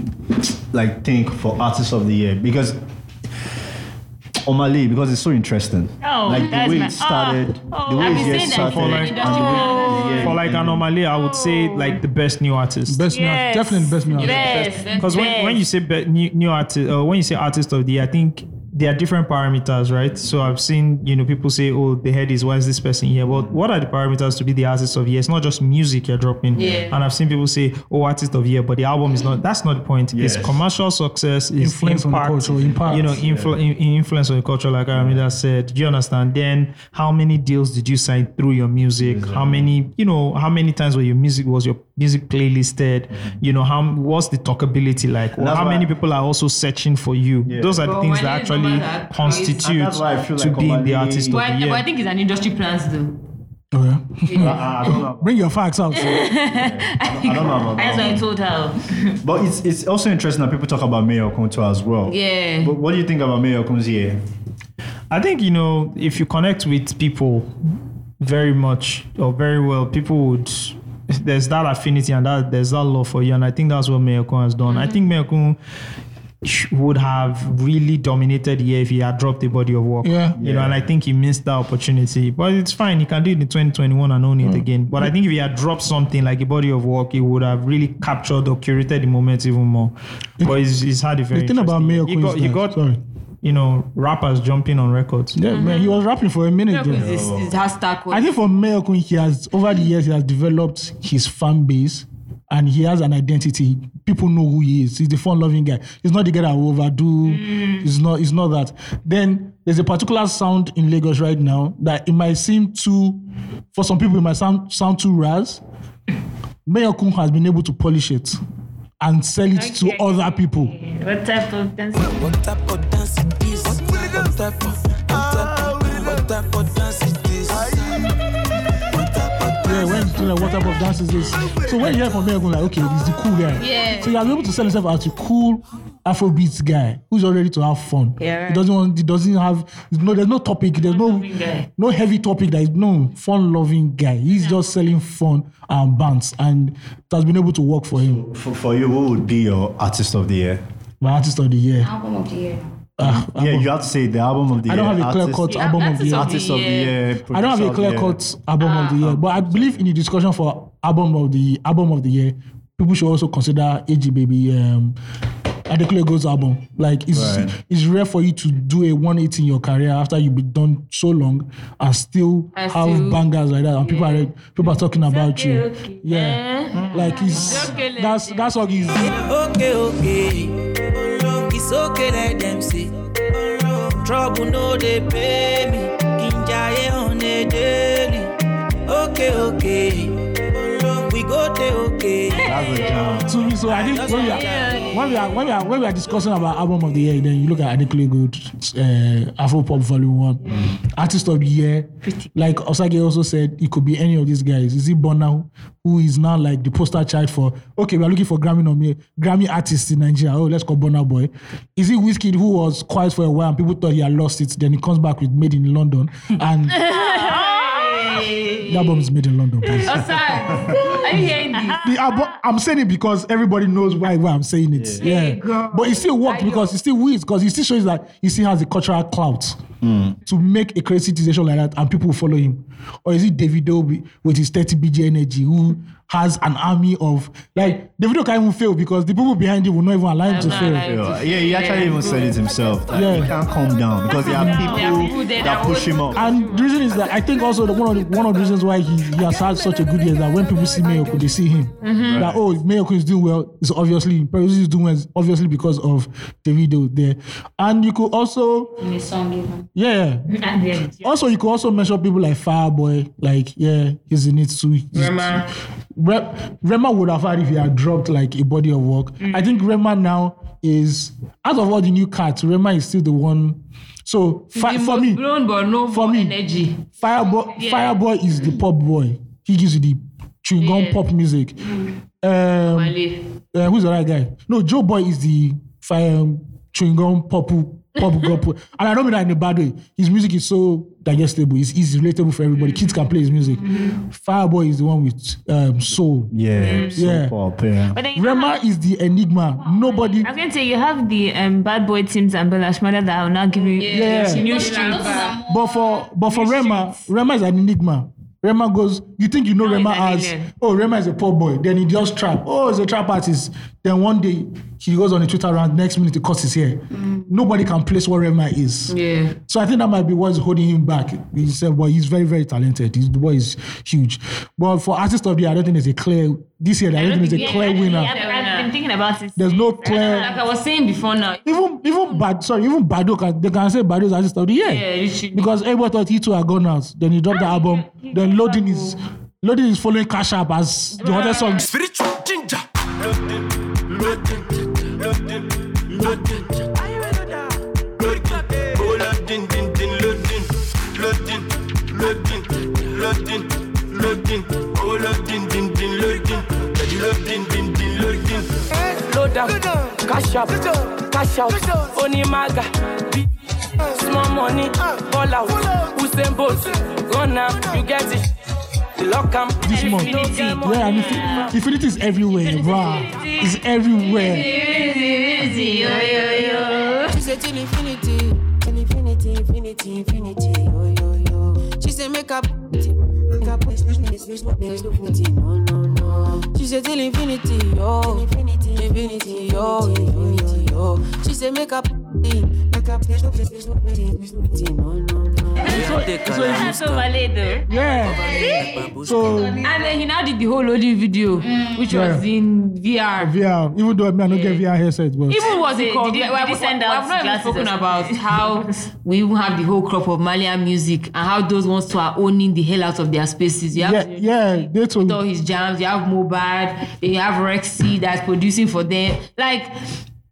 Speaker 6: like think for artist of the year because Omali because it's so interesting.
Speaker 42: Oh,
Speaker 6: like
Speaker 42: that's
Speaker 6: the way
Speaker 42: my-
Speaker 6: it started,
Speaker 42: oh,
Speaker 6: the way
Speaker 42: I've
Speaker 6: it
Speaker 42: been
Speaker 6: just
Speaker 42: saying that
Speaker 6: started.
Speaker 10: for like,
Speaker 42: That's
Speaker 6: the way-
Speaker 10: for like anomaly, I would say like the best new artist.
Speaker 7: Best new artist. Yes. Definitely best new artist. Best,
Speaker 10: Because when,
Speaker 7: best.
Speaker 10: when you say be, new, new artist, uh, when you say artist of the year, I think there are different parameters, right? So I've seen you know people say, oh, the head is why is this person here? But what are the parameters to be the artist of the year? It's not just music you're dropping.
Speaker 42: Yeah.
Speaker 10: And I've seen people say, oh, artist of the year, but the album is not. That's not the point.
Speaker 42: Yes.
Speaker 10: It's commercial success. It's
Speaker 7: Influence on the
Speaker 10: impact,
Speaker 7: culture, impact.
Speaker 10: You know, influ- in- influence on the culture, like Aramida said. Do you understand? Then, how many deals did you sign through your music? How many, you know, how many times were your music was your music playlisted? You know, how what's the talkability like? Or
Speaker 6: Mm-hmm. that's
Speaker 10: how
Speaker 6: why-
Speaker 10: many people are also searching for you?
Speaker 6: Yeah.
Speaker 10: Those are the
Speaker 41: But
Speaker 10: things
Speaker 41: when
Speaker 10: that
Speaker 41: it is normal
Speaker 10: actually
Speaker 41: that-
Speaker 10: constitute
Speaker 6: And that's why I feel
Speaker 10: to
Speaker 6: like
Speaker 10: being the
Speaker 6: Omali-
Speaker 10: artist of
Speaker 41: But
Speaker 10: the
Speaker 41: I, but I
Speaker 10: year.
Speaker 41: think it's an industry plans though.
Speaker 7: Oh, yeah.
Speaker 6: I- I don't <laughs> know.
Speaker 7: Bring your facts
Speaker 10: <laughs>
Speaker 7: out.
Speaker 41: I
Speaker 6: don't know about
Speaker 41: That's why I told her.
Speaker 6: But it's it's also interesting that people talk about Mayor Okonto as well.
Speaker 41: Yeah.
Speaker 6: But what do you think about Mayor Okonto's year?
Speaker 10: I think you know if you connect with people very much or very well, people would. There's that affinity and that there's that love for you, and I think that's what Meyakun has done. I think Meyakun would have really dominated the year if he had dropped a body of work.
Speaker 7: Yeah.
Speaker 10: You know, and I think he missed that opportunity. But it's fine. He can do it in 2021 and
Speaker 7: Hmm.
Speaker 10: own it again. But I think if he had dropped something like a body of work, he would have really captured or curated the moment even more. But he's, he's had a very
Speaker 7: The thing about
Speaker 10: interesting year.
Speaker 7: Meyakun is
Speaker 10: he
Speaker 7: that-
Speaker 10: got, he got you know, rappers jumping on records.
Speaker 7: Yeah, man, he was rapping for a minute.
Speaker 41: Mayor
Speaker 7: there.
Speaker 41: Kun is, is, is hashtag.
Speaker 7: I think for Mayor Kun, he has over the years he has developed his fan base and he has an identity. People know who he is. He's the fun-loving guy. He's not the guy that will overdo. He's not. He's not that. Then there's a particular sound in Lagos right now that it might seem too, for some people, it might sound sound too ras. Mayor Kun has been able to polish it and sell it to other people.
Speaker 2: What type of dance?
Speaker 43: What type of dance is this? What type of, what type of, what type of dance is this?
Speaker 7: Yeah, when you know, like, what type of dance is this? So when you hear from Megan, like, okay, he's the cool guy.
Speaker 42: Yeah.
Speaker 7: So he was able to sell himself as a cool Afrobeats guy who's all ready to have fun.
Speaker 42: Yeah, right.
Speaker 7: He doesn't want. He doesn't have. No, there's no topic. There's no
Speaker 42: guy.
Speaker 7: no heavy topic. There's no fun-loving guy. He's just selling fun and bands, and it has been able to work for him.
Speaker 6: For, for you, what would be your artist of the year?
Speaker 7: My artist of the year.
Speaker 3: Album of the year.
Speaker 6: yeah, you have to say the album of the
Speaker 7: I
Speaker 6: year.
Speaker 7: don't have a clear cut
Speaker 6: artist-
Speaker 7: album of the year.
Speaker 6: Artist of the year. Ah,
Speaker 7: I don't have a
Speaker 6: producer of
Speaker 7: clear
Speaker 6: the year.
Speaker 7: cut album of the year, but I believe in the discussion for album of the album of the year. People should also consider AG Baby, um, Adekunle Gold's album. Like it's
Speaker 6: Right.
Speaker 7: it's rare for you to do a 180 in your career after you've been done so long and still
Speaker 41: And
Speaker 7: have
Speaker 41: still-
Speaker 7: bangers like that, and people are people are talking about you.
Speaker 41: okay.
Speaker 7: Yeah, like it's that's that's what he's.
Speaker 43: Okay, okay. It's okay, let them see. Trouble no they pay me. Kinjaye on a daily. Okay, okay. We go there, okay.
Speaker 7: So, so I think when we, are, when, we are, when, we are, when we are discussing about album of the year, then you look at Adekunle Gold, uh, Afro Pop Volume One, Artist of the Year. Like Osage also said, it could be any of these guys. Is it Bono, who is now like the poster child for okay, we are looking for Grammy nominee, Grammy artist in Nigeria. Oh, let's call Bono Boy. Is it Whiskey who was quiet for a while and people thought he had lost it? Then he comes back with Made in London and.
Speaker 10: The album is made in London. please.
Speaker 6: Oh, Are you hearing this?
Speaker 10: The album, uh, I'm saying it because everybody knows why, why I'm saying it.
Speaker 6: Yeah.
Speaker 10: Yeah.
Speaker 6: There you go.
Speaker 10: But it still worked because it still wins because it still shows that he still has the cultural clout to make a crazy decision like that and people will follow him. Or is it Davido wi- with his 30 BG energy who has an army of like Davido can't even fail because the people behind him will not even allow him to fail.
Speaker 5: Yeah, he actually even said it himself. That He can't calm down because there are people that push him up.
Speaker 10: And the reason is that I think also the, one of the one of the reasons why he, he has had such a good year is that when people see Mayoko, they see him.
Speaker 5: Mhm.
Speaker 10: That oh, if Mayoko is doing well, it's obviously Peruzzi is doing well, it's obviously because of Davido there. And you could also
Speaker 44: In a song even.
Speaker 10: yeah.
Speaker 6: <laughs>
Speaker 44: At the end.
Speaker 10: Also, you could also mention people like Fireboy, like yeah, he's in it too.
Speaker 6: Rema.
Speaker 10: Re- Rema would have had if he had dropped like a body of work.
Speaker 6: Mm.
Speaker 10: I think Rema now is out of all the new cats, Rema is still the one. So fi-
Speaker 6: The
Speaker 10: for
Speaker 6: most
Speaker 10: me,
Speaker 6: Blown but no
Speaker 10: for me,
Speaker 6: energy.
Speaker 10: Fireboy,
Speaker 6: Yeah.
Speaker 10: Fireboy is the pop boy. He gives you the chewing gum
Speaker 6: Yeah. Mm.
Speaker 10: pop music. Um, uh, who's the right guy? No, Joe Boy is the fire um, chewing gum pop pop gum. And I don't mean that in a bad way. His music is so digestible. It's easy, relatable for everybody. Kids can play his music. Fireboy is the one with um, soul.
Speaker 5: Yeah, soul
Speaker 10: yeah.
Speaker 5: pop, yeah.
Speaker 7: then
Speaker 10: Rema is the enigma. Nobody.
Speaker 7: I was going to say, you have the um, bad boy teams and Bella Shmada that will now give you
Speaker 10: Yeah.
Speaker 7: new strength.
Speaker 10: But for but for Rema, Rema is an enigma. Rema goes, you think you know Rema
Speaker 7: he's
Speaker 10: as
Speaker 7: an alien.
Speaker 10: oh Rema is a poor boy, then he just trap. Oh, he's a trap artist. Then one day he goes on a Twitter round. Next minute the cost is here. Nobody can place what Rema is.
Speaker 6: Yeah.
Speaker 10: So I think that might be what's holding him back. He said, well, he's very very talented. He's, the boy is huge. But for artist of the year, I don't think there's a clear this year. I don't think there's a clear winner.
Speaker 7: I've been thinking about it.
Speaker 10: There's no clear.
Speaker 6: Like I was saying before now.
Speaker 10: Even even bad sorry, even Bado can they can say Bado is artist of the year.
Speaker 6: Yeah, literally.
Speaker 10: because everybody thought he two are gone out. Then Ah, he dropped the album. Then loading is loading is following Cash App as the other song.
Speaker 45: Spiritual ginger.
Speaker 1: Load up, cash up, cash out, only maga. Big Small money, ball Ah, out. Usain Bolt, run up, you get it. Lock 'em.
Speaker 10: This month. Yeah, and Infinity, Infinity is everywhere, bruh. It's everywhere.
Speaker 46: She said till infinity, till infinity, infinity, infinity, yo yo yo. She said make up, make up, there's no there's no there's no infinity, no no no. She said till infinity, yo, infinity, infinity, yo infinity, yo. She said make up, make up, there's no there's no there's no infinity, no no no.
Speaker 7: so valid though.
Speaker 10: Yeah. So
Speaker 6: And then he now did the whole loading video,
Speaker 7: Mm.
Speaker 6: which was
Speaker 10: Yeah.
Speaker 6: in VR.
Speaker 10: VR, even though I mean, I don't get VR headset, but
Speaker 6: Even was it
Speaker 7: Did
Speaker 6: called?
Speaker 7: they-
Speaker 6: Like,
Speaker 7: did
Speaker 6: I've
Speaker 7: they send out
Speaker 6: I've not even
Speaker 7: glasses or
Speaker 6: spoken
Speaker 7: something?
Speaker 6: about
Speaker 7: <laughs>
Speaker 6: how we even have the whole crop of Malian music and how those ones too are owning the hell out of their spaces. You have
Speaker 10: yeah, yeah, they told
Speaker 6: all his jams. You have Mobad, then you have Rexy that's producing for them. Like,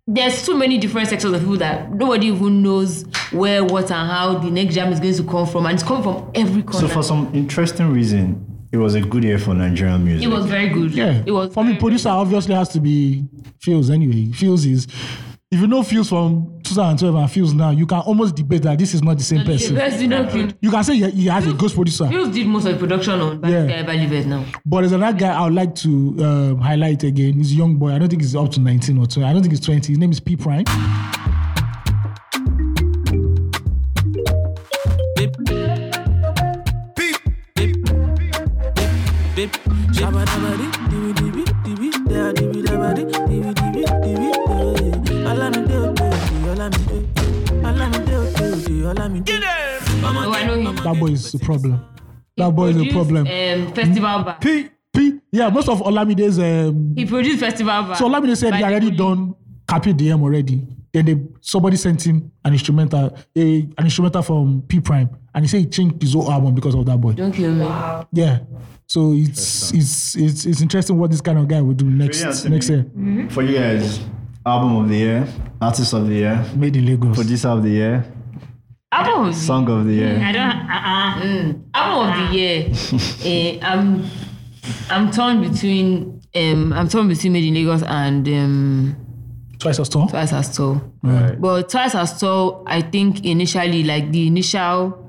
Speaker 6: there's so many different sectors of people that nobody even knows where, what, and how the next jam is going to come from, and it's coming from every
Speaker 5: So
Speaker 6: corner.
Speaker 5: for some interesting reason, it was a good year for Nigerian music.
Speaker 6: it was very good.
Speaker 10: Yeah.
Speaker 6: It was
Speaker 10: for me, producer obviously has to be Fields anyway. Fields is if you know Fields from 2012 and Fields now, you can almost debate that this is not the same person.
Speaker 6: Yes, you know, Phil-
Speaker 10: You can say he, he has a ghost producer.
Speaker 6: Phil did most of the production on Bad
Speaker 10: Yeah.
Speaker 6: Guy Bad Livet now.
Speaker 10: But there's another guy I would like to um, highlight again. He's a young boy. I don't think he's up to 19 or 20. I don't think he's 20. His name is P Prime.
Speaker 6: Oh, I know him.
Speaker 10: That boy is a problem. That boy is a
Speaker 6: produced,
Speaker 10: problem.
Speaker 6: Um, festival Bar.
Speaker 10: P P. Yeah, most of Olamide's. Um,
Speaker 6: He produced Festival Bar.
Speaker 10: so Olamide said he already done Capi DM already. Then they somebody sent him an instrumental, a, an instrumental from P Prime, and he said he changed his whole album because of that boy.
Speaker 6: Don't kill me.
Speaker 10: Yeah. So it's it's it's it's interesting what this kind of guy will do next
Speaker 5: Yes,
Speaker 10: next year.
Speaker 5: For you guys, album of the year, artist of the year,
Speaker 10: made in Lagos,
Speaker 5: producer of the year,
Speaker 6: Album of the
Speaker 5: song of the
Speaker 6: I
Speaker 5: year.
Speaker 6: don't. Uh-uh. Album of the year. eh, I'm. I'm torn between. Um, I'm torn between Made in Lagos and um,
Speaker 10: Twice as tall.
Speaker 6: Twice as Tall.
Speaker 10: Right.
Speaker 6: But Twice as Tall, I think initially, like the initial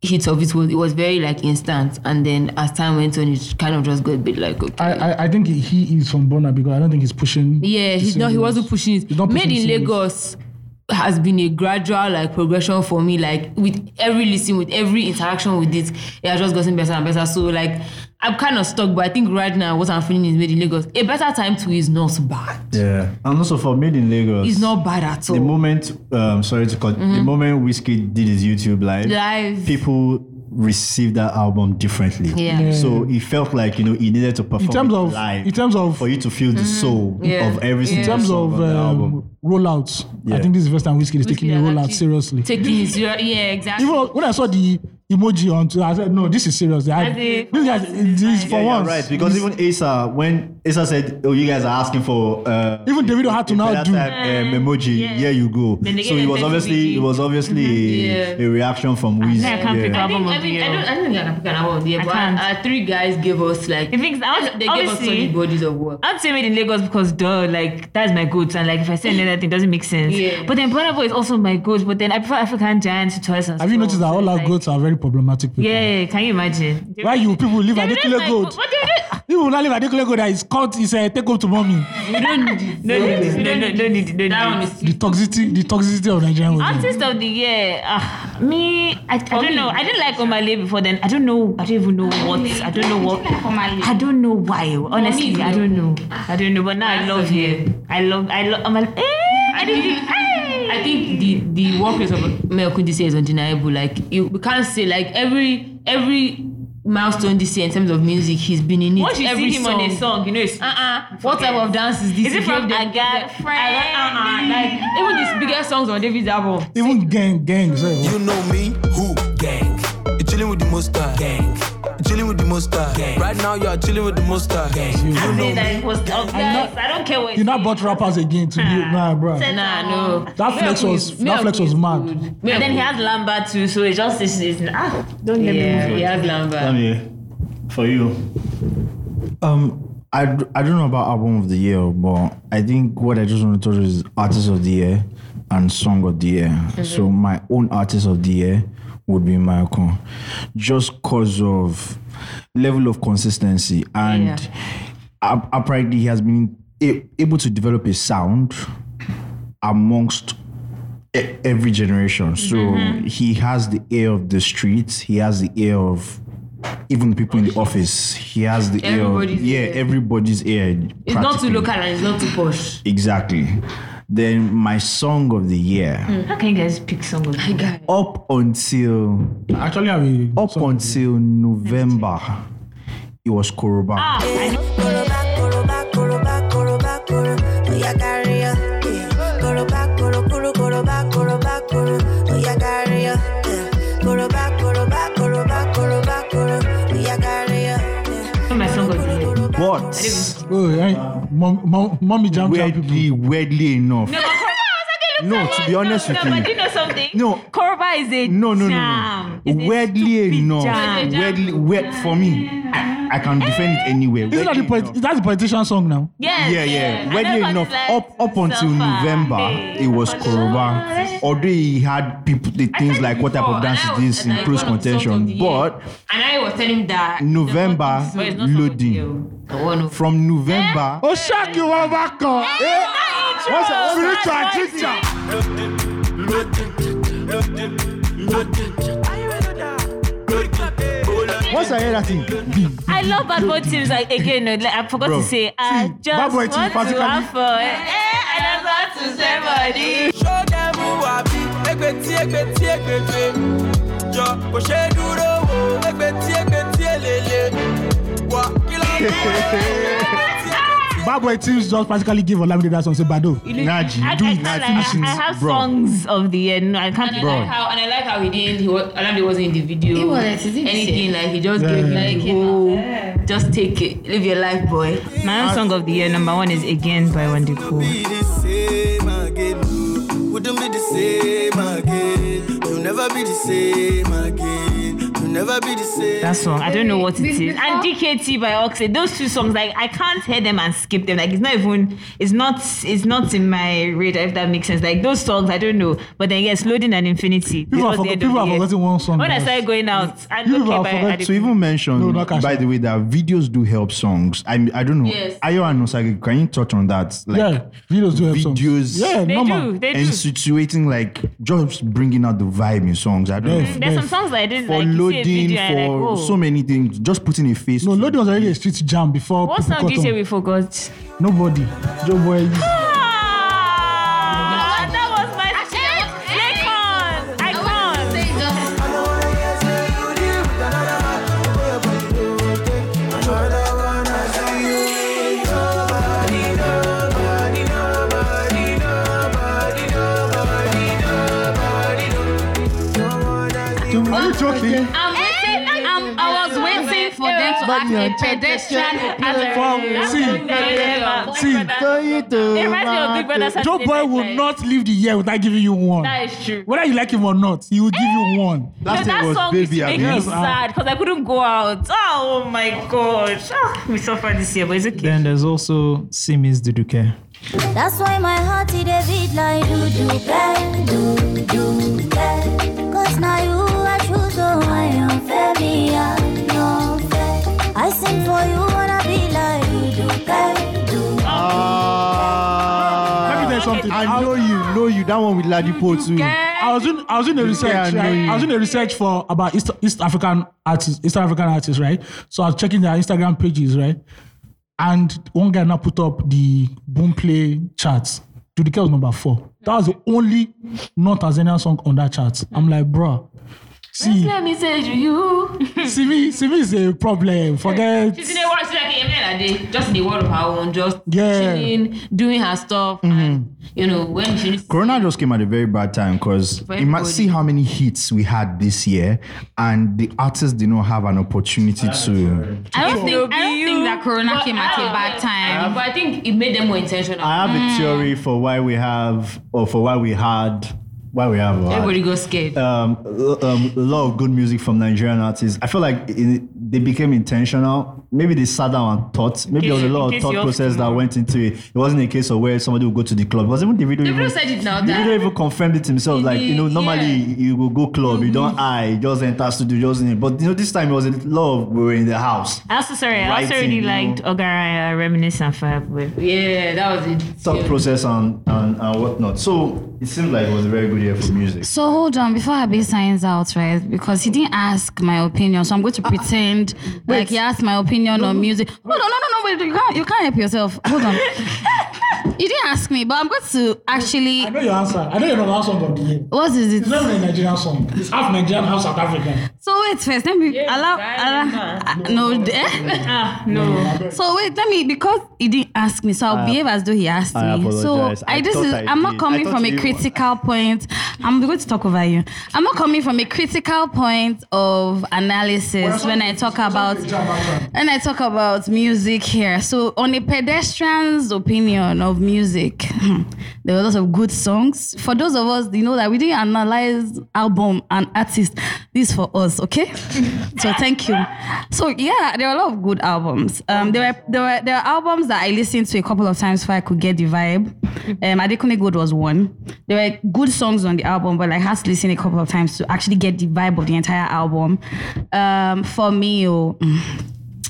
Speaker 3: hit of it was it was very like instant, and then as time went on, it kind of just got a bit like okay.
Speaker 7: I, I, I think he is from Bona because I don't think he's pushing.
Speaker 3: Yeah,
Speaker 7: the
Speaker 3: he's not. He
Speaker 7: singles.
Speaker 3: wasn't pushing it.
Speaker 7: He's not
Speaker 3: Made
Speaker 7: pushing
Speaker 3: in
Speaker 7: singles.
Speaker 3: Lagos has been a gradual like progression for me. Like with every listen, with every interaction with it, it has just gotten better and better. So like I'm kind of stuck, but I think right now what I'm feeling is made in Lagos. A better time to is not bad.
Speaker 47: Yeah, and also for Made in Lagos,
Speaker 3: It's not bad at all.
Speaker 47: the moment um sorry to cut the
Speaker 6: Mm-hmm.
Speaker 3: Mhm.
Speaker 47: moment whiskey did his youtube live
Speaker 3: Live.
Speaker 47: people received that album differently
Speaker 3: Yeah. Yeah.
Speaker 47: so it felt like you know he needed to perform
Speaker 7: In terms
Speaker 47: it
Speaker 7: of-
Speaker 47: live
Speaker 7: in terms of
Speaker 47: for you to feel
Speaker 6: Mm-hmm.
Speaker 47: the soul
Speaker 7: Yeah.
Speaker 47: of every
Speaker 7: in
Speaker 47: single
Speaker 7: terms
Speaker 47: song
Speaker 7: of
Speaker 47: on the
Speaker 10: uh,
Speaker 47: album
Speaker 7: um, rollouts,
Speaker 47: Yeah.
Speaker 7: I think this is the first time Whiskey is taking a rollout seriously.
Speaker 3: Taking his yeah, exactly.
Speaker 7: Even when I saw the emoji on, Twitter, I said, "No, this is serious." I,
Speaker 3: As
Speaker 7: this
Speaker 3: if-
Speaker 7: guy, this is for
Speaker 47: yeah, you're
Speaker 7: once,
Speaker 47: right because even Asa when Asa said oh you guys are asking for uh
Speaker 7: even Davido had to now
Speaker 47: that
Speaker 7: do.
Speaker 47: time, um, emoji here you go
Speaker 3: Uh, Then they
Speaker 47: so
Speaker 3: gave
Speaker 47: it
Speaker 3: him
Speaker 47: was
Speaker 3: Thank You,
Speaker 47: obviously it was obviously a,
Speaker 3: Mhm. Yeah.
Speaker 47: a reaction from Wiz
Speaker 3: I can't pick album I think, I, think, I, don't, I don't think I can pick an album of the year,
Speaker 10: I
Speaker 3: but
Speaker 10: can't.
Speaker 3: uh, three guys gave us like
Speaker 10: If it's- I was-
Speaker 3: they gave us
Speaker 10: obviously-
Speaker 3: solid bodies of work.
Speaker 10: I'm saying made in Lagos because duh, like that's my goods, and like if I say another thing, it doesn't make sense.
Speaker 3: Yeah.
Speaker 10: But then Burna Boy is also my goods, but then I prefer African Giants to Toys and
Speaker 7: Have you noticed that all our goats are very problematic people?
Speaker 10: Yeah, can you imagine?
Speaker 7: Why you people live at the
Speaker 10: Davido is
Speaker 7: clear
Speaker 10: my
Speaker 7: goat?
Speaker 10: goat. What Davido-
Speaker 7: You will not live at the clear goat that is caught, is a take home to mommy.
Speaker 10: We don't need it. <laughs> No need it. We don't need it. Don't need it. Don't need it.
Speaker 7: The toxicity, the toxicity of Nigerian women.
Speaker 10: Artist of the year, ah, me, I, I don't know. I didn't like Omale before then. I don't know. I don't even know what. I don't know what. I don't know why. Honestly, I don't know. I don't know. But now I love him. I love. I love. Omale. Eh, I didn't. think- eh.
Speaker 3: I think the the work rate of Melkundi this year is undeniable. Like you, we can't say like every every milestone this year in terms of music, he's been in it.
Speaker 10: Once you
Speaker 3: every
Speaker 10: see him on a song, you know it's.
Speaker 3: Uh-uh. What type of dance is this?
Speaker 10: Is it from I Got Uh-huh,
Speaker 3: Uh-uh. Like even his biggest songs on David's album.
Speaker 7: Even gang, gang. So.
Speaker 48: You know me, who? Gang. You chilling with the mustard. Gang. You chilling with the mustard. Gang. Right now you are chilling with the mustard. Gang. You know
Speaker 10: I
Speaker 48: me.
Speaker 10: that it was of guys. I don't care what. Ah.
Speaker 7: You not bought rappers again to you, nah, bro.
Speaker 3: Nah, no.
Speaker 7: That flex was that flex was mad.
Speaker 10: And then he has Lambert too, so it just is. is ah, don't let
Speaker 3: Yeah,
Speaker 10: me.
Speaker 3: he has
Speaker 47: Come
Speaker 3: Lambert.
Speaker 47: here. For you.
Speaker 6: Um, I, d- I don't know about album of the year, but I think what I just want to touch is artist of the year and song of the year. So my own artist of the year would be Michael, just cause of level of consistency and
Speaker 3: Yeah.
Speaker 6: ap- apparently he has been a- able to develop a sound amongst e- every generation. So he has the ear of the streets. He has the ear of even the people in the office. He has the ear. Of,
Speaker 3: Everybody's
Speaker 6: yeah,
Speaker 3: ear.
Speaker 6: everybody's ear.
Speaker 3: It's not too
Speaker 6: practically.
Speaker 3: local and it's not too posh.
Speaker 6: Exactly. Then my song of the year.
Speaker 10: How can you guys pick song of the year?
Speaker 6: Up until
Speaker 7: actually, I mean, oh,
Speaker 6: up until November, it was Koroba.
Speaker 10: My song of the year.
Speaker 6: But
Speaker 7: oh, yeah, mom, mom, mommy jam
Speaker 6: weirdly,
Speaker 7: Mm-hmm.
Speaker 6: weirdly enough.
Speaker 10: No, but Korba also
Speaker 6: No,
Speaker 10: looks
Speaker 6: to
Speaker 10: like
Speaker 6: be
Speaker 10: one.
Speaker 6: honest
Speaker 10: no,
Speaker 6: with
Speaker 10: no,
Speaker 6: you.
Speaker 10: but you know something?
Speaker 6: No.
Speaker 10: Korba is a
Speaker 6: No, no, no,
Speaker 10: jam.
Speaker 6: no. Weirdly enough,
Speaker 10: jam.
Speaker 6: weirdly, weird for me, I, I can defend it anywhere.
Speaker 7: Isn't that the point? Is that the politician song now?
Speaker 10: Yes,
Speaker 6: yeah,
Speaker 10: yes.
Speaker 6: yeah.
Speaker 10: I know
Speaker 6: Weirdly
Speaker 10: what
Speaker 6: enough,
Speaker 10: it's like
Speaker 6: up up
Speaker 10: to
Speaker 6: until
Speaker 10: suffer.
Speaker 6: November,
Speaker 10: Hey,
Speaker 6: it was
Speaker 10: for
Speaker 6: Koroba.
Speaker 10: sure.
Speaker 6: Although he had people, the things like what type
Speaker 3: before,
Speaker 6: of dance
Speaker 3: and I
Speaker 6: is this
Speaker 3: was
Speaker 6: in
Speaker 3: like,
Speaker 6: close
Speaker 3: one of the songs of the
Speaker 6: contention,
Speaker 3: year.
Speaker 6: but
Speaker 3: And I was telling him that
Speaker 6: November loading. From November,
Speaker 7: oh shock you one back on. What's that? Spiritual teacher.
Speaker 6: Once I hear that thing,
Speaker 10: I love bad boy teams. Like again, no, like, I forgot
Speaker 6: Bro,
Speaker 10: to say. I
Speaker 6: see,
Speaker 10: just
Speaker 6: Bad Boy
Speaker 10: want
Speaker 6: Team
Speaker 10: to
Speaker 6: practically-
Speaker 10: have fun. Eh, I just want to say money.
Speaker 49: Show them who I be. Egbeti, egbeti, egbete. Jọ kò ṣe dúró o. Egbeti, egbeti, elele. Wà kí ló ń
Speaker 7: Bad boy teams just practically give Olamide that song. Say Bado.
Speaker 10: I,
Speaker 7: Naji,
Speaker 10: I, can't lie, I, I have songs of the year. No, I can't.
Speaker 3: And I like how and I like how he didn't. He was, Alamdi wasn't in the video.
Speaker 50: He wasn't, he didn't
Speaker 3: anything.
Speaker 50: say.
Speaker 3: Like he just
Speaker 50: Yeah,
Speaker 3: gave
Speaker 50: yeah,
Speaker 3: like,
Speaker 50: yeah.
Speaker 3: oh, just take it, live your life, boy.
Speaker 10: My own song of the year number one is again by Wendy Cool.
Speaker 49: be the same again? Wouldn't be the same again. You'll never be the same again. You'll
Speaker 51: never be the same.
Speaker 1: That song, I don't know what it is. And DKT by Oxy, those two songs, like I can't hear them and skip them. Like it's not even, it's not, it's not in my radar if that makes sense. Like those songs, I don't know. But then yes, Loading and Infinity.
Speaker 7: People
Speaker 1: towards
Speaker 7: have
Speaker 1: the
Speaker 7: forgot-
Speaker 1: end of
Speaker 7: people
Speaker 1: the
Speaker 7: have
Speaker 1: year.
Speaker 7: forgotten one song.
Speaker 1: When I
Speaker 7: guys.
Speaker 1: started going out, I
Speaker 7: People
Speaker 1: okay,
Speaker 7: have
Speaker 1: by
Speaker 7: forgotten-
Speaker 1: Ade-
Speaker 7: so
Speaker 6: to even mention,
Speaker 7: No, not cash
Speaker 6: by
Speaker 7: out.
Speaker 6: the way, that videos do help songs. I I don't know.
Speaker 1: Yes.
Speaker 6: Ayo and Osage, can you touch on that? Like,
Speaker 7: yeah, videos do have songs.
Speaker 6: videos.
Speaker 7: Yeah, They normal. do, they
Speaker 6: and
Speaker 7: do.
Speaker 1: Mm,
Speaker 6: situating like just bringing out the vibe in songs. I don't know.
Speaker 1: There's some songs like this,
Speaker 6: For
Speaker 1: like you see a
Speaker 6: loading,
Speaker 1: video and
Speaker 6: for
Speaker 1: like, oh.
Speaker 6: so many things, just putting a face. No,
Speaker 7: loading was already a street jam before.
Speaker 1: What
Speaker 7: people
Speaker 1: song did you
Speaker 7: caught
Speaker 1: say
Speaker 7: on.
Speaker 1: we forgot?
Speaker 7: Nobody. Joe Boy.
Speaker 1: Ah, that was my shit. Icon,
Speaker 7: Are you joking?
Speaker 10: I'm waiting. I'm, I was waiting for them to act a pedestrian
Speaker 7: Wow, see, see,
Speaker 1: It reminds me of Big Brother Saturday
Speaker 7: Joe Boy
Speaker 1: Night
Speaker 7: will
Speaker 1: Live.
Speaker 7: not leave the year without giving you one.
Speaker 1: That is true. Eh?
Speaker 7: Whether you like him or not, he will give you one.
Speaker 1: No, that song used to make me
Speaker 7: Yes, ah.
Speaker 1: sad because I couldn't go out. Oh my gosh. Ah, we suffered this year, but it's okay.
Speaker 52: Then there's also Simis Duduke.
Speaker 3: That's why my heart it a beat like do do bang, do do bang. Cause now you I choose oh I am fair me I am fair. I sing for you wanna be like do do bang, do.
Speaker 7: Let me tell you something.
Speaker 6: I know you, know you. That one with Ladipo too.
Speaker 7: I was in I was in a research.
Speaker 6: Yeah, I know
Speaker 7: right? I was in a research for about East, East African artists, East African artists, right? So I was checking their Instagram pages, right? And one guy now put up the boom play charts. Judike was number four. That was the only non-Tanzanian song on that chart. I'm like, bro, see,
Speaker 53: Let me say to you.
Speaker 7: see me, see me is a problem. Forget.
Speaker 53: She's in a world, she's like a man a day, just in the world of her own, just
Speaker 7: Yeah. Mm-hmm.
Speaker 53: chilling, doing her stuff. And, you know, when she needs
Speaker 6: Corona just came at a very bad time because
Speaker 53: For
Speaker 6: you might
Speaker 53: everybody.
Speaker 6: see how many hits we had this year, and the artists did not have an opportunity
Speaker 7: Ah,
Speaker 6: to.
Speaker 10: I don't think I don't think that Corona came at a bad time.
Speaker 53: But I think it made them more intentional.
Speaker 6: I have
Speaker 7: Mm.
Speaker 6: a theory for why we have, or for why we had, why we have. or had.
Speaker 53: Everybody got scared.
Speaker 6: Um, l- um, a lot of good music from Nigerian artists. I feel like it, they became intentional. Maybe they sat down and thought. Maybe there was a
Speaker 53: In
Speaker 6: lot of
Speaker 53: case
Speaker 6: thought
Speaker 53: you're off
Speaker 6: process that went into it. It wasn't a case of where somebody would go to the club. Because even the video
Speaker 53: Davido
Speaker 6: even
Speaker 53: said it now that-
Speaker 6: Davido even confirmed it himself. Like you know,
Speaker 53: Yeah.
Speaker 6: normally you will go club, you
Speaker 1: Mm-hmm.
Speaker 6: don't I just enter studio, just in. But you know, this time it was a lot of we were in the house.
Speaker 1: I also sorry, I also
Speaker 6: Writing,
Speaker 1: really
Speaker 6: you know.
Speaker 1: liked Ogaraya Reminisce and Fab with
Speaker 53: Yeah, that was it.
Speaker 6: Thought process and, and and whatnot. So it seemed like it was a very good year for music.
Speaker 10: So hold on, before Abe signs out, right? Because he didn't ask my opinion, so I'm going to pretend like he asked my opinion on music. Hold on, no, no, no, wait, you can't, you can't help yourself. Hold on. you didn't ask me, but I'm going to actually.
Speaker 7: I know your answer. I know your number one song of the year.
Speaker 10: What is it?
Speaker 7: It's not even a Nigerian song. It's half Nigerian, half South African.
Speaker 10: So wait first, let me allow. allow uh, <laughs> no, eh?
Speaker 53: Ah,
Speaker 10: <laughs>
Speaker 7: no.
Speaker 10: So wait, let me because he didn't ask me, so I'll
Speaker 7: Uh,
Speaker 6: I-
Speaker 10: behave as though he asked
Speaker 6: I
Speaker 10: me. So
Speaker 6: apologize. I
Speaker 10: I this
Speaker 6: thought
Speaker 10: is
Speaker 6: I
Speaker 10: I'm
Speaker 6: did.
Speaker 10: not coming
Speaker 6: I
Speaker 10: from
Speaker 6: thought
Speaker 10: a
Speaker 6: you-
Speaker 10: critical point. I'm going to talk over you. I'm not coming from a critical point of analysis when I talk about when I talk about music here. So on a pedestrian's opinion of music, hmm, there were lots of good songs. For those of us, you know that we didn't analyze album and artist. This for us, okay? so thank you. So yeah, there are a lot of good albums. Um, there were there were there are albums that I listened to a couple of times before I could get the vibe. Um, Adekunle Gold was one. There were good songs on the album, but I had to listen a couple of times to actually get the vibe of the entire album. Um, for me, oh.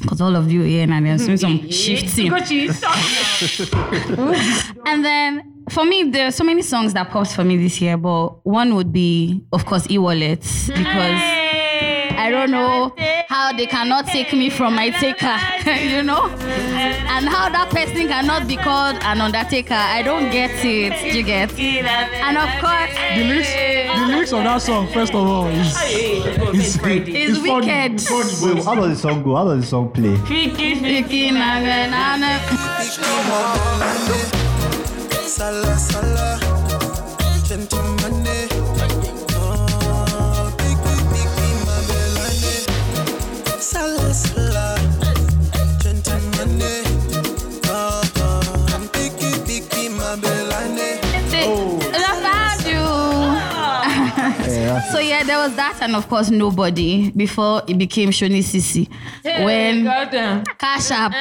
Speaker 10: Because all of you here and there's been some shifting. and then for me, there are so many songs that popped for me this year, but one would be, of course, e wallets because I don't know how they cannot take me from my taker, <laughs> you know, and how that person cannot be called an undertaker. I don't get it. You get, and of course,
Speaker 7: The lyrics, the lyrics of that song, first of all, is is,
Speaker 10: It's
Speaker 7: funny.
Speaker 10: wicked.
Speaker 7: It's funny.
Speaker 6: Wait, how does the song go? How does the song play?
Speaker 7: <laughs>
Speaker 51: Sala, sala, gentleman, eh. Oh, pick me, pick me, my bellane. Sala, sala, gentleman, eh. Oh, oh, pick me, pick me, my bellane.
Speaker 10: Love you.
Speaker 6: Yeah.
Speaker 10: So yeah,
Speaker 7: Yeah, there was that, and of course, nobody before it became Shoni Sisi.
Speaker 3: Hey,
Speaker 7: when
Speaker 3: goddamn.
Speaker 7: Cash App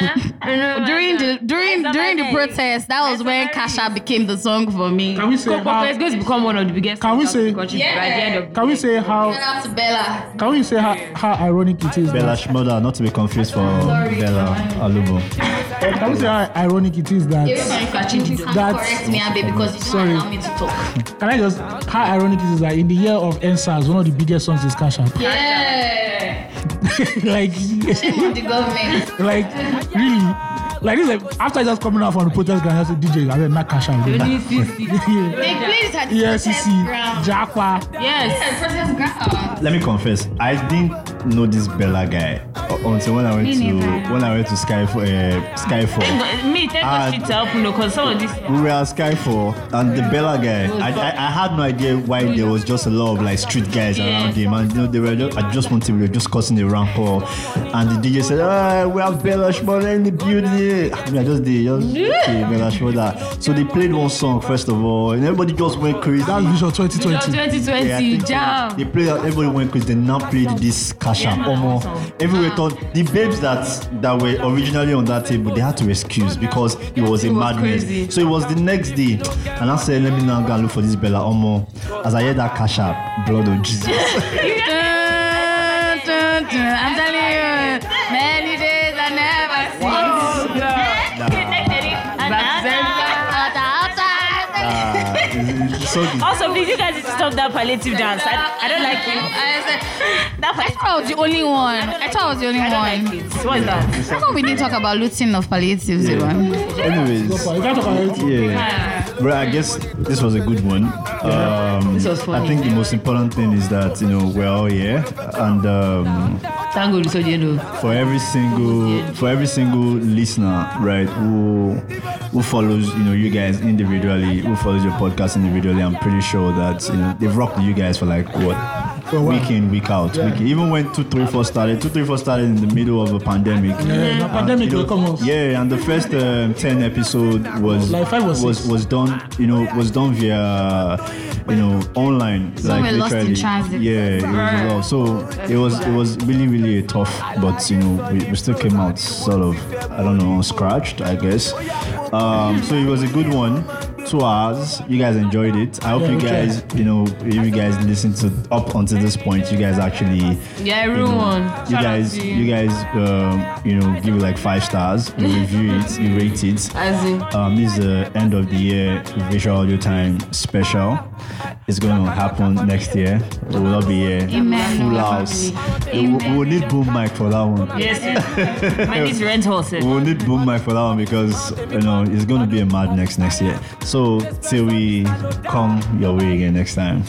Speaker 3: no,
Speaker 7: during
Speaker 3: no.
Speaker 7: the during
Speaker 3: That's
Speaker 7: during the
Speaker 3: amazing.
Speaker 7: protest, that was when Cash App became the song for me.
Speaker 3: Can we say Coco how- is going to become one of the biggest
Speaker 7: Can we say?
Speaker 3: country by the end of
Speaker 6: Can we say how?
Speaker 7: Shout out to Bella.
Speaker 6: Can we say how, how ironic it is?
Speaker 10: Bella
Speaker 6: That,
Speaker 10: Shmurda, not to be confused for
Speaker 6: Sorry.
Speaker 10: Bella Alubo.
Speaker 6: can we say how ironic it is that?
Speaker 7: Even if I change it, you can't
Speaker 6: that-
Speaker 7: correct me, Abe, because you don't
Speaker 6: Sorry.
Speaker 7: allow me to
Speaker 6: <laughs>
Speaker 7: talk.
Speaker 6: Can I just? How ironic it is that in the year of NSAS, one of the biggest songs is Cash App.
Speaker 7: Yeah.
Speaker 6: like,
Speaker 7: Shame on the
Speaker 6: <laughs>
Speaker 7: government.
Speaker 6: like really, like this. Like, after just coming out from the protest ground, I said, DJ, I mean, not Cash App.
Speaker 7: They need They
Speaker 6: <laughs> yeah.
Speaker 7: played it at the
Speaker 6: Yes, you
Speaker 7: protest
Speaker 6: see,
Speaker 7: ground.
Speaker 6: Japa.
Speaker 7: Yes. protest ground.
Speaker 10: Let me confess, I didn't know this Bella guy
Speaker 6: uh,
Speaker 10: u- until when I went
Speaker 3: Me
Speaker 10: to
Speaker 3: neither.
Speaker 10: when I went to Skyfall. Uh,
Speaker 3: Thank
Speaker 10: Skyfall.
Speaker 3: God- Me, thank God
Speaker 10: Ah.
Speaker 3: she help you know, because some of these
Speaker 10: We were at Skyfall, and the Bella guy. I, I, I had no idea why there was just a lot of like street guys around him, and you know they were just, at just one time they were just causing a rampart, and the DJ said, ah, "We have Bella Shmurda in the building." I, mean, I just did, just okay, Bella Shmurda. So they played one song first of all, and everybody just went crazy. That's
Speaker 6: Vision
Speaker 3: 2020. Vision 2020,
Speaker 10: I think so.
Speaker 3: jam.
Speaker 10: They played, everybody went crazy. They now played this Kasha
Speaker 3: Yeah,
Speaker 10: Omo.
Speaker 3: awesome. Ah.
Speaker 10: Everywhere thought the babes that that were originally on that table, they had to excuse because it was a
Speaker 3: It was
Speaker 10: madness.
Speaker 3: crazy.
Speaker 10: So it was the next day, and I said, "Let me now go and look for this Bella Omo." As I heard that Kasha, blood of
Speaker 7: <laughs>
Speaker 10: Jesus.
Speaker 7: Dun, dun, dun. I'm telling you, many days I never seen.
Speaker 3: Back then.
Speaker 10: Ah, it's- it's so good.
Speaker 3: Also, please, you guys need to stop that palliative dance. I, I don't like it.
Speaker 7: I thought I was the only one. I thought I was the only one.
Speaker 3: What is that?
Speaker 7: I thought we need to talk about looting of palliatives, everyone.
Speaker 10: Anyways, yeah. But I guess this was a good one. Um,
Speaker 7: This was funny.
Speaker 10: I think the most important thing is that you know we're all here, and um,
Speaker 3: Thank God, so you know.
Speaker 10: for every single for every single listener, right, who who follows you know you guys individually, who follows your podcast individually, I'm pretty sure that you know they've rocked you guys for like what. Week in, week out. Week in. Even when two three four started, two three four started in the middle of a pandemic.
Speaker 7: Eh,
Speaker 6: Yeah, the
Speaker 10: And,
Speaker 6: pandemic
Speaker 10: you know,
Speaker 6: will come out.
Speaker 10: yeah, and the first um, ten episode was
Speaker 6: Like five or
Speaker 10: was, was done, you know, was done via you know online,
Speaker 7: So
Speaker 10: like
Speaker 7: we're lost in
Speaker 10: literally.
Speaker 7: transit.
Speaker 10: Yeah, it was a lot. So it was it was really really a tough, but you know we, we still came out sort of I don't know scratched I guess. Um, so it was a good one. Two hours. You guys enjoyed it. I hope
Speaker 3: Yeah,
Speaker 10: you
Speaker 3: we tried.
Speaker 10: guys, you know, if you guys listen to up until this point, you guys actually
Speaker 3: Yeah,
Speaker 10: you know,
Speaker 3: everyone.
Speaker 10: You
Speaker 3: Shout out
Speaker 10: guys,
Speaker 3: to
Speaker 10: you guys, um, you know, give it like five stars.
Speaker 3: <laughs>
Speaker 10: You review it, you rate it.
Speaker 3: As in.
Speaker 10: Um, this is the end of the year visual audio time special. It's going to happen next year. We will all be here.
Speaker 3: Amen.
Speaker 10: Full house. We will, we will need boom mic for that one.
Speaker 3: Yes. My niece rent horses.
Speaker 10: We will need boom mic for that one because you know it's going to be a mad next next year. So till we come your way again next time,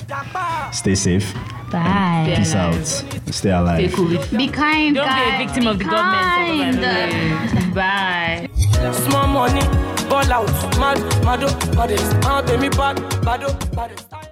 Speaker 10: stay safe.
Speaker 7: Bye.
Speaker 10: Peace
Speaker 7: Stay alive.
Speaker 10: out. Stay alive.
Speaker 7: Be kind,
Speaker 3: Don't
Speaker 7: guys.
Speaker 3: be a victim of the government.
Speaker 7: Kind.
Speaker 3: Bye.
Speaker 54: Small money, ball out, mad, mado, baddest. Ah, pay me bad, bado, baddest.